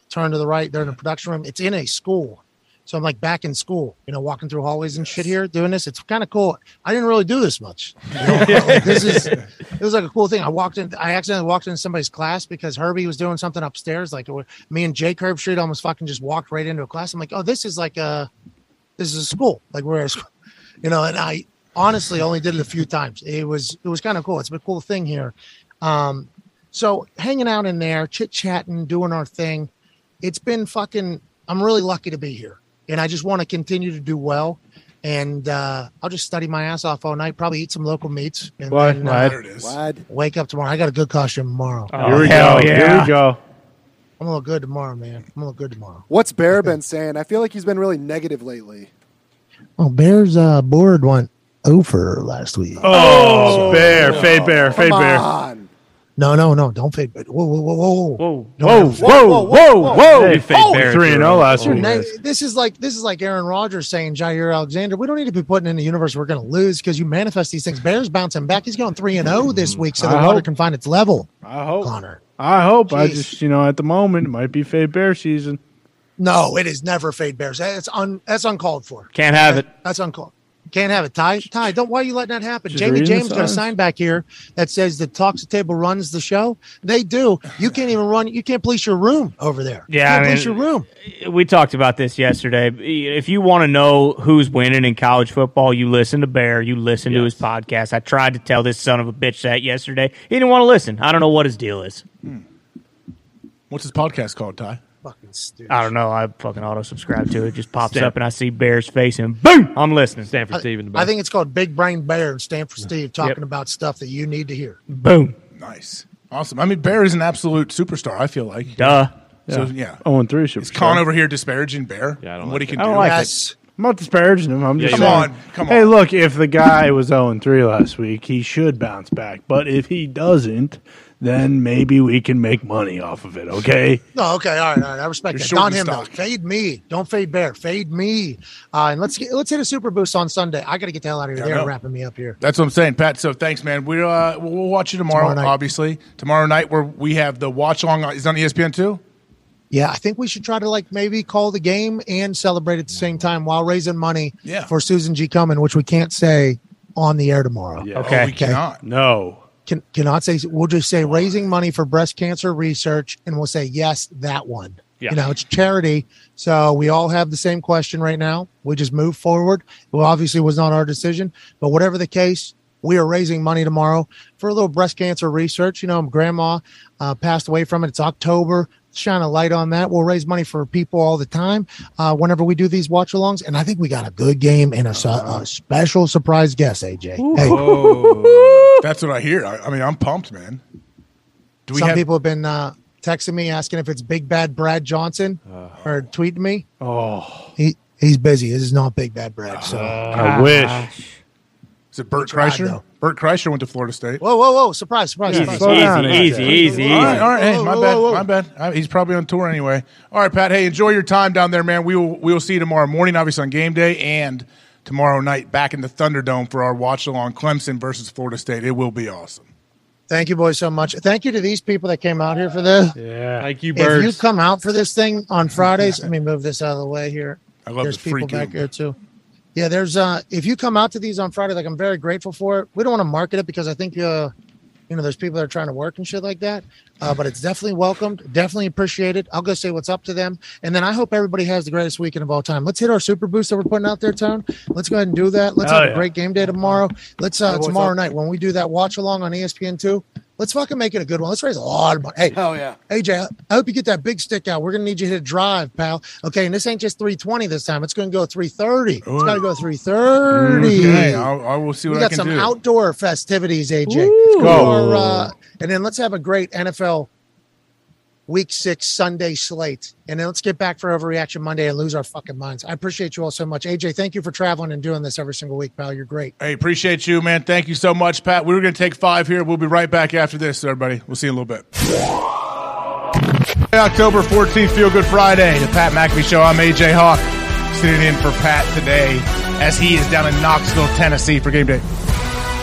turn to the right. They're in the production room. It's in a school. So I'm like back in school, you know, walking through hallways and shit here, doing this. It's kind of cool. I didn't really do this much. this is it was like a cool thing. I walked in. I accidentally walked into somebody's class because Herbie was doing something upstairs. Like me and Jake Herbstreit almost fucking just walked right into a class. I'm like, oh, this is like a this is a school. Like we're at a school, you know. And I honestly only did it a few times. It was it was kind of cool. It's a cool thing here. Um, So hanging out in there, chit chatting, doing our thing. It's been fucking. I'm really lucky to be here, and I just want to continue to do well. And uh, I'll just study my ass off all night. Probably eat some local meats. And
Wad,
then,
wad.
uh,
There it is.
Wake up tomorrow. I got a good costume tomorrow.
Oh, Here we hell go. Here yeah. we go.
I'm a little good tomorrow, man. I'm a little good tomorrow.
What's Bear been saying? I feel like he's been really negative lately.
Oh, Bears uh, board went over last week.
Oh, bear, fade bear, fade
Come
bear.
on.
No, no, no! Oh, Don't fade. Whoa, whoa, whoa, whoa,
whoa,
Whoa, whoa, whoa, whoa!
They fade Barrett
three and zero
through.
last
Oh,
week.
Hey, this is like this is like Aaron Rodgers saying Jair Alexander. We don't need to be putting in the universe we're going to lose because you manifest these things. Bears bouncing back. He's going three and zero this week, so the
Hmm. I
water
hope.
can find its level.
I hope.
Connor.
I hope. I
Jeez.
just you know at the moment it might be fade bear season.
No, it is never fade Bears. That's un that's uncalled for.
Can't have it.
That's uncalled. Can't have it. Ty, Ty, don't why are you letting that happen?
Just
Jamie
reading the
James got a
signs.
sign back here that says the talks table runs the show. They do. You can't even run. You can't police your room over there. You
Yeah, I
can't
mean-
police your room.
we talked about this yesterday. If you want to know who's winning in college football, you listen to Bear, you listen to his podcast. I tried to tell this son of a bitch that yesterday. He didn't want to listen. I don't know what his deal is.
Hmm. What's his podcast called, Ty?
Fucking stupid.
I don't know. I fucking auto subscribe to it. Just pops
Stan-
up and I see Bear's face and boom, I'm listening.
Stanford Steven.
I think it's called Big Brain Bear and Stanford Steve talking
Yep.
about stuff that you need to hear.
Boom.
Nice. Awesome. I mean, Bear is an absolute superstar, I feel like.
Duh.
So, yeah.
Oh, and three should.
Is Con over here disparaging Bear?
Yeah, I don't
What
like
he
it.
can
I
do?
don't like it.
yes.
I'm not disparaging him. I'm just
Come
saying,
on. Come on.
Hey, look, if the guy was 0 and 3 last week, he should bounce back. But if he doesn't, then maybe we can make money off of it, okay?
No, okay, all right, all right. I respect
You're
that.
short
Don
in
him though.
stock.
Fade me. Don't fade Bear. Fade me. Uh, and let's get, let's hit a super boost on Sunday. I got to get the hell out of here.
I
They're
know.
wrapping me up here.
That's what I'm saying, Pat. So thanks, man. We're, uh, we'll we'll watch you tomorrow,
Tomorrow night.
obviously. Tomorrow night, where we have the watch along. Is it on E ESPN too?
Yeah, I think we should try to like maybe call the game and celebrate at the same time while raising money
Yeah.
for Susan G. Cumming, which we can't say on the air tomorrow.
Oh,
Okay.
we cannot.
No.
Can, cannot say. We'll just say raising money for breast cancer research, and we'll say yes that one.
Yeah.
You know, it's charity, so we all have the same question right now. We just move forward. Well, obviously, it was not our decision, but whatever the case, we are raising money tomorrow for a little breast cancer research. You know, grandma uh, passed away from it. It's October. Shine a light on that. We'll raise money for people all the time uh, whenever we do these watch alongs. And I think we got a good game and a, su-
Uh-huh.
a special surprise guest, AJ. Hey,
That's what I hear. I, I mean, I'm pumped, man. Do we
Some
have
people have been uh, texting me asking if it's Big Bad Brad Johnson or tweeting me.
Oh,
He he's busy. This is not Big Bad Brad. So
Uh-huh.
I wish.
ah, is it Burt
tried,
Kreischer?
though.
Burt Kreischer went to Florida State.
whoa whoa whoa! Surprise surprise!
Easy,
surprise.
slow down,
easy,
AJ.
easy, easy,
All right,
easy.
all right. Hey, my
Whoa,
bad.
whoa, whoa.
My bad. Uh, He's probably on tour anyway. All right, Pat. Hey, enjoy your time down there, man. We will we will see you tomorrow morning, obviously on game day, and tomorrow night back in the Thunderdome for our watch along Clemson versus Florida State. It will be awesome.
Thank you boys so much. Thank you to these people that came out here for this.
Yeah.
Thank you,
If you
birds.
come out for this thing on Fridays, let me move this out of the way here.
I love
there's
the
people
freaking-
back here too. Yeah, there's uh if you come out to these on Friday, like I'm very grateful for it. We don't want to market it because I think uh you know there's people that are trying to work and shit like that. Uh, but it's definitely welcomed, definitely appreciated. I'll go say what's up to them. And then I hope everybody has the greatest weekend of all time. Let's hit our super boost that we're putting out there, Tone. Let's go ahead and do that. Let's
Hell
have
yeah.
a great game day tomorrow. Let's uh
Hey, what's
tomorrow
up?
night when we do that watch along on E ESPN two. Let's fucking make it a good one. Let's raise a lot of money. Hey,
Hell yeah.
AJ, I hope you get that big stick out. We're gonna need you to hit a drive, pal. Okay, and this ain't just 320 this time. It's gonna go 330. It's gotta go 330.
Okay, I'll, Mm-hmm. I will see what
we
I
got
can
some
do.
outdoor festivities, AJ.
go.
Or, uh, and then let's have a great NFL Week Six Sunday slate, and then let's get back for overreaction Monday and lose our fucking minds. I appreciate you all so much, AJ. Thank you for traveling and doing this every single week, pal. You're great.
hey, appreciate you, man. Thank you so much, Pat. We were going to take five here. We'll be right back after this, everybody. We'll see you in a little bit. Hey, October 14th, Feel Good Friday, the Pat McAfee Show. I'm AJ Hawk, sitting in for Pat today as he is down in Knoxville, Tennessee for game day.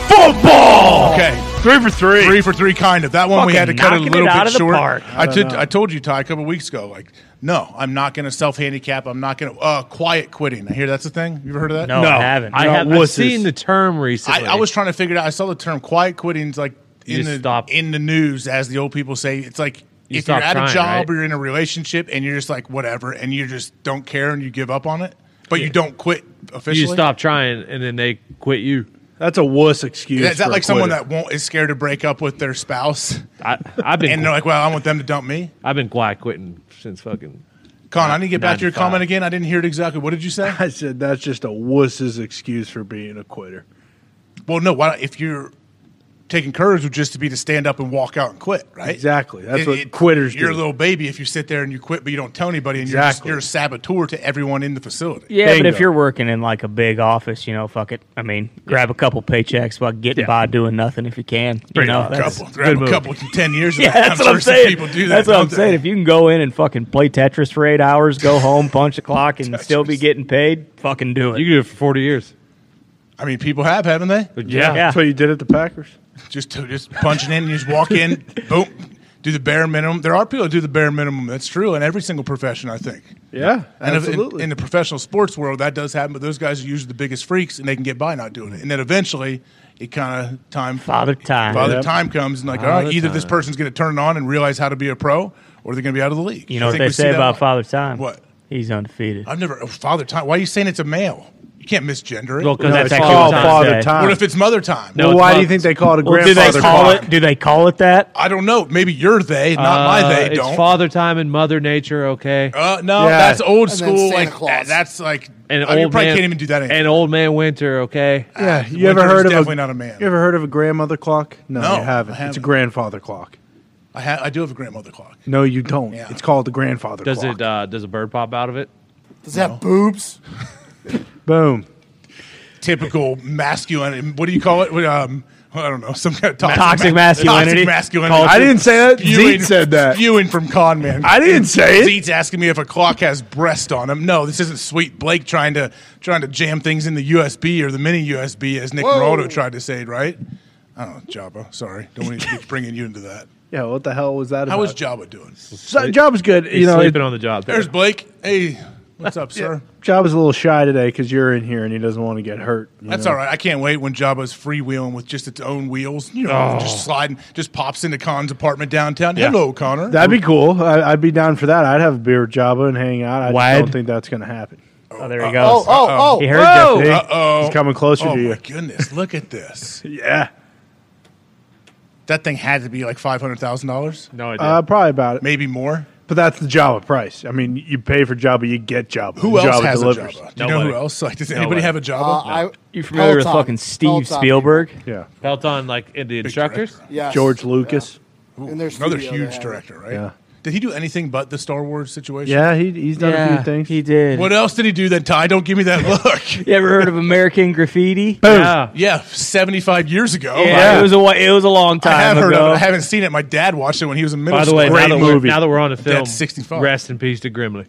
Football! Okay.
Three for three.
Three for three, kind of. That one we had to
Fucking
cut it a
knocking
little
it out
bit
of the
short.
park.
I, did, I told you, Ty, a couple weeks ago, like, no, I'm not going to self handicap. I'm not going to uh, quiet quitting. I hear that's a thing. You ever heard of that?
No,
No,
I haven't.
I
I
No,
have I've
wusses.
seen the term recently.
I, I was trying to figure it out. I saw the term quiet quitting's like
You
in
just
the
stop.
in the news, as the old people say. It's like
You
if you're
stop
at
trying,
a job
right?
or you're in a relationship and you're just like whatever, and you just don't care and you give up on it, but you don't quit
you
officially.
just stop trying, and then they quit you.
That's a wuss excuse.
Is that
for a
like someone
quitter.
that won't is scared to break up with their spouse?
I, I've been
and they're like, well, I want them to dump me.
I've been quiet quitting since fucking.
Con, I need to get back to your
95.
comment again. I didn't hear it exactly. What did you say?
I said that's just a wuss's excuse for being a quitter.
Well, no. Why, if you're taking courage, would just to be to stand up and walk out and quit, right?
Exactly. That's
It-
what
it-
quitters
You're
do.
a little baby if you sit there and you quit, but you don't tell anybody, and
Exactly.
you're, just, you're a saboteur to everyone in the facility.
Yeah, but if you're working in like a big office, you know, fuck it. I mean, grab a couple paychecks while getting
Yeah.
by doing nothing if you can. You
Great.
know,
Grab a
that's
couple- grab
good
a
move.
couple in 10 years of
Yeah,
that.
that's
I'm
what I'm
sure some
saying.
people do that,
that's what I'm
don't they?
saying. If you can go in and fucking play Tetris for eight hours, go home, punch the clock, and still be getting paid, fucking do it. You
can do it for forty years.
I mean, people have, haven't they?
Yeah. Yeah.
That's what you did at the Packers.
Just to, just punching in, you just walk in, boom, do the bare minimum. There are people that do the bare minimum. That's true in every single profession, I think.
Yeah,
And if, in,
absolutely.
in the professional sports world, that does happen, but those guys are usually the biggest freaks, and they can get by not doing it. And then eventually, it kind of time
father time
father
Yep.
time comes, and like, all
Father
right, either this
time.
person's going to turn it on and realize how to be a pro, or they're going to be out of the league.
You know
I
what
think
they
we see
say
that a
about
lot.
Father Time?
What?
He's undefeated.
I've never oh, father time. Why are you saying it's a male? You can't misgender it.
Well, 'cause No, that's it's actually called what time. father time.
What if it's mother time?
No, Well, it's why do you mother- think they call it a Well, do they grandfather call clock? it- do they call it that?
I don't know. Maybe your they, not
Uh,
my they.
It's
Don't.
father time and mother nature. Okay.
Uh, no, that's old school. Like that- that's like
an
I mean, you
old
probably
man,
can't even do that anymore. Ah,
An old man winter. Okay.
Yeah, you ever heard of
definitely
a,
not a man.
You ever heard of a grandmother clock? No,
No,
you haven't.
I
It's a
haven't.
grandfather clock.
I, ha- I do have a grandmother clock.
No, you don't. It's called the grandfather
Does
clock.
it? Uh, does a bird pop out of it?
Does that boobs?
Boom.
Typical masculine. What do you call it? What, Um, I don't know. Some kind of toxic,
Toxic
ma-
masculinity.
Toxic masculinity.
Culture. I didn't say that.
Spewing-
Zeke said that.
Spewing from con man.
I didn't say it.
Zeke's asking me if a clock has breast on them. No, this isn't sweet Blake trying to trying to jam things in the USB or the mini USB as Nick
Whoa.
Moraldo tried to say. Right? I don't know, Jabba. Sorry, don't want to keep bringing you into that.
Yeah, what the hell was that?
How
about?
is Jabba doing?
So, Job's good.
He's
you know,
sleeping
it-
on the job.
There's Blake. Hey, what's up, sir?
Job is a little shy today because you're in here and he doesn't want to get hurt. you
That's
know?
all right. I can't wait when Jabba's freewheeling with just its own wheels. You know,
Oh.
just sliding, just pops into Con's apartment downtown. Hello, Connor.
That'd be cool. I, I'd be down for that. I'd have a beer with Jabba and hang out. I just
Wide.
don't think that's going to happen.
Oh, there he
goes. oh, oh. He heard you.
Uh oh.
He's coming closer
oh,
to you.
my goodness. Look at this.
yeah.
That thing had to be like $500,000.
No
Uh, probably about it.
Maybe more.
But that's the Jabba price. I mean, you pay for Jabba, you get Jabba.
Who
And
else
Jabba
has
delivers.
a Jabba? Do you know who else? Like, does anybody
Nobody.
have a Jabba?
Uh, I-
You familiar with
Peloton.
fucking Steve
Peloton.
Spielberg?
Yeah.
Pelton, like in the instructors.
Yes.
George Lucas.
Ooh,
In their
another
studio they
huge
have.
director, right?
Yeah.
Did he do anything but the Star Wars situation?
Yeah, he, he's done a few things.
He did.
What else did he do then, Ty? Don't give me that look.
you ever heard of American Graffiti?
Yeah. yeah, 75 years ago.
Yeah,
Wow.
it was a wa- it was a long time
I have heard
ago.
of it. I haven't seen it. My dad watched it when he was in middle
By the
school.
way, now that, we're, now that we're on the
Dad's
film,
65.
rest in peace to Grimley.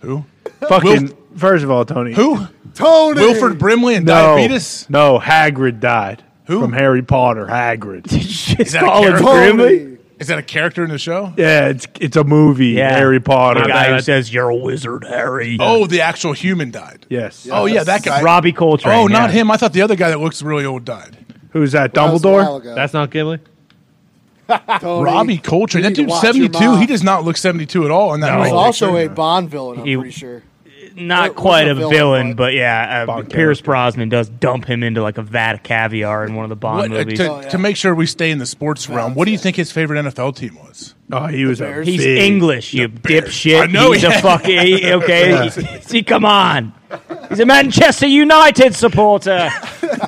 Who?
Fucking, first of all, Tony.
Who?
Tony.
Wilfred Brimley and
No.
diabetes?
No, Hagrid died.
Who?
From Harry Potter, Hagrid.
Is that,
Colin
a
Grimley?
character? Is that a character in the show?
Yeah, it's it's a movie, Harry Potter.
The guy who says you're a wizard, Harry.
Oh, the actual human died.
Yes.
Oh yeah, that guy.
Robbie Coltrane.
Oh, not
yeah.
him. I thought the other guy that looks really old died.
Who's that?
Well, that was a while
Dumbledore?
ago.
That's not Gimli.
Tony,
Robbie Coltrane.
you
That
need to
dude's
watch your
seventy two.
mouth.
He does not look seventy two at all. In that
He was
picture.
also a Bond villain. I'm
He-
pretty sure.
Not
Wasn't
quite
a
a
villain,
villain, but, yeah, uh, Pierce Brosnan does dump him into like a vat of caviar in one of the Bond
What- uh,
movies.
Oh,
to, to make sure we stay in the sports realm, what do you think his favorite NFL team was?
Oh, he was a
He's English, you dipshit.
I know
he's
he-
a fucking he- okay. See, come on, he's a Manchester United supporter.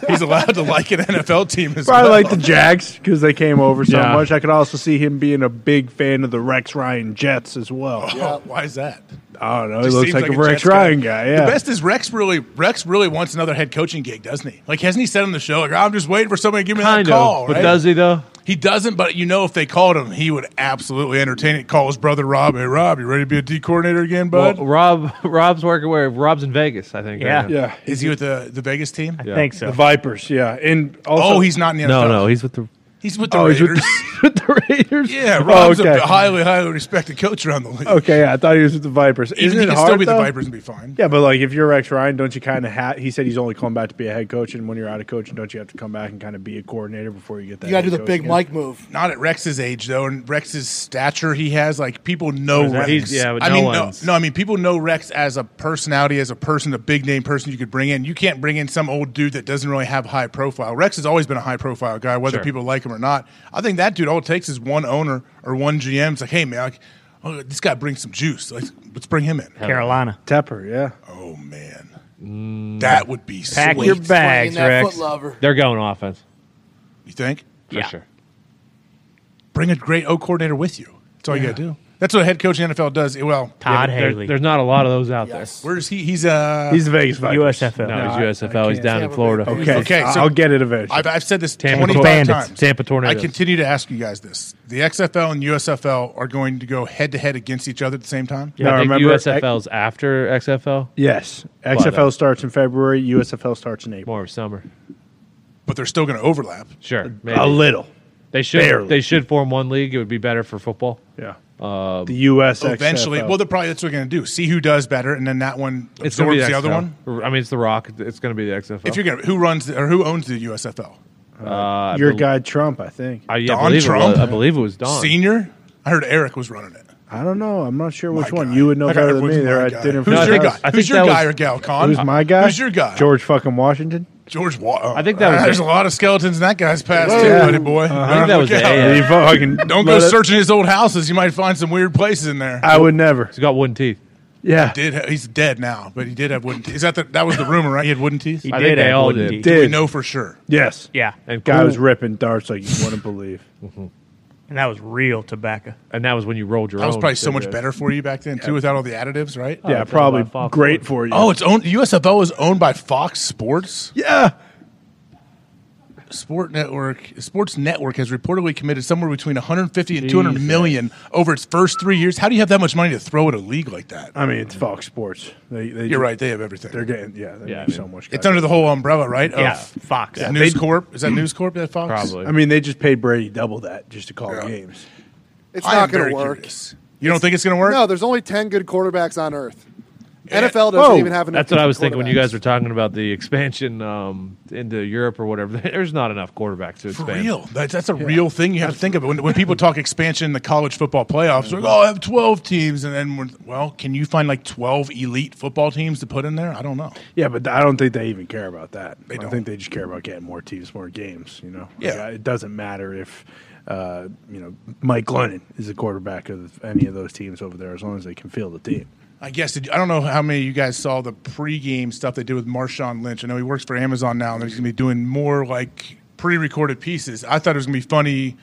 He's allowed to like an NFL team as
Probably
well.
like the Jags because they came over so
Yeah.
much. I could also see him being a big fan of the Rex Ryan Jets as well.
Oh, why is that?
I don't know. He
Just
looks
seems
like, a,
Jets
Rex Ryan guy. Yeah.
The best is Rex really Rex really wants another head coaching gig, doesn't he? Like hasn't he said on the show, like I'm just waiting for somebody to give me
Kind
that
of,
call.
but
right?
does he though?
He doesn't, but you know if they called him, he would absolutely entertain it. Call his brother Rob. Hey Rob, you ready to be a D coordinator again, bud?
Well, Rob, Rob's working where? Rob's in Vegas, I think. right now.
Is he with the, the Vegas team? I
think so.
The Vipers. Yeah. And also,
oh, he's not in the NFL.
No, no, he's with the
He's with the
Oh, he's with
Raiders.
with the Raiders.
yeah,
Oh,
Rob's
okay.
a highly, highly respected coach around the league.
Okay, yeah, I thought he was with the Vipers.
Even
Isn't
he
it
can still
hard,
be the
though?
Vipers and be fine.
Yeah, but like if you're Rex Ryan, don't you kind of have? He said he's only coming back to be a head coach, and when you're out of coaching, don't you have to come back and kind of be a coordinator before you get that?
You gotta do
head
the
coach
big
again?
Mike move. Not at Rex's age though, and Rex's stature he has, like people know
Is that-
Rex.
he's- yeah, but
I
no
mean,
one's-
no, I mean people know Rex as a personality, as a person, a big name person you could bring in. You can't bring in some old dude that doesn't really have high profile. Rex has always been a high profile guy, whether
Sure.
people like him or not. I think that dude all it takes is one owner or one GM. It's like, hey man, like, oh, this guy brings some juice. Like, let's bring him in.
Carolina.
Tepper, yeah.
Oh
Mm.
man, that would be
Pack
sweet.
your bags, Swinging that Rex. foot lover.
They're going offense.
You think?
For Yeah. sure.
Bring a great O coordinator with you. That's all you got to do. That's what a head coach in the NFL does. Well,
Todd Yeah, but there- Haley. there's not a lot of those out
there. Where's he? He's uh,
He's the Vegas Vipers. USFL. No, he's
I-
USFL.
I can't.
He's down in Florida.
Tampa Bay.
Okay,
Okay, so
I'll get
it eventually.
I've, I've said this
Tampa
25
Bandits,
times.
Tampa Tornadoes.
I continue to ask you guys this: the XFL and USFL are going to go head to head against each other at the same time.
Yeah, I think USFL's after XFL.
Yes,
But,
XFL
uh,
starts in February. USFL starts in April.
More of summer.
but they're still going to overlap.
Sure,
A little.
They should.
Barely.
They should form one league. It would be better for football.
Yeah.
Uh,
the US
Eventually, well, they're probably that's what they're going to do. See who does better, and then that one
it's
absorbs
going to be
the, other one.
one. I mean, it's the Rock. It's going to be the XFL.
If you're going to, who runs the, or who owns the USFL?
uh,
Your guy Trump, I think.
I, yeah, I believe It was, I believe it was Don.
Senior. I heard Eric was running it.
I don't know. I'm not sure which one. You would know
That guy
better than
was
me. There,
my
I
guy.
didn't.
Who's your guy? Who's your guy or gal, Con?
Who's my guy?
Who's your guy?
George fucking Washington.
George. Wa- oh,
I think that was-
There's a lot of skeletons in that guy's past,
Whoa.
too,
Yeah.
buddy boy.
Uh-huh. I think that was
Look
the
out.
A. You fucking
Don't go
let it-
searching his old houses. You might find some weird places in there.
I would never.
He's got wooden teeth.
Yeah,
did ha- he's dead now, but he did have wooden teeth. Is that the, that was the rumor, right? He had wooden teeth.
He I did think they have all wooden did. teeth.
Do we
Did.
know for sure?
Yes.
Yeah.
And
guy
cool.
was ripping darts like you wouldn't believe.
And that was real tobacco.
And that was when you rolled your
That was
own,
probably so
didn't
much
it?
better for you back then too,
Yeah.
without all the additives, right?
Yeah, it's probably owned by Fox great
for you.
Oh, it's owned. USFL is owned by Fox Sports.
Yeah.
Sport Network, Sports Network has reportedly committed somewhere between 150 and 200 million over its first three years. How do you have that much money to throw at a league like that?
I mean, it's Fox Sports. They, they
You're right. They have everything.
They're getting yeah. They
Yeah,
yeah,
I
so
mean,
much.
It's under the whole umbrella, right?
Yeah,
of
Fox. Yeah,
News
they- Mm-hmm.
Corp. Is that News Corp? That Fox?
I mean, they just paid Brady double that just to call games.
It's
I am
not going
very
to work.
curious. You don't think it's going to work?
No, there's only ten good quarterbacks on earth. NFL doesn't even have enough.
That's what I
good
was thinking when you
quarterbacks.
guys were talking about the expansion um, into Europe or whatever. There's not enough quarterbacks to expand.
real. That's, that's a real thing you have to think of. When, when people talk expansion in the college football playoffs, they're like, oh, I have 12 teams. And then, we're, well, can you find like 12 elite football teams to put in there? I don't know.
Yeah, but I don't think they even care about that. I think they just care about getting more teams, more games. You know, Like,
Yeah.
I- it doesn't matter if uh, you know Mike Glennon is the quarterback of any of those teams over there, as long as they can field the team.
I guess did, I don't know how many of you guys saw the pregame stuff they did with Marshawn Lynch. I know he works for Amazon now, and he's going to be doing more like pre-recorded pieces. I thought it was going to be funny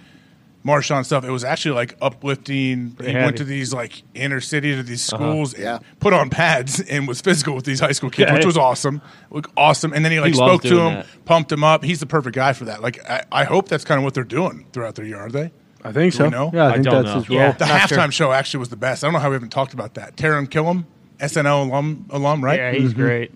Marshawn stuff. It was actually like uplifting.
Pretty
he
heavy.
went to these like inner city to these
Uh-huh.
schools, and
Yeah.
put on pads and was physical with these high school kids,
Yeah.
which was awesome. Look awesome, and then he like
He loves
spoke to
doing
him,
that.
pumped him up. He's the perfect guy for that. Like I, I hope that's kind of what they're doing throughout their year, aren't they?
I think
Do
so.
we know?
Yeah, I I think don't that's know. his role.
The
Not sure.
halftime show actually was the best. I don't know how we haven't talked about that. Taron Killam, SNL alum, alum, right?
Mm-hmm.
Mhm.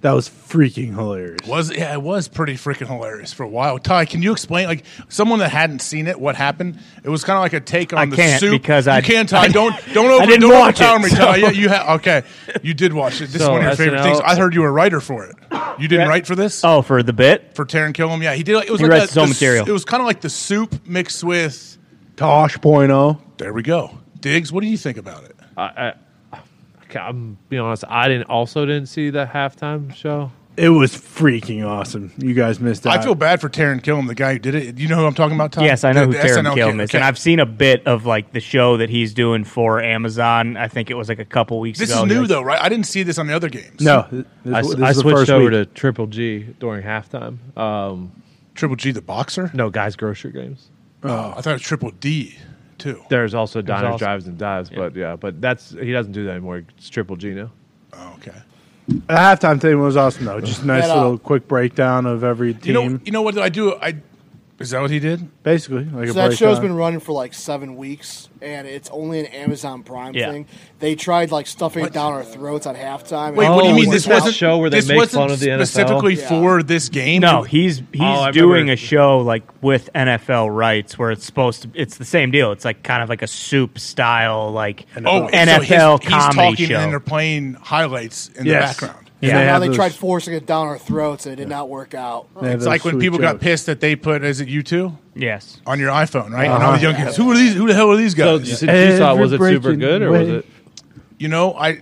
That was freaking hilarious.
Was yeah, it was pretty freaking hilarious for a while. Ty, can you explain like someone that hadn't seen it what happened? It was kind of like a take on
I
the
can't
soup
because
you
I-
can Ty.
I-
don't don't
I
over
didn't
don't
watch
overpower
it,
me, Ty.
so-
Yeah, you ha- okay. You did watch it. This is
So,
one of your favorite
SNL
things. I heard you were a writer for it. You didn't write for this
Oh, for the bit?
for Taron Killam. Yeah, he did. Like, it was
He
like
writes his own
the s-
material.
It was kind of like the soup mixed with
Tosh point oh.
there we go. Diggs, what do you think about it?
I, I, I'm be honest. I didn't also didn't see the halftime show.
It was freaking awesome. You guys missed out.
I feel bad for Taron Killam, the guy who did it. You know who I'm talking about, Ty?
Yes, I know
The-
who
the
Taron
SNL
Killam
kid.
is,
Okay.
and I've seen a bit of like the show that he's doing for Amazon. I think it was like a couple weeks
This
ago.
is
He
new
was-
though, right? I didn't see this on the other games.
No,
th-
I, s- I switched over to Triple G during halftime. Um,
Triple G, the boxer?
No, guys, grocery games.
Oh, I thought it was Triple D too.
There's also diners,
also-
drives, and dives, but yeah, but that's he doesn't do that anymore. It's Triple G now.
Oh, okay.
The halftime thing was awesome though. Just a nice
That, uh,
little quick breakdown of every team.
You know, you know what I do? I Is that what he did?
Basically, like
a
so that show's been running for like seven weeks, and it's only an Amazon Prime
Yeah.
thing. They tried like stuffing it down our throats at halftime.
Wait,
and
what do
it
you mean
Oh,
worked
this
out.
wasn't this wasn't specifically for this game?
No, he's he's
Oh,
doing a show like with NFL rights where it's supposed to. It's the same deal. It's like kind of like a soup style like
Oh,
NFL
so he's, he's
comedy
talking
show.
and they're playing highlights in
Yes.
the background.
Yeah.
So
They
now
have
they
those-
tried forcing it down our throats, and it did not work out.
It's like when people got pissed that they put is it you two?
Yes.
On your iPhone, right? And
Uh-huh.
all the young kids. Who are these who the hell are these
So
guys?
you said you saw it, was it Every super good or was breaking it-
You know, I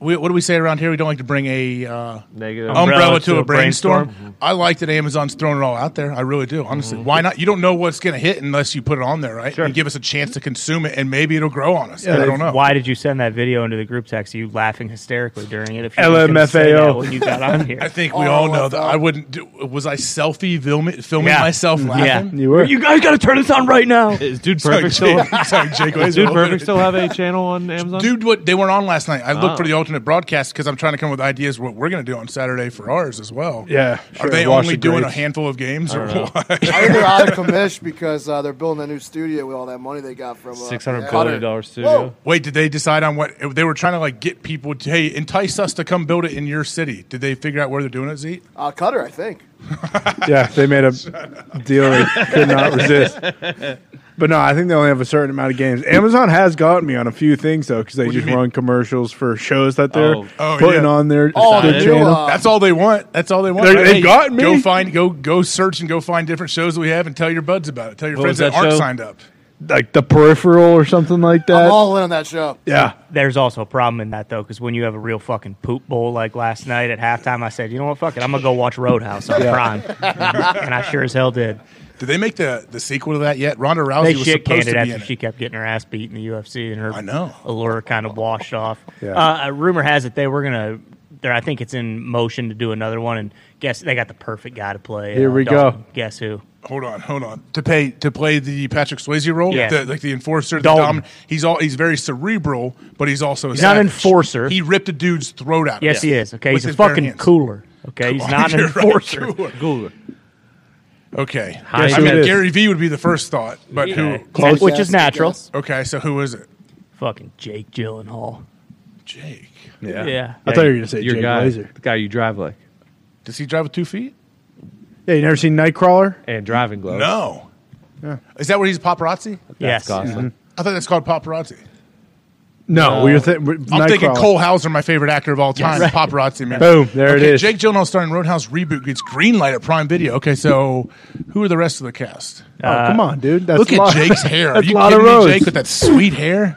we, what do we say around here? We don't like to bring a uh,
Negative.
umbrella, to, a brainstorm. Mm-hmm. I like that Amazon's throwing it all out there. I really do. Honestly, why not? You don't know what's going to hit unless you put it on there, right? And give us a chance to consume it, and maybe it'll grow on us. I don't know.
Why did you send that video into the group text? You laughing hysterically during it. If you were gonna say that
LMFAO.
when you got on here,
I think we
Oh,
all know that I wouldn't do. Was I selfie filming, filming myself laughing?
You were. Mm-hmm. You guys got to turn this on right now.
Is Dude
Sorry,
Perfect
Jake-
still?
sorry, Jake.
Does
Laser.
Dude Perfect still have a channel on Amazon?
Dude, what they weren't on last night. I
Oh.
looked for the alternate broadcast because I'm trying to come up with ideas what we're going to do on Saturday for ours as well.
Yeah, sure.
Are they
Wash
only
the
doing a
grapes.
handful of games
I
or
don't know.
what?
I think they're out of commission because uh, they're building a new studio with all that money they got from uh, Qatar. Whoa.
Wait, did they decide on what they were trying to like get people to hey entice us to come build it in your city? Did they figure out where they're doing it, Zeke?
Uh, Cutter, I think.
yeah, they made a deal they could not resist. But no, I think they only have a certain amount of games. Amazon has gotten me on a few things though, because they
What do you
just
mean?
run commercials for shows that they're
Oh. Oh,
putting
yeah.
on their
Oh,
Oh,
their channel.
uh,
That's all they want. That's all they want.
They- they
Hey,
got me.
Go find, go, go search and go find different shows that we have, and tell your buds about it. Tell your
What
friends
was
that,
that
aren't
show?
signed up.
like the peripheral or something like that.
in on that show.
Yeah.
There's also a problem in that though, because when you have a real fucking poop bowl like last night at halftime, I said, you know what, fuck it, I'm gonna go watch Roadhouse on
Yeah.
Prime, and I sure as hell did.
Did they make the the sequel to that yet? Ronda Rousey
They
was
shit
supposed
canned it
to be
after
in it.
she kept getting her ass beat in the UFC, and her
I know.
allure kind of washed off.
Yeah.
Uh, a rumor has it they were gonna. There, I think it's in motion to do another one, and guess they got the perfect guy to play.
Here
uh,
we
Dalton.
go.
Guess who?
Hold on, hold on. To pay to play the Patrick Swayze role,
Yeah.
the, like the enforcer, the
Dalton.
dominant. He's all he's very cerebral, but he's also a
He's not an
savage.
enforcer.
He ripped a dude's throat out.
Yes,
of
he is. Okay,
with
he's a
his bare
fucking
hands.
cooler. Okay, he's not an
You're right,
enforcer.
cooler. Okay,
Hi,
I mean
Smith.
Gary Vee would be the first thought, but
Yeah.
who?
Close Which is guess, natural. I guess.
Okay, so who is it?
Fucking Jake Gyllenhaal.
Jake.
Yeah.
Yeah.
I thought you were gonna say
your
Jake
guy,
Glazer.
the guy you drive like,
Does he drive with two feet?
Yeah, you never seen Nightcrawler?
and driving gloves.
No. Is that where he's paparazzi?
Yes. Gosling.
Mhm. I thought that's called paparazzi.
Mm-hmm. No,
No.
we were thi- we-
I'm thinking
Nightcrawler.
Cole Hauser, my favorite actor of all time.
Yes. Right.
Paparazzi man.
Boom, there it
Okay,
is.
Jake Gyllenhaal starring Roadhouse reboot gets green light at Prime Video. Okay, so who are the rest of the cast?
Oh, come on, dude. That's
Look
a lot-
at Jake's hair. Are
That's
you
a lot of
kidding me,
roads.
Jake, with that sweet hair?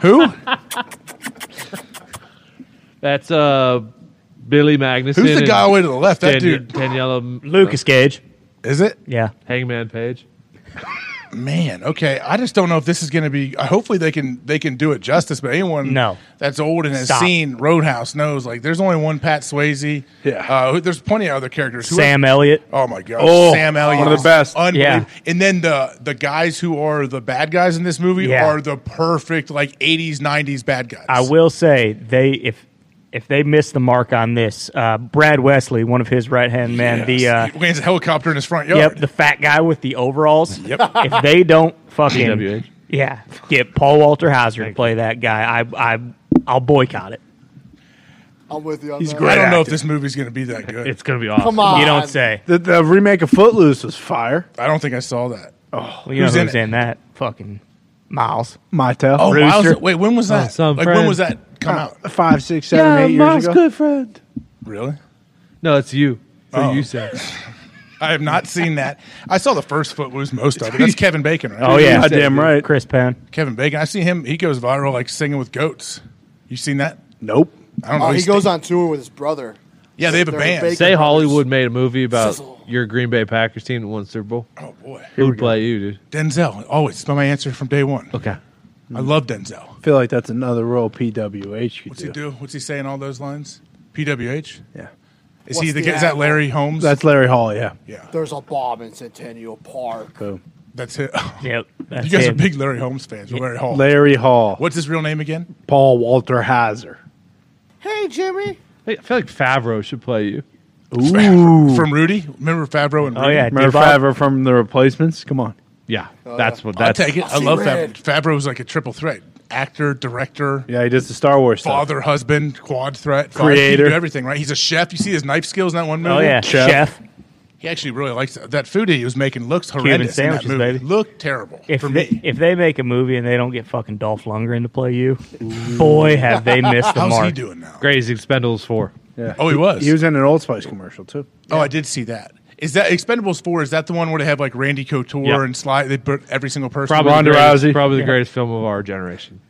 who?
That's uh, Billy Magnuson.
Who's the guy
and
away to the left? That
Dan-
dude.
Daniela
Lucas Cage.
Is it?
Yeah.
Hangman Page.
Man, okay. I just don't know if this is going to be. I- Hopefully, they can they can do it justice. But anyone
No.
that's old and has
Stop.
seen Roadhouse knows like there's only one Pat Swayze. Yeah, uh, who- there's plenty of other characters. Who-
Sam Elliott.
Oh my god,
Oh,
Sam Elliott,
one of the
is
best.
Unbelievable. And then the the guys who are the bad guys in this movie
Yeah.
are the perfect like 80s 90s bad guys.
I will say they if if they miss the mark on this, uh, Brad Wesley, one of his right hand men, the uh,
he lands a helicopter in his front yard.
yep, the fat guy with the overalls.
Yep.
if they don't fucking
PWH.
yeah get Paul Walter Hauser to play that guy, I I I'll boycott it.
I'm with you. On
He's
that.
great. I don't know if this movie's going to be that good.
It's going to be
awesome. Come on. You don't
say.
The, the remake of Footloose was fire.
I don't think I saw that.
Oh,
Well, you know who's in, that fucking Miles.
Mytel.
Oh, Miles, wait, when was that?
some
like when
friend.
was that come out?
Uh, Five, six, seven, eight years ago.
friend.
Really?
No, it's you. So
Oh.
you said.
I have not seen that. I saw the first Footloose, most of it. That's Kevin Bacon, right?
Oh yeah,
damn right.
Chris Penn.
Kevin Bacon. I see him. He goes viral like singing with goats. You seen that?
Nope.
I don't know.
Oh, he
He's-
goes on tour with his brother.
Yeah, they have a
They're
band.
Bacon
Say
Brothers.
Hollywood made a movie about your Green Bay Packers team that won Super Bowl. Oh
boy,
who would play you, dude?
Denzel. Always. It's been my answer from day one.
Okay.
I love Denzel.
I feel like that's another role PWH could
What's
do.
he do? What's he saying? All those lines. PWH.
Yeah.
Is
What's
he the?
the
is that
ad?
Larry Holmes?
That's Larry Hall, yeah.
Yeah.
There's a bomb in Centennial Park.
Boom.
That's it.
Yep. that's
you guys
him.
are big Larry Holmes fans. Larry Hall.
Larry Hall.
What's his real name again?
Paul Walter Hauser.
Hey, Jimmy.
Hey, I feel like Favreau should play you.
Ooh.
from Rudy. Remember Favreau and Rudy?
Remember Favreau from the replacements? Come on. Yeah, that's what that's.
I'll take it. I love Favreau. Favreau was like a triple threat: actor, director,
Yeah, he does the Star Wars stuff.
father, husband, quad threat, father. He
Creator.
can do everything. Right? He's a chef. You see his knife skills in that one movie.
Oh, yeah. Chef. Chef.
He actually really likes that. that food he was making. Looks
Cuban
horrendous in that
sandwiches,
movie.
baby.
Looked terrible
If
for
they,
me.
if they make a movie and they don't get fucking Dolph Lundgren to play you, boy, have they missed the
How's
mark.
he doing now?
Gray's Expendables four.
Yeah.
Oh, he was.
He was in an Old Spice commercial too.
Oh, I did see that. Is that Expendables Four? Is that the one where they have like Randy Couture
Yeah.
and Sly? They put every single person.
Probably
in?
the greatest, Probably the greatest film of our generation.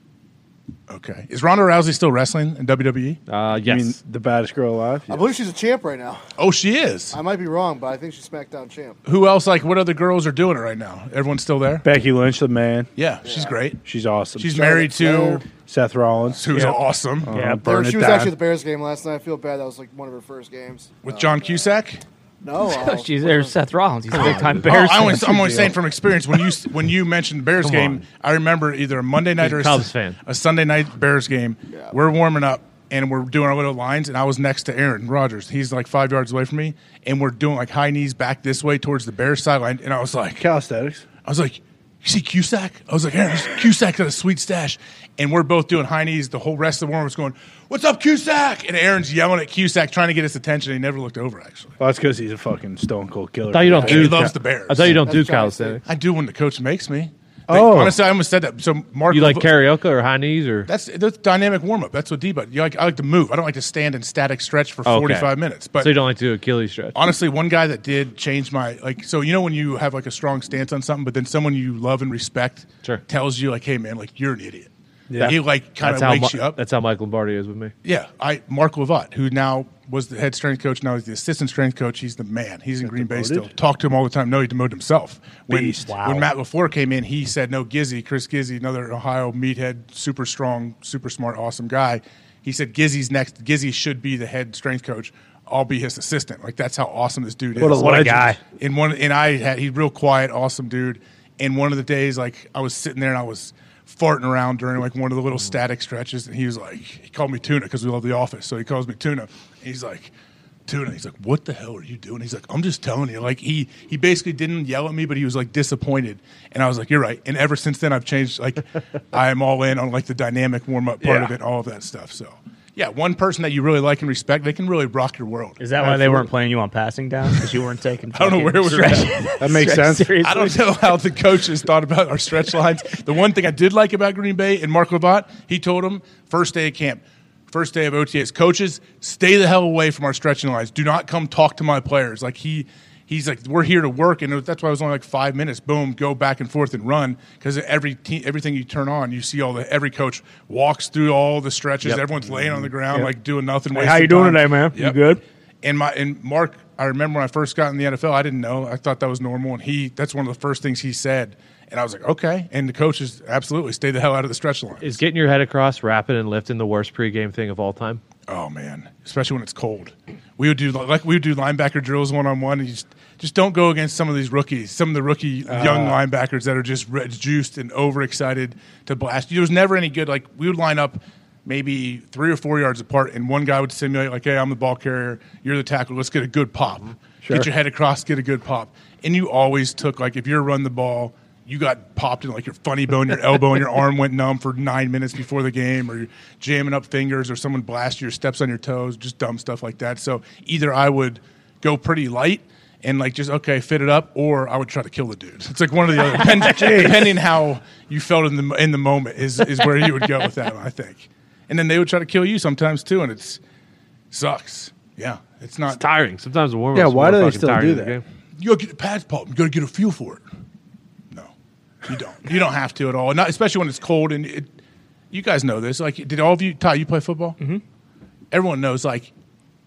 Okay. Is Ronda Rousey still wrestling in E? WWE?
Uh,
You mean the baddest girl alive?
I believe she's a champ right now.
Oh, she is.
I might be wrong, but I think she's SmackDown champ.
Who else? Like, what other girls are doing it right now? Everyone's still there.
Becky Lynch, the man.
Yeah, she's great.
She's awesome.
She's married to
Charlotte
Seth Rollins,
who's awesome.
Uh,
Yeah,
There-
burn it
she was
down.
actually at the Bears game last night. I feel bad. That was like one of her first games.
with John Cusack.
No, uh,
She's there's Seth Rollins. He's a big time
Oh,
Bears.
I
fan.
always, I'm only saying from experience. When you when you mentioned Bears
Come
game,
on.
I remember either a Monday night
He's a
or a,
Cubs
Sun-
fan.
a Sunday night Bears game. We're warming up and we're doing our little lines, and I was next to Aaron Rodgers. He's like five yards away from me, and we're doing like high knees back this way towards the Bears sideline, and I was like,
calisthenics.
I was like, you see Cusack? I was like, Aaron, Cusack got a sweet stash. And we're both doing high knees. The whole rest of the warm up's going, What's up, Cusack? And Aaron's yelling at Cusack, trying to get his attention. He never looked over, actually.
Well, that's because he's a fucking stone cold killer.
I thought you don't
He
do.
loves the Bears.
I thought you don't
That's
do
Johnny
calisthenics.
I do when the coach makes me.
Oh.
honestly, I almost said that. So, Mark,
You like karaoke or high knees or
That's, that's dynamic warm up. That's what D but you like. I like to move. I don't like to stand and static stretch for
Okay.
45 minutes. But
so you don't like to do Achilles stretch.
honestly, one guy that did change my like. So you know when you have like a strong stance on something, but then someone you love and respect
Sure.
tells you like, "Hey, man, like you're an idiot."
Yeah.
Yeah. He like kind
That's
of
how
wakes
Mi-
you up.
That's how Mike Lombardi is with me.
Yeah, I Mark Levat, who now was the head strength coach, now he's the assistant strength coach. He's the man. He's in Green Bay still.
demoted?
Talk to him all the time. No, he demoted himself. When,
Beast.
Wow.
when Matt Lafleur came in, he said no. Gizzy, Chris Gizzy, another Ohio meathead, super strong, super smart, awesome guy. He said Gizzy's next. Gizzy should be the head strength coach. I'll be his assistant. Like that's how awesome this dude
What a
is.
legend. guy.
And one and I had he's real quiet, awesome dude. And one of the days, like I was sitting there and I was farting around during like one of the little static stretches, and he was like, he called me Tuna because we love The Office, so he calls me Tuna. He's like. Tuna, he's like, what the hell are you doing? He's like, I'm just telling you. Like he he basically didn't yell at me, but he was like disappointed, and I was like, you're right. And ever since then, I've changed. Like I am all in on like the dynamic warm up part
Yeah.
of it, all of that stuff. So yeah, one person that you really like and respect, they can really rock your world.
Is that why they weren't playing you on passing down? Because you weren't taking.
I don't know where we're at.
That makes sense.
I don't know how the coaches thought about our stretch lines. The one thing I did like about Green Bay and Mark Levant, he told them first day of camp, first day of OTAs, coaches, stay the hell away from our stretching lines. Do not come talk to my players. Like he, he's like, we're here to work, and it was- that's why it was only like five minutes. Boom, go back and forth and run because every team, everything you turn on, you see all the every coach walks through all the stretches. Everyone's laying on the ground like doing nothing.
Hey, how
wasting
you doing
time.
today, man? You good?
And my and Mark, I remember when I first got in the NFL, I didn't know. I thought that was normal, and he that's one of the first things he said. And I was like, okay. And the coaches absolutely stay the hell out of the stretch line.
Is getting your head across, rapping, and lifting the worst pregame thing of all time?
oh man, especially when it's cold. We would do like we would do linebacker drills one on one. and you Just just don't go against some of these rookies, some of the rookie young linebackers that are just re- juiced and overexcited to blast. There was never any good. Like we would line up maybe three or four yards apart, and one guy would simulate like, "Hey, I'm the ball carrier. You're the tackle. Let's get a good pop. Get your head across. Get a good pop." And you always took like if you're run the ball. You got popped in like your funny bone, your elbow, and your arm went numb for nine minutes before the game, or you're jamming up fingers, or someone blasts your steps on your toes, just dumb stuff like that. So either I would go pretty light and like just okay, fit it up, or I would try to kill the dude. It's like one of the other, depend, depending how you felt in the in the moment is is where you would go with that. I think, and then they would try to kill you sometimes too, and it's sucks. Yeah, it's
It's
not.
tiring. Sometimes the warm
Yeah, why do they
more fucking
still
tiring
do
than the
that?
game.
You gotta get the pads popped. You gotta get a feel for it. No, you don't. You don't have to at all. Not especially when it's cold and it. You guys know this. Like, did all of you, Ty? You play football. Mm-hmm. Everyone knows. Like,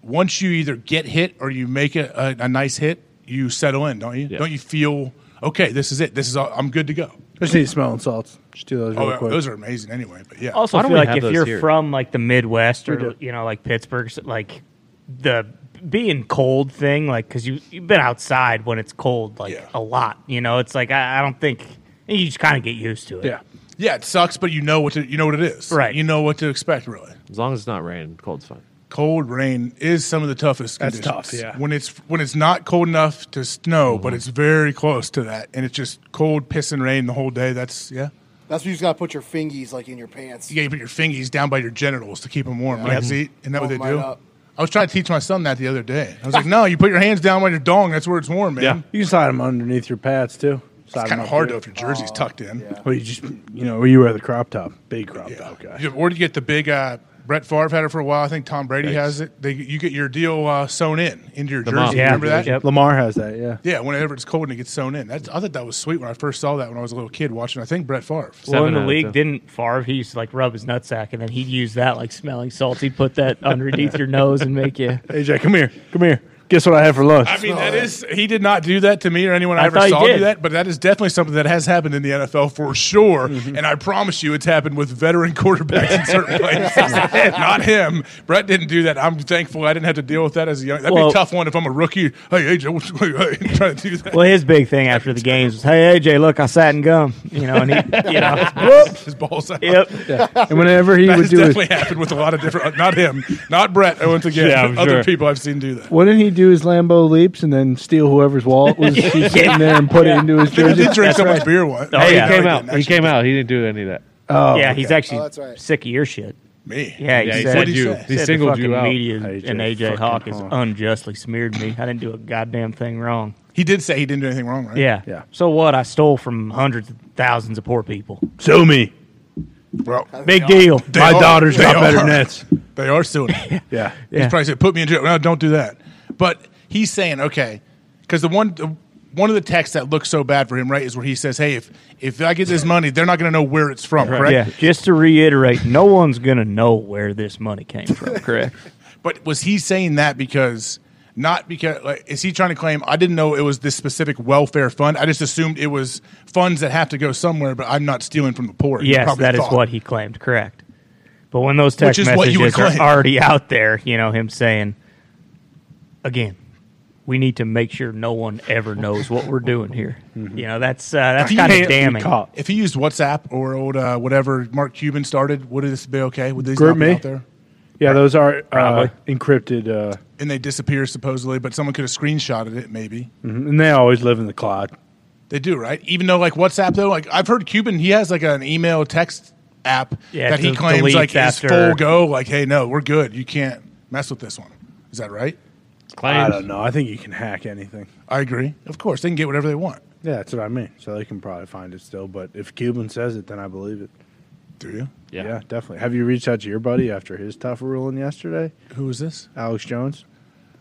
once you either get hit or you make a, a, a nice hit, you settle in, don't you? Don't you feel okay? This is it. This is all, I'm good to go.
Just need smelling salts. Just do those real
Oh,
quick.
those are amazing anyway. But yeah,
Also,
Why
I
don't
feel
we
like
have
if
those
you're
here?
from like the Midwest
We do.
or you know like Pittsburgh, so, like the being cold thing, like because you you've been outside when it's cold like
Yeah.
a lot. You know, it's like I, I don't think you just kind of get used to it.
yeah.
yeah, it sucks, but you know what to, you know what it is.
Right.
You know what to expect, really.
As long as it's not raining, cold's fine.
cold rain is some of the toughest.
That's
conditions.
tough, yeah.
When it's when it's not cold enough to snow, but it's very close to that, and it's just cold pissing rain the whole day. That's yeah.
That's where you just gotta put your fingies like in your pants.
You got to put your fingies down by your genitals to keep them warm.
Yeah.
Right?
Yep.
See, isn't that what they
Warm right
do?
up.
I was trying to teach my son that the other day. I was like, no, you put your hands down by your dong. That's where it's warm, man.
Yeah. You can slide them underneath your pads too. Slide 'em
It's kind of
up
hard
there.
though if your jersey's tucked in.
Well, you just you know you wear the crop top, big crop top guy.
You- Or do you get the big uh, Brett Favre had it for a while? I think Tom Brady has it. They, you get your deal uh, sewn in into your jersey. Remember that?
Lamar has that. Yeah.
Yeah, whenever it's cold and it gets sewn in. That's, I thought that was sweet when I first saw that when I was a little kid watching. I think Brett Favre.
Well, in the league, didn't Favre? He used to like rub his nutsack, and then he'd use that like smelling salts. He'd put that underneath your nose and make you.
AJ, come here, come here. Guess what I had for lunch?
I mean, that is he did not do that to me or anyone I,
I
ever
thought he
saw do
did.
that, but that is definitely something that has happened in the NFL for sure. And I promise you, it's happened with veteran quarterbacks in certain places. not him. Brett didn't do that. I'm thankful I didn't have to deal with that as a young. That'd
Well-
be a tough one if I'm a rookie. Hey, AJ, what's hey, hey, trying to do that?
Well, his big thing after the games was, "Hey AJ, look, I sat in gum," you know, and he, you know, whoops,
his balls out.
Yep.
And whenever he
that
would
has
do his-
definitely happened with a lot of different. uh, Not him, not Brett. Once again,
Yeah, I'm
other
sure.
people I've seen do that.
What did he do? His Lambo leaps and then steal whoever's wallet was
Yeah.
sitting there and put it into his
I think he
jersey.
did drink
That's
someone's
right.
beer once.
Oh,
hey, Oh, he came out. He came out. He didn't do any of that.
Oh,
yeah, he's
Oh,
actually sick of your shit.
Me?
Yeah, he,
Yeah, he
said,
said you. He
said the
singled you
fucking
out.
Media
AJ
and AJ
fucking
Hawk has
Hawk.
unjustly smeared me. I didn't do a goddamn thing wrong.
He did say he didn't do anything wrong, right?
Yeah. So what? I stole from hundreds of thousands of poor people.
Sue me.
Bro,
Big deal.
They
My
are.
daughter's
They
got better
are.
nets.
They are suing him.
yeah.
He's probably said, put me in jail. No, don't do that. But he's saying, okay, because the one the- one of the texts that looks so bad for him, right, is where he says, hey, if if I get this money, they're not going to know where it's from, correct?
Yeah. Just to reiterate, no one's gonna know where this money came from. Correct.
But was he saying that because not because like is he trying to claim I didn't know it was this specific welfare fund? I just assumed it was funds that have to go somewhere, but I'm not stealing from the poor. He
yes,
probably
that is
thought.
what he claimed. Correct. But when those text
Which is what you would
messages are
claim.
already out there, you know him saying, again, we need to make sure no one ever knows what we're doing here. You know that's uh, that's
If he
kind
used-
of damning.
If he used WhatsApp or old uh, whatever Mark Cuban started, would this be okay? Would these
Group
not be
me?
out there?
Yeah, those are uh,
Probably.
encrypted, uh,
And they disappear supposedly, but someone could have screenshotted it maybe.
mhm, and they always live in the cloud.
They do, right? Even though like WhatsApp though, like I've heard Cuban, he has like an email text app
Yeah,
that he
to
claims
delete
like is
after-
full go. Like, hey, no, we're good. You can't mess with this one. Is that right?
I don't know. I think you can hack anything.
I agree. Of course, they can get whatever they want.
Yeah, that's what I mean. So they can probably find it still. But if Cuban says it, then I believe it.
Do you?
Yeah, definitely. Have you reached out to your buddy after his tough ruling yesterday?
Who was this?
Alex Jones.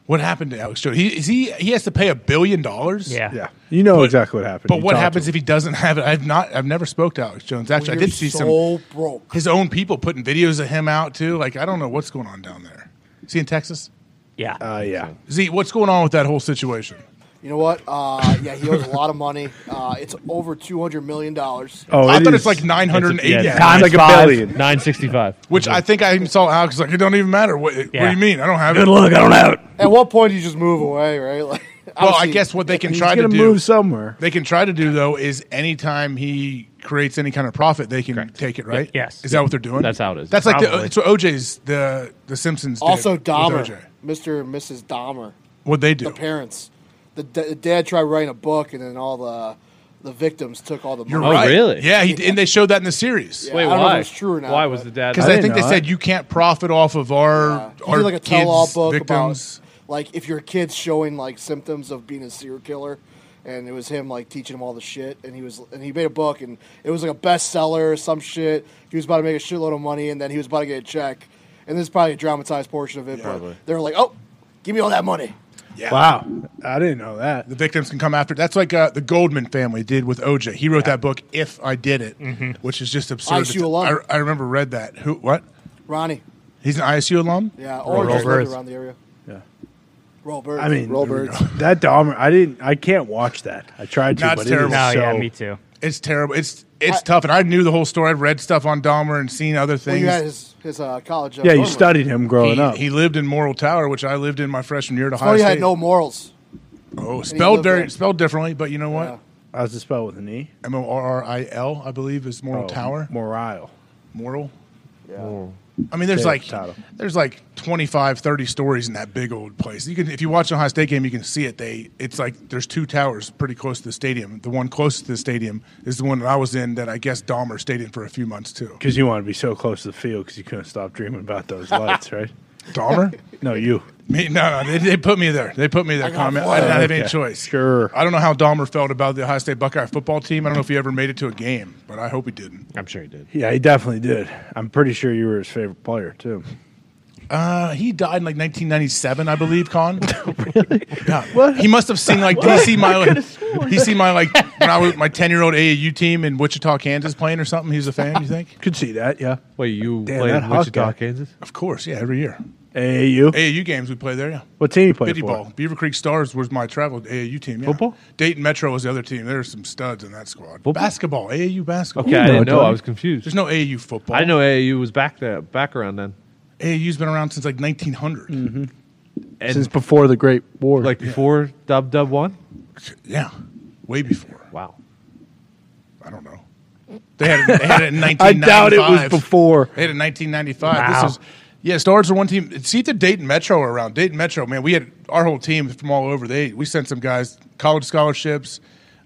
What happened to Alex Jones? He is he he has to pay a billion dollars.
yeah. You know exactly what happened.
But
You
what
talked
happens if he doesn't have it? I've not. I've never spoke to Alex Jones. Actually, I
We're
did see
so
some his own people putting videos of him out too. Like I don't know what's going on down there. Is he in Texas?
Yeah.
Uh, yeah.
Z, what's going on with that whole situation?
You know what? Uh, yeah, he owes a lot of money. Uh, it's over two hundred million dollars.
Oh,
I thought it's like nine hundred and eighty.
Nine sixty-five.
Which I think I even saw Alex like it don't even matter. What, what do
Yeah.
you mean? I don't have it.
Good luck, I don't have it.
At what point do you just move away? Right? Like,
Well, I
obviously-
guess what they can
He's
try to
gonna
do
move
somewhere.
They can try to do though is anytime he creates any kind of profit, they can take it. Right?
Yeah. Yes.
Is that what they're doing?
That's how it is.
That's like the,
Probably.
it's what OJ's the the Simpsons. did
Also,
with
Dahmer,
OJ.
Mister and Mrs. Dahmer.
What'd they do?
The parents. The, da- the dad tried writing a book, and then all the the victims took all the money.
You're
Oh,
right. Yeah, he, and they showed that in the series.
Yeah, Oh, Wait, I don't know if why? it's true or not, Why was but- the dad-
Because
I
I,
didn't
think they
know that.
said you can't profit off of our
He
our
did like a tell-all
kids
book
victims.
about like if your kid's showing like symptoms of being a serial killer, and it was him like teaching him all the shit, and he was and he made a book, and it was like a bestseller or some shit. He was about to make a shitload of money, and then he was about to get a check, and this is probably a dramatized portion of it,
Probably.
but they were like, oh, give me all that money.
Yeah.
Wow, I didn't know that.
The victims can come after. That's like uh, the Goldman family did with OJ. He wrote that book, "If I Did It,"
Mm-hmm.
which is just absurd.
ISU alum.
I, I remember read that. Who? What?
Ronnie,
He's an ISU alum.
yeah,
Or
or just
Rollbirds.
lived around the area.
Yeah.
Roll birds.
I mean,
roll birds.
That Dahmer, I didn't. I can't watch that. I tried to.
No,
but
it's
it is
terrible.
so-
too.
It's terrible. It's it's tough, and I knew the whole story. I've read stuff on Dahmer and seen other
Well,
things.
you had his his uh, college. uh, dorm room.
him growing
He-
up.
He lived in Morrill Tower, which I lived in my freshman year at
It's
Ohio
funny, he
State.
Oh, had no morals.
oh,
he
spelled
lived
very
there.
spelled differently, but you know what?
How's it spelled with an E?
M O R R I L, I believe, is Morrill
Oh,
Tower.
Morile.
Morrill.
Yeah.
I mean, there's
Take
like
the title.
there's like 25, 30 stories in that big old place. You can if you watch an Ohio State game, you can see it. They it's like there's two towers pretty close to the stadium. The one closest to the stadium is the one that I was in that I guess Dahmer stayed in for a few months too.
Because you want to be so close to the field because you couldn't stop dreaming about those lights, right?
Dahmer?
no, you.
Me, no, no, they, they put me there. They put me there. Comment. I did not have any choice.
Sure.
I don't know how Dahmer felt about the Ohio State Buckeye football team. I don't know if he ever made it to a game, but I hope he didn't.
I'm sure he did.
Yeah, he definitely did. I'm pretty sure you were his favorite player too.
Uh, he died in like 1997, I believe. Con, really? Yeah. He must have seen like he see my like, he see my like when I was my 10 year old AAU team in Wichita, Kansas, playing or something. He was a fan. You think?
Could see that. Yeah.
Wait, you
Damn,
played
that
in
Hawk
Wichita,
guy.
Kansas?
Of course. Yeah. Every year.
AAU.
AAU games we play there. Yeah.
What team you played
Biddy
for?
ball. Beaver Creek Stars was my travel AAU team. Yeah.
Football?
Dayton Metro was the other team. There were some studs in that squad. Basketball. AAU basketball.
Okay, I didn't know. I was confused.
There's no AAU football.
I know AAU was back there, back around then.
AAU's been around since like 1900. Mm-hmm.
And
Since before the Great War.
like before Dub Dub won?
Yeah, way before.
Wow.
I don't know. They had it, they had it in
I
1995.
doubt it was before.
They had it in 1995.
Wow.
This is yeah. Stars are one team. See if the Dayton Metro are around. Dayton Metro, man. We had our whole team from all over. They we sent some guys college scholarships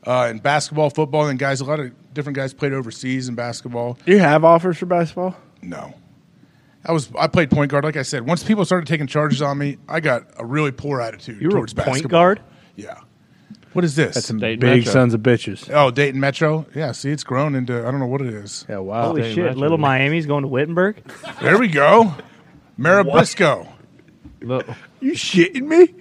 uh, in basketball, football, and guys. A lot of different guys played overseas in basketball.
Do you have offers for basketball?
No. I was I played point guard. Like I said, once people started taking charges on me, I got a really poor attitude
You were a
towards
point
basketball.
guard?
Yeah. What is this?
That's some
Dayton
big
Metro.
sons of bitches.
Oh, Dayton Metro. Yeah, see, it's grown into I don't know what it is.
Yeah, wow.
Holy
Dang,
shit!
that's
Little
really-
Miami's going to Wittenberg.
There we go, Marabisco.
Look,
You shitting me?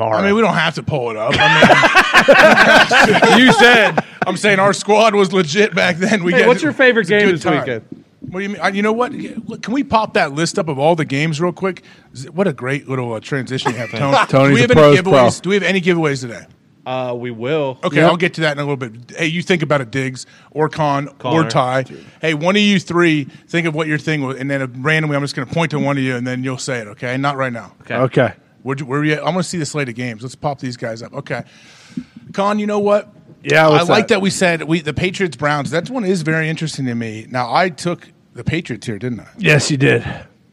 I mean, we don't have to pull it up. I mean,
you said.
I'm saying our squad was legit back then. We
Hey,
get-
what's your favorite
it's a
game
good
this
time.
weekend?
What do you mean? I, you know what? Look, Can we pop that list up of all the games real quick? Z- What a great little uh, transition you have, Tony.
Tony's
do we
a
have
pro's
any
pro.
giveaways? Do we have any giveaways today?
Uh, we will.
Okay, I'll get to that in a little bit. Hey, you think about it, Diggs or Con or
Connor.
Ty. Hey, one of you three, think of what your thing was, and then uh, randomly, I'm just going to point to one of you, and then you'll say it. Okay, not right now.
Okay.
Okay.
Where'd you, where you at? I'm going to see the slate of games. Let's pop these guys up. Okay, Con, you know what?
Yeah,
I
what's
like
that?
that we said we the Patriots Browns. That one is very interesting to me. Now I took the Patriots here, didn't I?
Yes, you did.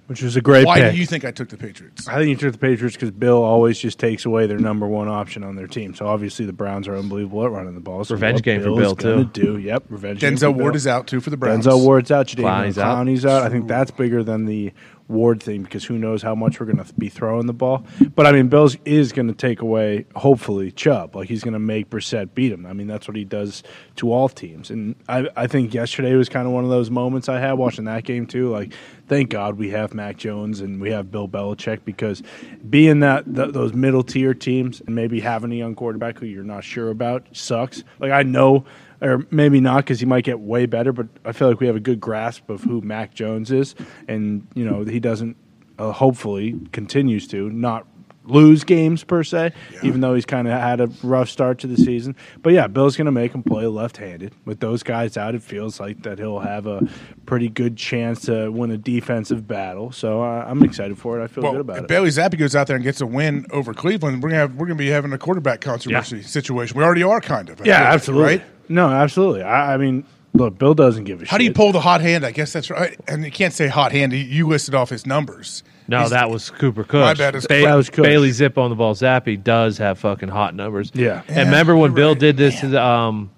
Which was a great
Why
pick.
do you think I took the Patriots?
I think you took the Patriots because Bill always just takes away their number one option on their team. So obviously the Browns are unbelievable at running the ball. So
Revenge
what
game for
Bill's
Bill,
gonna
too.
Do yep, revenge. game for
Denzel Ward
Bill.
is out too for the Browns.
Denzel Ward's out. Jadavion
Clowney's out.
Clowney's out. I think that's bigger than the Ward thing because who knows how much we're going to be throwing the ball. But I mean, Bills is going to take away hopefully Chubb. Like he's going to make Brissett beat him. I mean, that's what he does to all teams. And I, I think yesterday was kind of one of those moments I had watching that game too. Like, thank God we have Mac Jones and we have Bill Belichick because being that th- those middle tier teams and maybe having a young quarterback who you're not sure about sucks. Like I know or maybe not because he might get way better. But I feel like we have a good grasp of who Mac Jones is, and you know he doesn't. Uh, hopefully, continues to not lose games per se, even though he's kind of had a rough start to the season. But yeah, Bill's going to make him play left-handed with those guys out. It feels like that he'll have a pretty good chance to win a defensive battle. So uh, I'm excited for it. I feel
Well,
good about
if
it.
Bailey Zappi goes out there and gets a win over Cleveland, we're gonna have, we're gonna be having a quarterback controversy situation. We already are kind of. I
yeah,
feel like,
absolutely.
Right?
No, absolutely. I, I mean, look, Bill doesn't give a shit.
How do you pull the hot hand? I guess that's right. And you can't say hot hand. You listed off his numbers.
No,
He's-
that was Cooper Cook.
My bad, it's-
That was Cook.
Bailey Zip on the ball. Zappy does have fucking hot numbers.
Yeah.
And remember when
you're
Bill
right.
did this to, the, um,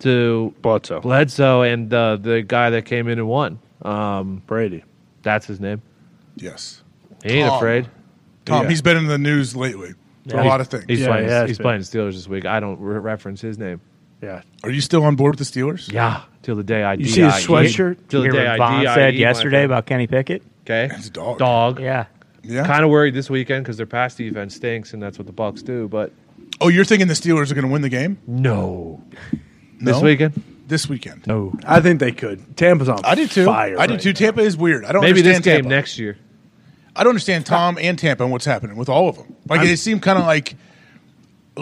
to
Bledsoe.
Bledsoe and uh, the guy that came in and won? Um,
Brady?
that's his name.
Yes,
He ain't
Tom.
afraid.
Tom.
Yeah.
He's been in the news lately. for A
He's-
lot of things.
He's,
Yeah,
playing,
he has
he's
been.
playing Steelers this week. I don't re- reference his name.
Yeah.
Are you still on board with the Steelers?
Yeah. Till the day I E
You see his sweatshirt?
Till the
Hear
day
what
I
Vaughn
DIE,
said
my
yesterday
friend.
about Kenny Pickett.
Okay.
It's a dog.
Dog.
Yeah,
Yeah.
Kind of worried this weekend because their pass defense stinks, and that's what the Bucks do. But
oh, you're thinking the Steelers are going to win the game
no,
No?
this weekend,
this weekend?
no.
I think they could. Tampa's on
I do too.
fire.
I do
right
too. Tampa is weird. I don't
Maybe this
understand
game
Tampa.
next year.
I don't understand Tom and Tampa and what's happening with all of them. Like they seem kind of like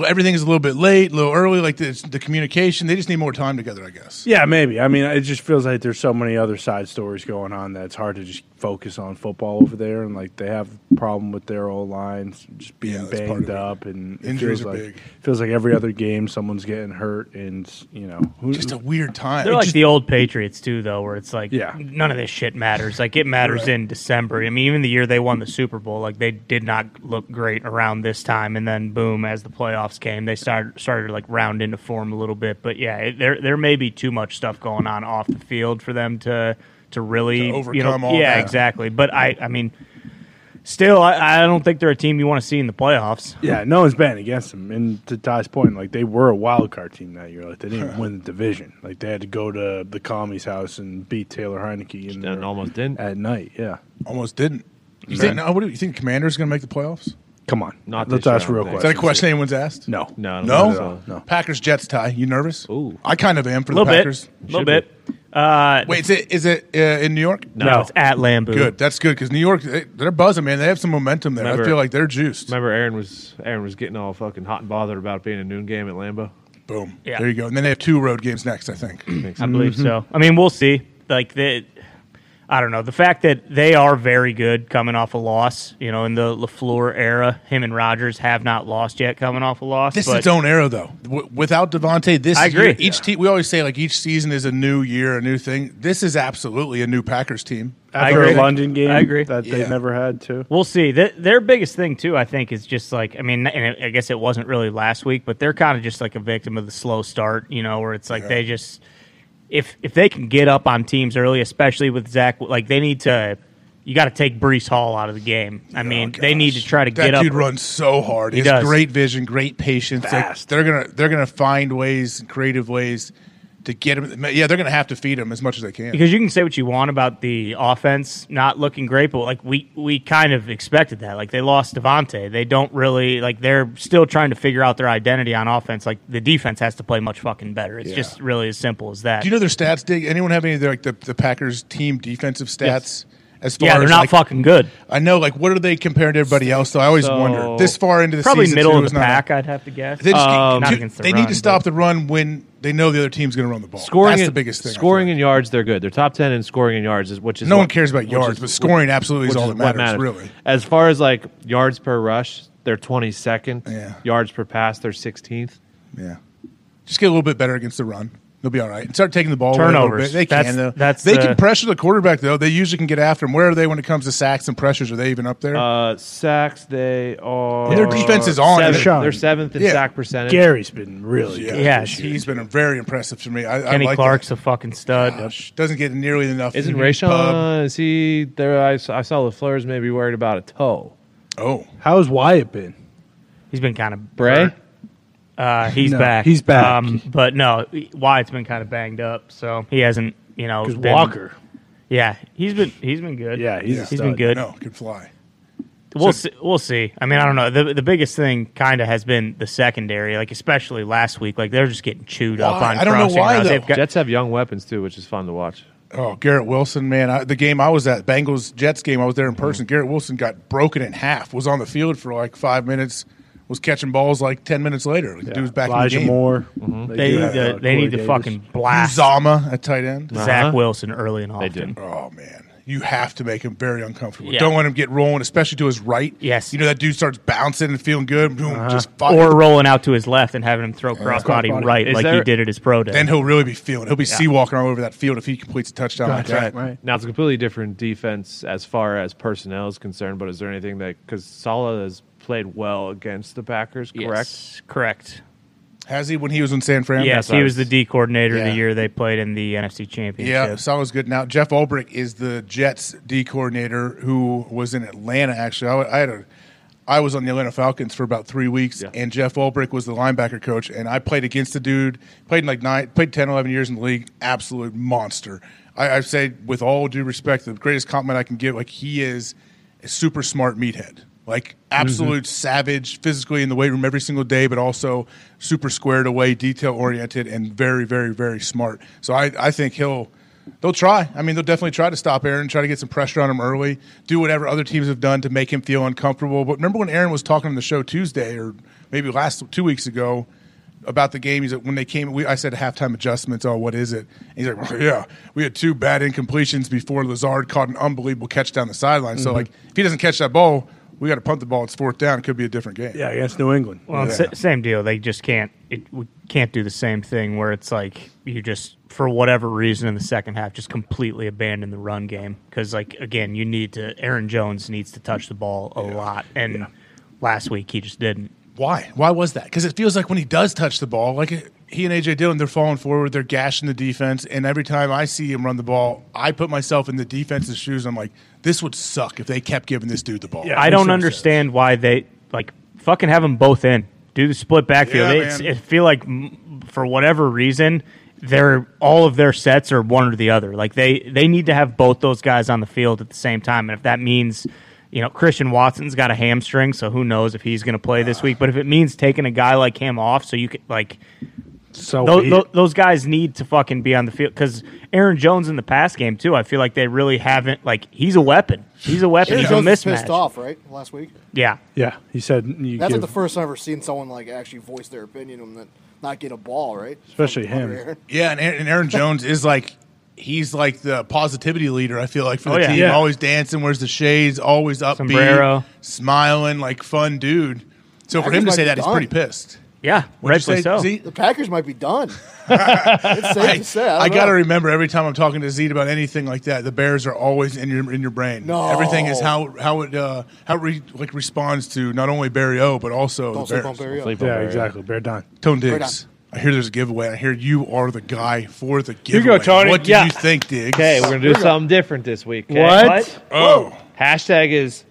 everything is a little bit late, a little early. Like the, the communication, they just need more time together, I guess.
Yeah, maybe. I mean, it just feels like there's so many other side stories going on that it's hard to just focus on football over there, and like they have a problem with their O lines just being banged up, and it
Injuries
feels
are
like,
big.
Feels like every other game someone's getting hurt, and you know, who,
Just a weird time.
They're like the old Patriots too, though, where it's like
Yeah.
none of this shit matters. Like it matters
Right.
in December. I mean, even the year they won the Super Bowl, like they did not look great around this time, and then boom, as the playoffs came, they started started to, like round into form a little bit. But yeah, it, there there may be too much stuff going on off the field for them to to really
To
you know,
overcome all
yeah,
that.
exactly. But I I mean. Still, I, I don't think they're a team you want to see in the playoffs.
Yeah, no one's betting against them. And to Ty's point, like they were a wild card team that year. Like they didn't even win the division. Like they had to go to the commies house and beat Taylor Heineke and,
almost didn't
at night. Yeah,
almost didn't. You think? No, what do you you think? Commander's going to make the playoffs?
Come on,
Not
let's
this
ask
year, I
real
don't
quick.
Is that a question anyone's asked?
No,
No, I don't
No,
think so.
No.
Packers Jets tie. You nervous?
Ooh.
I kind of am for
A
the
little
Packers.
bit, a little bit. Uh,
Wait, is it is it uh, in New York?
no, it's at Lambeau.
Good. That's good because New York they, they're buzzing, man. They have some momentum there.
Remember-
I feel like they're juiced.
Remember, Aaron was Aaron was getting all fucking hot and bothered about it being a noon game at Lambeau.
Boom.
Yeah.
There you go. And then they have two road games next, I think.
I believe so.
Mm-hmm.
I mean, we'll see. Like the, I don't know. The fact that they are very good coming off a loss, you know, in the Lafleur era, him and Rogers have not lost yet coming off a loss.
This is
but
its own era, though. W- without Devontae, this
I agree.
year- each team we always say like each season is a new year, a new thing. This is absolutely a new Packers team.
I
After
agree.
a London game,
I agree.
that they
Yeah.
never had to.
We'll see. Th their biggest thing too, I think, is just like I mean, and I guess it wasn't really last week, but they're kind of just like a victim of the slow start, you know, where it's like
Yeah.
they just if if they can get up on teams early, especially with Zach, like they need to. You got to take Brees Hall out of the game. I mean, they need to try to
Oh, that
get up.
dude runs so hard. He, has
does.
great vision, great patience. Like,
Fast.
they're gonna they're gonna find ways, creative ways to get him. Yeah, they're gonna have to feed him as much as they can.
because you can say what you want about the offense not looking great, but like we we kind of expected that. Like they lost Devontae. They don't really like they're still trying to figure out their identity on offense. Like the defense has to play much fucking better. It's
Yeah.
just really as simple as that.
Do you know their stats? Dig anyone have any of their, like the, the Packers team defensive stats?
Yes.
As far
yeah, they're
as
not
like,
fucking good.
I know, like, what are they compared to everybody else? Though I always
So-
wonder. This far into the
Probably
season,
middle
too,
of the
is not-
pack, I'd have to guess.
They, just,
Um,
Not
dude,
against the
they
run,
need to stop
but-
the run when they know the other team's going to run the ball.
Scoring
That's
in,
the biggest thing. I feel
Scoring
like.
in yards, they're good. They're top ten in scoring in yards, is which is
No
what-
one cares about
which
yards,
is-
but scoring absolutely is
which
all that matters, really.
As far as like yards per rush, they're twenty second.
Yeah.
Yards per pass, they're sixteenth.
yeah, just get a little bit better against the run. They'll be all right. And start taking the ball. away a little
Turnovers.
bit. They
That's-
can though.
that's
they
the-
can pressure the quarterback though. They usually can get after him. Where are they when it comes to sacks and pressures? Are they even up there?
Uh, sacks, they
Oh,
are.
Their defense is on.
Seventh,
Sean.
they're seventh in
Yeah.
sack percentage.
Gary's been really good.
yeah,
he's- he's been very impressive to me. I,
Kenny
I like
Clark's a fucking stud.
that. Gosh, doesn't get nearly enough.
Isn't
pub.
Rayshon? Is he there? I, saw- I saw Lafleur's maybe worried about a toe.
Oh,
How's Wyatt been?
He's been kind of
Bray,
Uh, he's
No,
back. Um,
he's back.
but no, Wyatt's been kind of banged up, so he hasn't. You know,
Because
been-
Walker,
Yeah, he's been he's been good.
Yeah, he's a
he's been
stud.
good.
no, can fly.
We'll see, we'll see. I mean, I don't know. The the biggest thing kind of has been the secondary, like especially last week. Like they're just getting chewed up
Why?
on.
I don't know
crossing
why,
routes.
though.
They've got-
Jets have young weapons too, which is fun to watch.
Oh, Garrett Wilson, man! I, the game I was at, Bengals Jets game, I was there in person. Garrett Wilson got broken in half. Was on the field for like five minutes. Was catching balls like ten minutes later. The dude was back
Elijah
in the game. Mm-hmm.
Moore.
they
do
need
have,
to they
uh, Corey
need to
Davis.
fucking blast
Zama at tight end.
Zach
Uh-huh.
Wilson early and
They
often.
do.
Oh man, you have to make him very uncomfortable.
Yeah.
Don't let him get rolling, especially to his right.
Yes. Uh-huh.
you know that dude starts bouncing and feeling good. Boom, just fire.
Or rolling out to his left and having him throw crossbody
Crossbody.
right,
Is
like he
there-
did at his pro day.
then he'll really be feeling. it. He'll be sea walking all over that field if he completes a touchdown like that.
Right.
Now it's a completely different defense as far as personnel is concerned. But is there anything that because Sala has played well against the Packers, correct?
Yes, correct.
Has he when he was in San Fran?
Yes,
what
he
I
was the
was-
D coordinator
Yeah.
the year they played in the NFC
Yeah,
Championship.
Salah's good now. Jeff Ulbrich is the Jets D coordinator who was in Atlanta. Actually, I, wa- I had a, I was on the Atlanta Falcons for about three weeks,
Yeah.
and Jeff Ulbrich was the linebacker coach. And I played against the dude. Played in like nine, played 10, 11 years in the league. Absolute monster. I, I say with all due respect, the greatest compliment I can give, like he is a super smart meathead. Like absolute savage physically in the weight room every single day, but also super squared away, detail oriented, and very, very, very smart. So I, I think he'll they'll try. I mean, they'll definitely try to stop Aaron, try to get some pressure on him early, do whatever other teams have done to make him feel uncomfortable. But remember when Aaron was talking on the show Tuesday or maybe last two weeks ago about the game. He's like, when they came, we, I said halftime adjustments. Oh, what is it? And he's like, well, yeah, we had two bad incompletions before Lazard caught an unbelievable catch down the sideline. So
Mhm.
like, if he doesn't catch that ball, we got to punt the ball. It's fourth down. It could be a different game.
Yeah, against New England.
Well, it's
Yeah.
sa- same deal. They just can't. It we can't do the same thing where it's like you just for whatever reason in the second half just completely abandon the run game because like again you need to. Aaron Jones needs to touch the ball a lot, and last week he just didn't.
Why? Why was that? Because it feels like when he does touch the ball, like it- he and AJ Dillon, they're falling forward, they're gashing the defense, and every time I see him run the ball, I put myself in the defense's shoes. I'm like, this would suck if they kept giving this dude the ball.
I don't understand why they like fucking have them both in. Do the split backfield.
Yeah,
It's-
man.
it feel like mm, for whatever reason, they're all of their sets are one or the other. Like they they need to have both those guys on the field at the same time, and if that means. You know, Christian Watson's got a hamstring, so who knows if he's going to play this week. But if it means taking a guy like him off, so you could like,
so
tho-
be
tho-
it.
those guys need to fucking be on the field because Aaron Jones in the pass game too. I feel like they really haven't like he's a weapon. He's a weapon.
Aaron
He's
Jones was
a mismatch.
pissed off, right? Last week.
Yeah.
Yeah. He said you
That's
give,
like the first time I've ever seen someone like actually voice their opinion on that not getting a ball, right?
especially
From
him.
Aaron.
Yeah, and Aaron, and Aaron Jones is like, he's like the positivity leader. I feel like for the
Oh, yeah.
team,
Yeah.
always dancing, wears the shades, always upbeat,
Sombrero.
smiling, like fun dude. So for
Packers
him to
might
say
be
that, he's
done.
pretty pissed.
Yeah,
What'd you rightfully say, so. Z?
The Packers might be done. it's safe to say. I,
I,
don't
got to
know.
remember every time I'm talking to Zed about anything like that, the Bears are always in your in your brain.
No.
everything is how how it uh, how it re, like responds to not only Barry O but also
Don't
the
sleep
Bears.
on Barry O.
Yeah, exactly. Bear down.
Tone
Right
Diggs. I hear there's a giveaway. I hear you are the guy for the
Here
giveaway.
you go, Tony.
What do
Yeah.
you think, Diggs?
Okay, we're gonna do something different this week. 'kay?
What?
Oh,
Hashtag is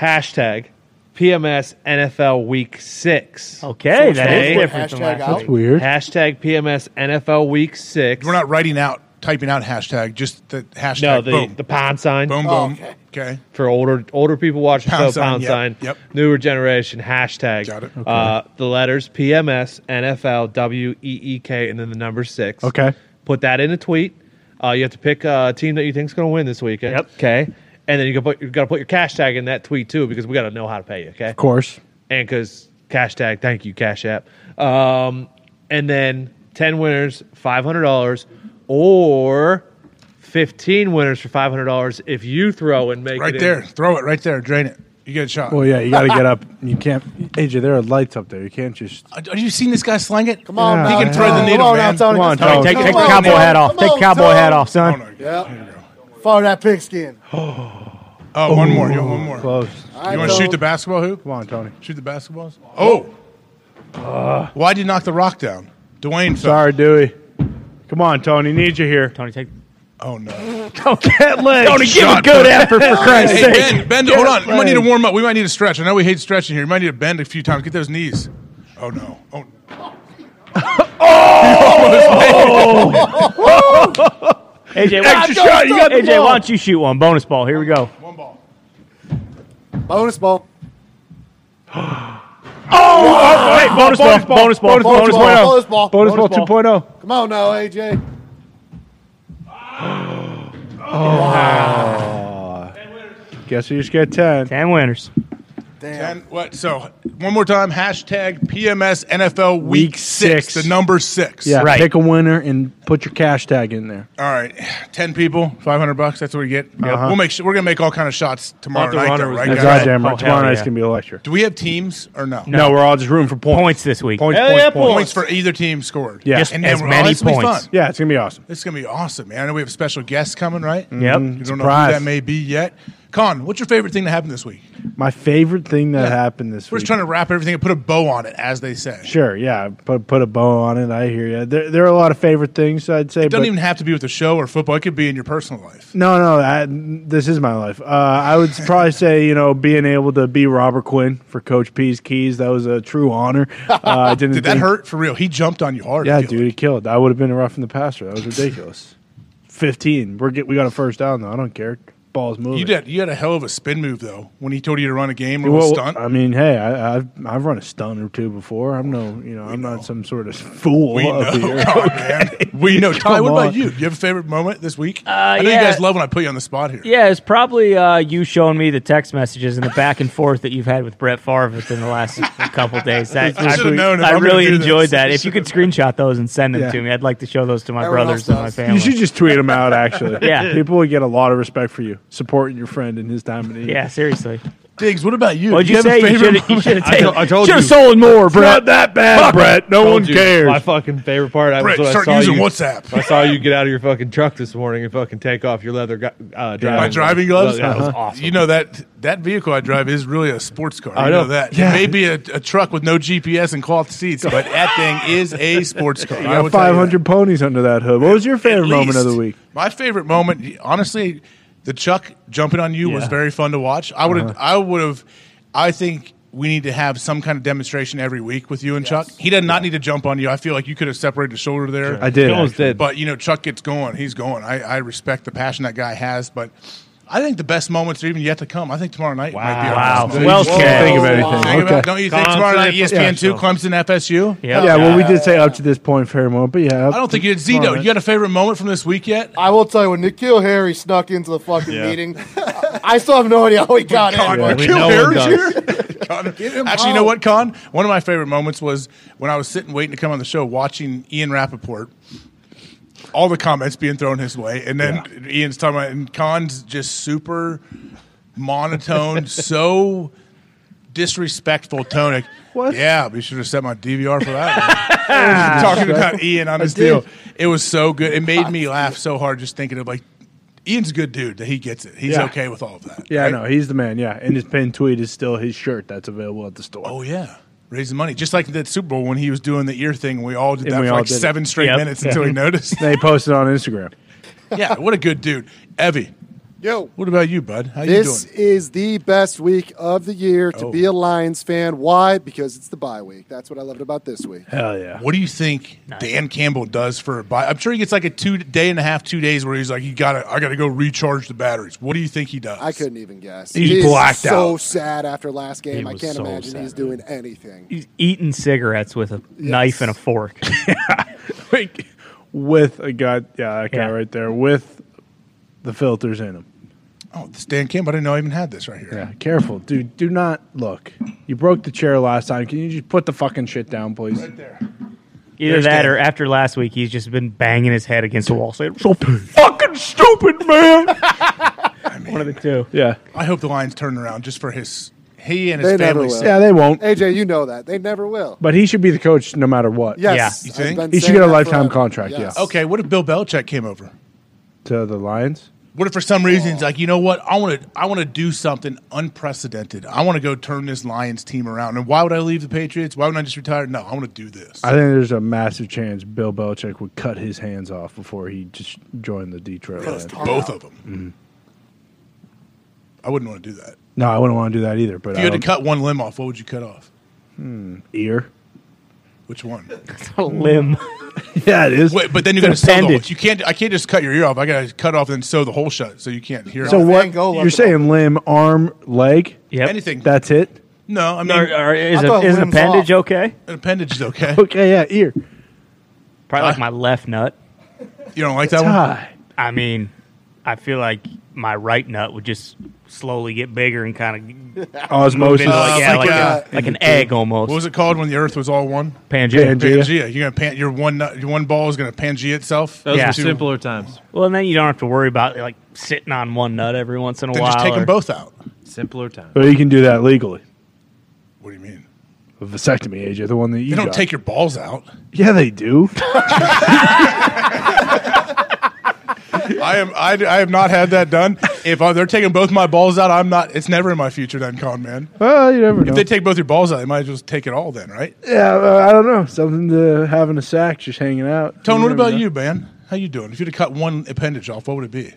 hashtag PMS NFL Week Six.
Okay, that is
Okay.
different than
Hashtag
last
out.
week.
Weird.
Hashtag PMS NFL Week Six.
we're not writing out, typing out hashtag, just the hashtag.
no, the
boom,
the pound sign
boom,
Oh,
boom.
okay.
okay.
for older older people watching.
Pound
so
sign,
pound
yep,
sign.
yep.
Newer generation hashtag.
Got it.
Uh, the letters PMS NFL W E E K and then the number six.
Okay.
Put that in a tweet. Uh, you have to pick a team that you think's going to win this weekend.
Yep.
Okay. And then you got you got to put your cash tag in that tweet too because we got to know how to pay you. Okay.
Of course.
and because cash tag, thank you, Cash App. Um, and then 10 winners, $500, or 15 winners for $500 if you throw and make it.
Right
in.
there, throw it right there, drain it. You get a shot.
Well, yeah, you got to get up. You can't, AJ. There are lights up there. You can't just.
Uh, Have you seen this guy sling it? Come
on,
he
now,
can thread
Tony.
the
Come
needle,
on,
man.
now, Tony.
Come on,
Tony,
Tony.
take,
Come
take the
on,
cowboy
Tony.
hat off.
Come
Take
on,
the cowboy hat
Tony.
off,
Oh,
son.
no.
Yeah. Follow that pigskin.
Oh, one more. You want one more?
Close.
I
You want to
don't-
shoot the basketball hoop?
Come on, Tony.
Shoot the basketballs? Oh. Why'd you knock the rock down? Dwayne fell.
Sorry, Dewey. Come on, Tony. Need you here.
Tony, take.
Oh, no.
That leg.
Tony, give a
shot,
good
buddy.
effort for Christ's
Hey,
sake.
Ben, Ben, hold on. You might need to warm up. We might need to stretch. I know we hate stretching here. You might need to bend a few times. Get those knees. Oh, no. Oh,
Oh!
AJ, why don't-
shot, you got the
AJ,
ball.
why don't you shoot one? Bonus ball. Here we go.
one ball.
Bonus ball.
Wait, bonus ball. Bonus ball. Bonus
Bonus ball.
ball.
Bonus ball.
Bonus ball
Bonus ball.
2.0.
Come on now, AJ.
Guess we just get 10.
Ten winners.
Damn.
And what? So, one more time. Hashtag PMS NFL Week,
Week
six,
six.
The number six.
Yeah,
Right.
pick a winner and put your cash tag in there.
All right. 10 people, 500 bucks. That's what we get.
Uh-huh.
We'll make sure, we're going to make all kind of shots tomorrow
Hunter
night,
Hunter
though,
was
right,
good.
guys?
Goddamn
Oh,
right. Tomorrow
hell
night's
yeah.
going to be a lecture.
Do we have teams or no?
No, we're all just rooting for points.
Points this week.
Points,
Hell
points,
yeah,
points.
Points for either team scored.
Yeah.
Just
And
as
then we're all-
many
this will be
points.
fun.
Yeah, it's going to be awesome. Mm-hmm.
This is gonna be awesome, man. I know we have special guests coming, right?
Yep.
You don't know
Surprise.
who that may be yet. Con, what's your favorite thing to happen this week?
My favorite thing that happened this
We're
week.
just trying to wrap everything and put a bow on it, as they say.
sure, yeah. Put, put a bow on it. I hear you. There, there are a lot of favorite things, I'd say.
It doesn't
but
even have to be with the show or football. It could be in your personal life.
No, no, I, this is my life. Uh, I would probably say, you know, being able to be Robert Quinn for Coach P's keys, that was a true honor. Uh, I didn't
Did that
think-
hurt for real? He jumped on you hard. I
Yeah,
feel
dude, he killed. I would have been a rough in the passer. That was ridiculous. Fifteen. We're get, we got a first down though. I don't care. balls moving.
You did. You had a hell of a spin move though when he told you to run a game or
Well,
a stunt.
I mean, hey, I, I've I've run a stunt or two before. I'm no, you know, I'm not some sort of fool
We
up
know.
here.
Come on, man. We know. Ty,
Come
what
on.
about you? You have a favorite moment this week? I know
Uh, yeah.
you guys love when I put you on the spot here.
Yeah, it's probably uh, you showing me the text messages and the back and forth that you've had with Brett Favre within the last couple days. That,
I should've known if
I
I'm gonna
really
do this.
enjoyed that. If you could screenshot those and send them
Yeah.
to me, I'd like to show those to my
Everyone
brothers
else
and my
does.
family.
You should just tweet them out. Actually,
Yeah.
people would get a lot of respect for you supporting your friend in his time of need.
Yeah, seriously.
Diggs, what about you?
What'd you, say? You should've- you should have taken. should've
you.
sold more,
It's
Brett.
not that bad,
Fuck.
Brett. No
Told
one
you.
cares.
My
fucking favorite part. I
Brett,
when
start using WhatsApp.
I saw you get out of your fucking truck this morning and fucking take off your leather gu- uh, driving
My driving gloves. Uh-huh.
Yeah, Uh-huh. that was awesome.
You know that that vehicle I drive is really a sports car. You
I
know.
know.
that.
Yeah.
It may be a, a truck with no GPS and cloth seats, but that thing is a sports car.
You
I will
got
tell you that.
500 ponies under that hood. What was your favorite moment of the
least.
week?
My favorite moment, honestly, the Chuck jumping on you was
Yeah.
very fun to watch. I would have,
Uh-huh.
I would have, I think we need to have some kind of demonstration every week with you and Chuck. He did not need to jump on you. I feel like you could have separated the shoulder there.
I did, He almost actually. did.
but you know, Chuck gets going. He's going. I, I respect the passion that guy has, but. I think the best moments are even yet to come. I think tomorrow night might be our
Wow.
best moment.
Well Whoa. said.
Think of anything.
Think about-
Okay.
don't you think tomorrow night E
Conference.
ESPN two, Clemson, FSU?
Yeah, well, we did say up to this point, fair moment, but yeah.
I don't think you did.
Tomorrow
Zito,
night.
you got a favorite moment from this week yet?
I will tell you when Nikhil Harry snuck into the fucking
Yeah.
meeting. I I still have no idea how he got in.
Con,
Like,
Nikhil Harry's here? Con-
him
Actually, you know
out.
what, Con? One of my favorite moments was when I was sitting waiting to come on the show watching Ian Rappaport. All the comments being thrown his way, and then Ian's talking about, and Con's just super monotone, so disrespectful tone. What? Yeah, we should have set my DVR for that. one. talking about Ian on
I
his
did.
deal. It was so good. It made me laugh so hard just thinking of like, Ian's a good dude. That he gets it. He's
Yeah.
okay with all of that.
Yeah,
right?
no, he's the man. Yeah, and his pinned tweet is still his shirt that's available at the store.
Oh yeah, raising money, just like that Super Bowl when he was doing the ear thing. We all did
And
that
we
for
all
like
did it.
seven straight
Yep.
minutes until he noticed.
They posted on Instagram.
yeah, what a good dude, Evie.
Yo,
what about you, bud? How
this
you doing? Oh.
is the best week of the year to be a Lions fan. Why? Because it's the bye week. That's what I loved about this week.
Hell yeah.
What do you think Dan Campbell does for a buy? I'm sure he gets like a two day and a half, two days where he's like, "You gotta, I gotta go recharge the batteries." What do you think he does?
I couldn't even guess.
He's
He is
blacked
so
out.
sad after last game. I
was
can't
so
imagine
sad.
he's doing anything.
He's eating cigarettes with a knife and a fork.
Like, with a guy, yeah, that guy right there with the filters in him.
Oh, this Dan Campbell. I didn't know I even had this right here.
Yeah, careful, dude. Do not look. You broke the chair last time. Can you just put the fucking shit down, please? Right
there.
Either
There's
that
Dan.
or after last week, he's just been banging his head against the wall. saying, "So
Fucking stupid, man.
One of the two.
Yeah.
I hope the Lions turn around just for his, he and his
They never
family.
will.
Yeah, they won't.
AJ, you know that. They never will.
But he should be the coach no matter what.
Yes.
You think?
I've been
Uh, He should
saying
get a
that
lifetime
forever.
contract,
Yes.
yeah.
Okay, what if Bill Belichick came over?
To the Lions.
What if for some reason it's like, you know what? I want to I want to do something unprecedented. I want to go turn this Lions team around. And why would I leave the Patriots? Why wouldn't I just retire? No, I want to do this.
I think there's a massive chance Bill Belichick would cut his hands off before he just joined the Detroit
Cut
Lions.
his
Mm-hmm.
tongue Both out. of them. I wouldn't want to do that.
No, I wouldn't want to do that either. But
If you had to
um,
cut one limb off, what would you cut off?
hmm, ear,
Which one?
a limb.
yeah, it is.
Wait, but then you got to sew the whole. You can't. I can't just cut your ear off. I got to cut off and sew the hole shut, so you can't hear.
So
it.
what? You're saying limb, arm, leg?
Yep.
Anything.
That's it.
No, I mean,
Or- or is I a- thought is an limbs appendage off. okay?
An appendage is okay.
Okay, yeah, ear.
Probably like my left nut.
You don't like that
Ty.
one? I mean, I feel like my right nut would just slowly get bigger and kind of
Osmosis.
like, yeah,
Uh,
like,
like,
a-
uh,
like an egg almost.
What was it called when the Earth was all one?
Pangea.
Pangea. You're gonna pan, your one nut- your one ball is gonna Pangea itself.
Those were
into-
simpler
times.
Well, and then you don't have to worry about like sitting on one nut every once in a
Then
while.
just take them
or-
both out.
Simpler times.
But you can do that legally.
What do you mean?
A vasectomy, AJ, the one that you
They don't
got.
take your balls out.
Yeah, they do.
I am. I, I have not had that done. If I, they're taking both my balls out, I'm not. It's never in my future. Then, con man.
well, you never know.
If they take both your balls out, they might as well just take it all. Then, right?
yeah, uh, I don't know. Something to having a sack, just hanging out.
Tone, what
never
about
know.
you, man? How you doing? If you'd have cut one appendage off, what would it be?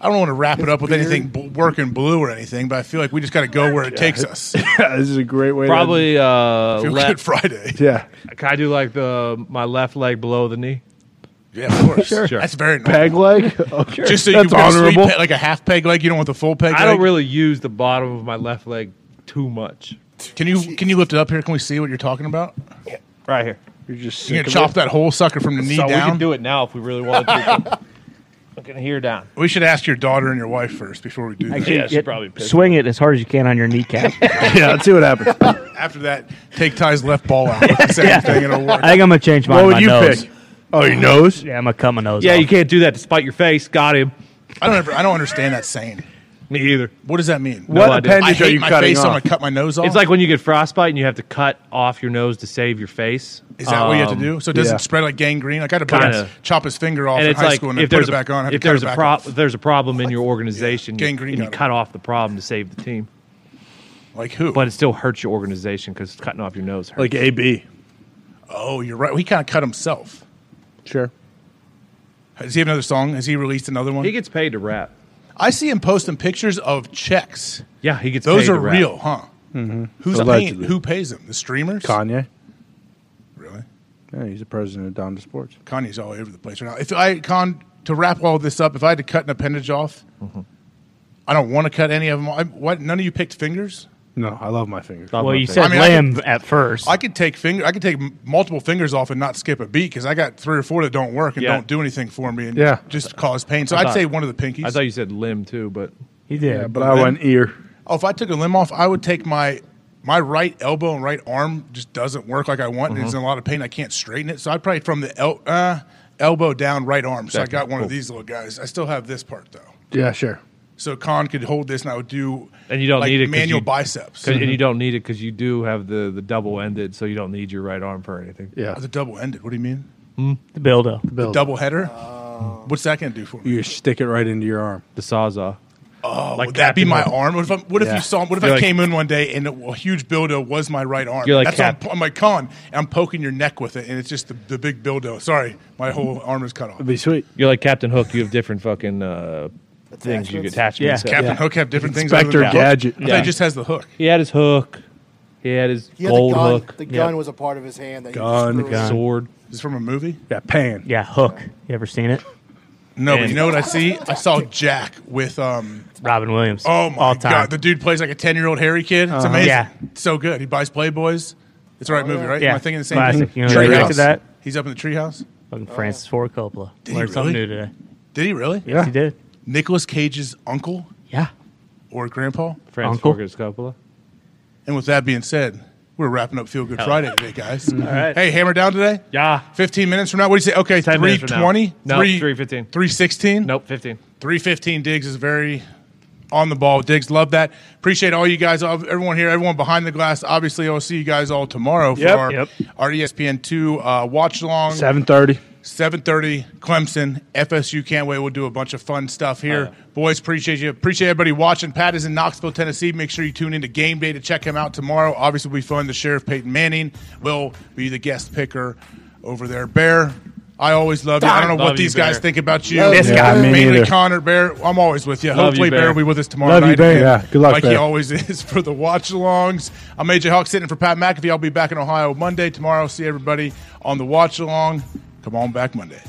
I don't want to wrap it up with anything b- working blue or anything, but I feel like we just got to go where it takes us.
Yeah, this is a great way.
Probably uh,
Feel
left.
Good Friday.
To, yeah.
Can I do like the my left leg below the knee?
Yeah, of course.
Sure.
That's very normal.
Peg leg? Oh, sure.
Just so
That's
you want
honorable.
Three pe- like a half peg leg. You don't want the full peg.
I don't
leg?
really use the bottom of my left leg too much.
Can you can you lift it up here? Can we see what you're talking about?
Right here.
You're just
You can chop that whole sucker from the knee
so We
down.
can do it now if we really want to. Looking here down.
We should ask your daughter and your wife first before we do that.
Actually, get- swing it as hard as you can on your kneecap.
yeah, let's see what happens.
After that, take Ty's left ball out. With the same
Yeah.
thing, it'll work.
I think I'm gonna change my,
What would
my
you
nose.
pick?
Oh, your nose?
Yeah, I'm gonna cut my nose.
Yeah,
off.
you can't do that to spite your face. Got him.
I don't ever, I don't understand that saying.
Me either.
What does that mean?
What idea.
I
appendage are
hate
you
my
cutting
face, so I'm
off?
gonna cut my nose off.
It's like when you get frostbite and you have to cut off your nose to save your face.
Is that what you have to
Um,
do? So it doesn't spread like gangrene. Like I had to put
Kinda.
his- chop his finger off
and
in
it's
high
like
school and then
if
put
there's
it
a,
back on. I had to
if
cut
there's
it
a
back
pro-
off.
if there's a problem in your organization, you-
Gangrene
and you
got it.
cut off the problem to save the team.
Like who?
But it still hurts your organization because cutting off your nose hurts.
Like AB.
oh, you're right. He kind of cut himself.
Sure.
Does he have another song? Has he released another one?
he gets paid to rap.
I see him posting pictures of checks.
Yeah, he gets.
Those
paid
are
to rap.
real, huh?
Mm-hmm.
Who's paying, who pays him? The streamers?
Kanye.
Really?
Yeah, he's the president of Donda Sports.
Kanye's all over the place right now. If I con to wrap all this up, if I had to cut an appendage off,
Mm-hmm.
I don't want to cut any of them. I, what? None of you picked fingers.
No, I love my fingers.
Well, you
I
said
mean, I
lamb at first.
I could take finger. I could take m- multiple fingers off and not skip a beat because I got three or four that don't work and
Yeah.
don't do anything for me and
Yeah.
just cause pain. So
I
I'd
thought-
say one of the pinkies.
I thought you said limb too, but
he did.
Yeah, but I went ear.
Oh, if I took a limb off, I would take my my right elbow and right arm just doesn't work like I want.
Mm-hmm.
And it's in a lot of pain. I can't straighten it, so I probably from the el- uh, elbow down, right arm. So
That's
I got one
cool.
of these little guys. I still have this part though,
Yeah, sure.
so Khan could hold this, and I would do
And you don't
like,
need it 'cause
manual
you-
biceps.
'cause- and you don't need it because you do have the the double ended, so you don't need your right arm for anything.
Yeah.
It's a double ended. What do you mean?
Hmm?
the buildo.
Bill,
Double header? Um, What's that gonna do for me?
you stick it right into your arm.
The sawzall.
Oh,
like
would that be
Captain
my
Hook.
arm? What if, I'm, what if
Yeah.
you saw? What if
You're
I
like-
came in one day and a huge buildo was my right arm?
You're like
That's what
Cap-
I'm, I'm like con. and I'm poking your neck with it, and it's just the, the big buildo. Sorry, my whole arm is cut off.
It'd be sweet.
You're like Captain Hook. You have different fucking uh, things you
Attachments.
attachments.
Yeah.
to.
Captain Hook have different things.
Inspector
other than the hook?
Gadget.
I thought
Yeah.
he just has the hook.
He had his hook. He had his
He had
gold
the gun.
hook.
The
Yeah.
gun was a part of his hand. That
Gun,
he just threw
gun.
in.
sword.
Is this from a movie?
Yeah, pan.
Yeah, hook. You ever seen it?
No, but
And-
you know what I see? I saw Jack with um.
Robin Williams.
Oh my
all time. Uh-huh.
god, the dude plays like a ten year old hairy kid. It's amazing.
Yeah.
It's so good. He buys Playboys. It's the right movie, right?
Yeah.
Am I thinking the same
Classic.
thing?
You know who
Treehouse.
directed that?
He's up in the treehouse.
Fucking Francis Ford Coppola.
Did he
Learned something new
really?
today.
Did he really?
Yes, he did.
Nicholas Cage's uncle
Yeah.
or grandpa?
Francis
Uncle.
Ford Coppola.
And with that being said, we're wrapping up Feel Good Friday today, guys.
right.
Hey, hammer down today.
Yeah.
15 minutes from now, what do you say? Okay,
10 minutes from now.
320?
No,
Three-
315.
316?
Nope. Fifteen.
315 Diggs is very on the ball. Diggs, love that. Appreciate all you guys, all- everyone here, everyone behind the glass. Obviously, I'll see you guys all tomorrow for
Yep.
our,
Yep.
our E ESPN2 uh, watch along.
Seven thirty.
7.30 clemson fsu can't wait we'll do a bunch of fun stuff here boys appreciate you appreciate everybody watching pat is in knoxville tennessee make sure you tune in to game day to check him out tomorrow obviously will be fun the sheriff peyton manning will be the guest picker over there bear i always love you i don't know
Love
what
you,
these guys
Bear.
think about you
Love This
you, guy. Bear. Me
mainly
neither.
connor bear i'm always with you
Love you,
hopefully bear.
Bear.
will be with us tomorrow
Love you,
night
Bear.
again,
Yeah, good luck,
like he
Bear.
always is for the watch alongs i'm aj hawk sitting for pat mcafee i'll be back in ohio monday tomorrow see everybody on the watch along Come on back Monday.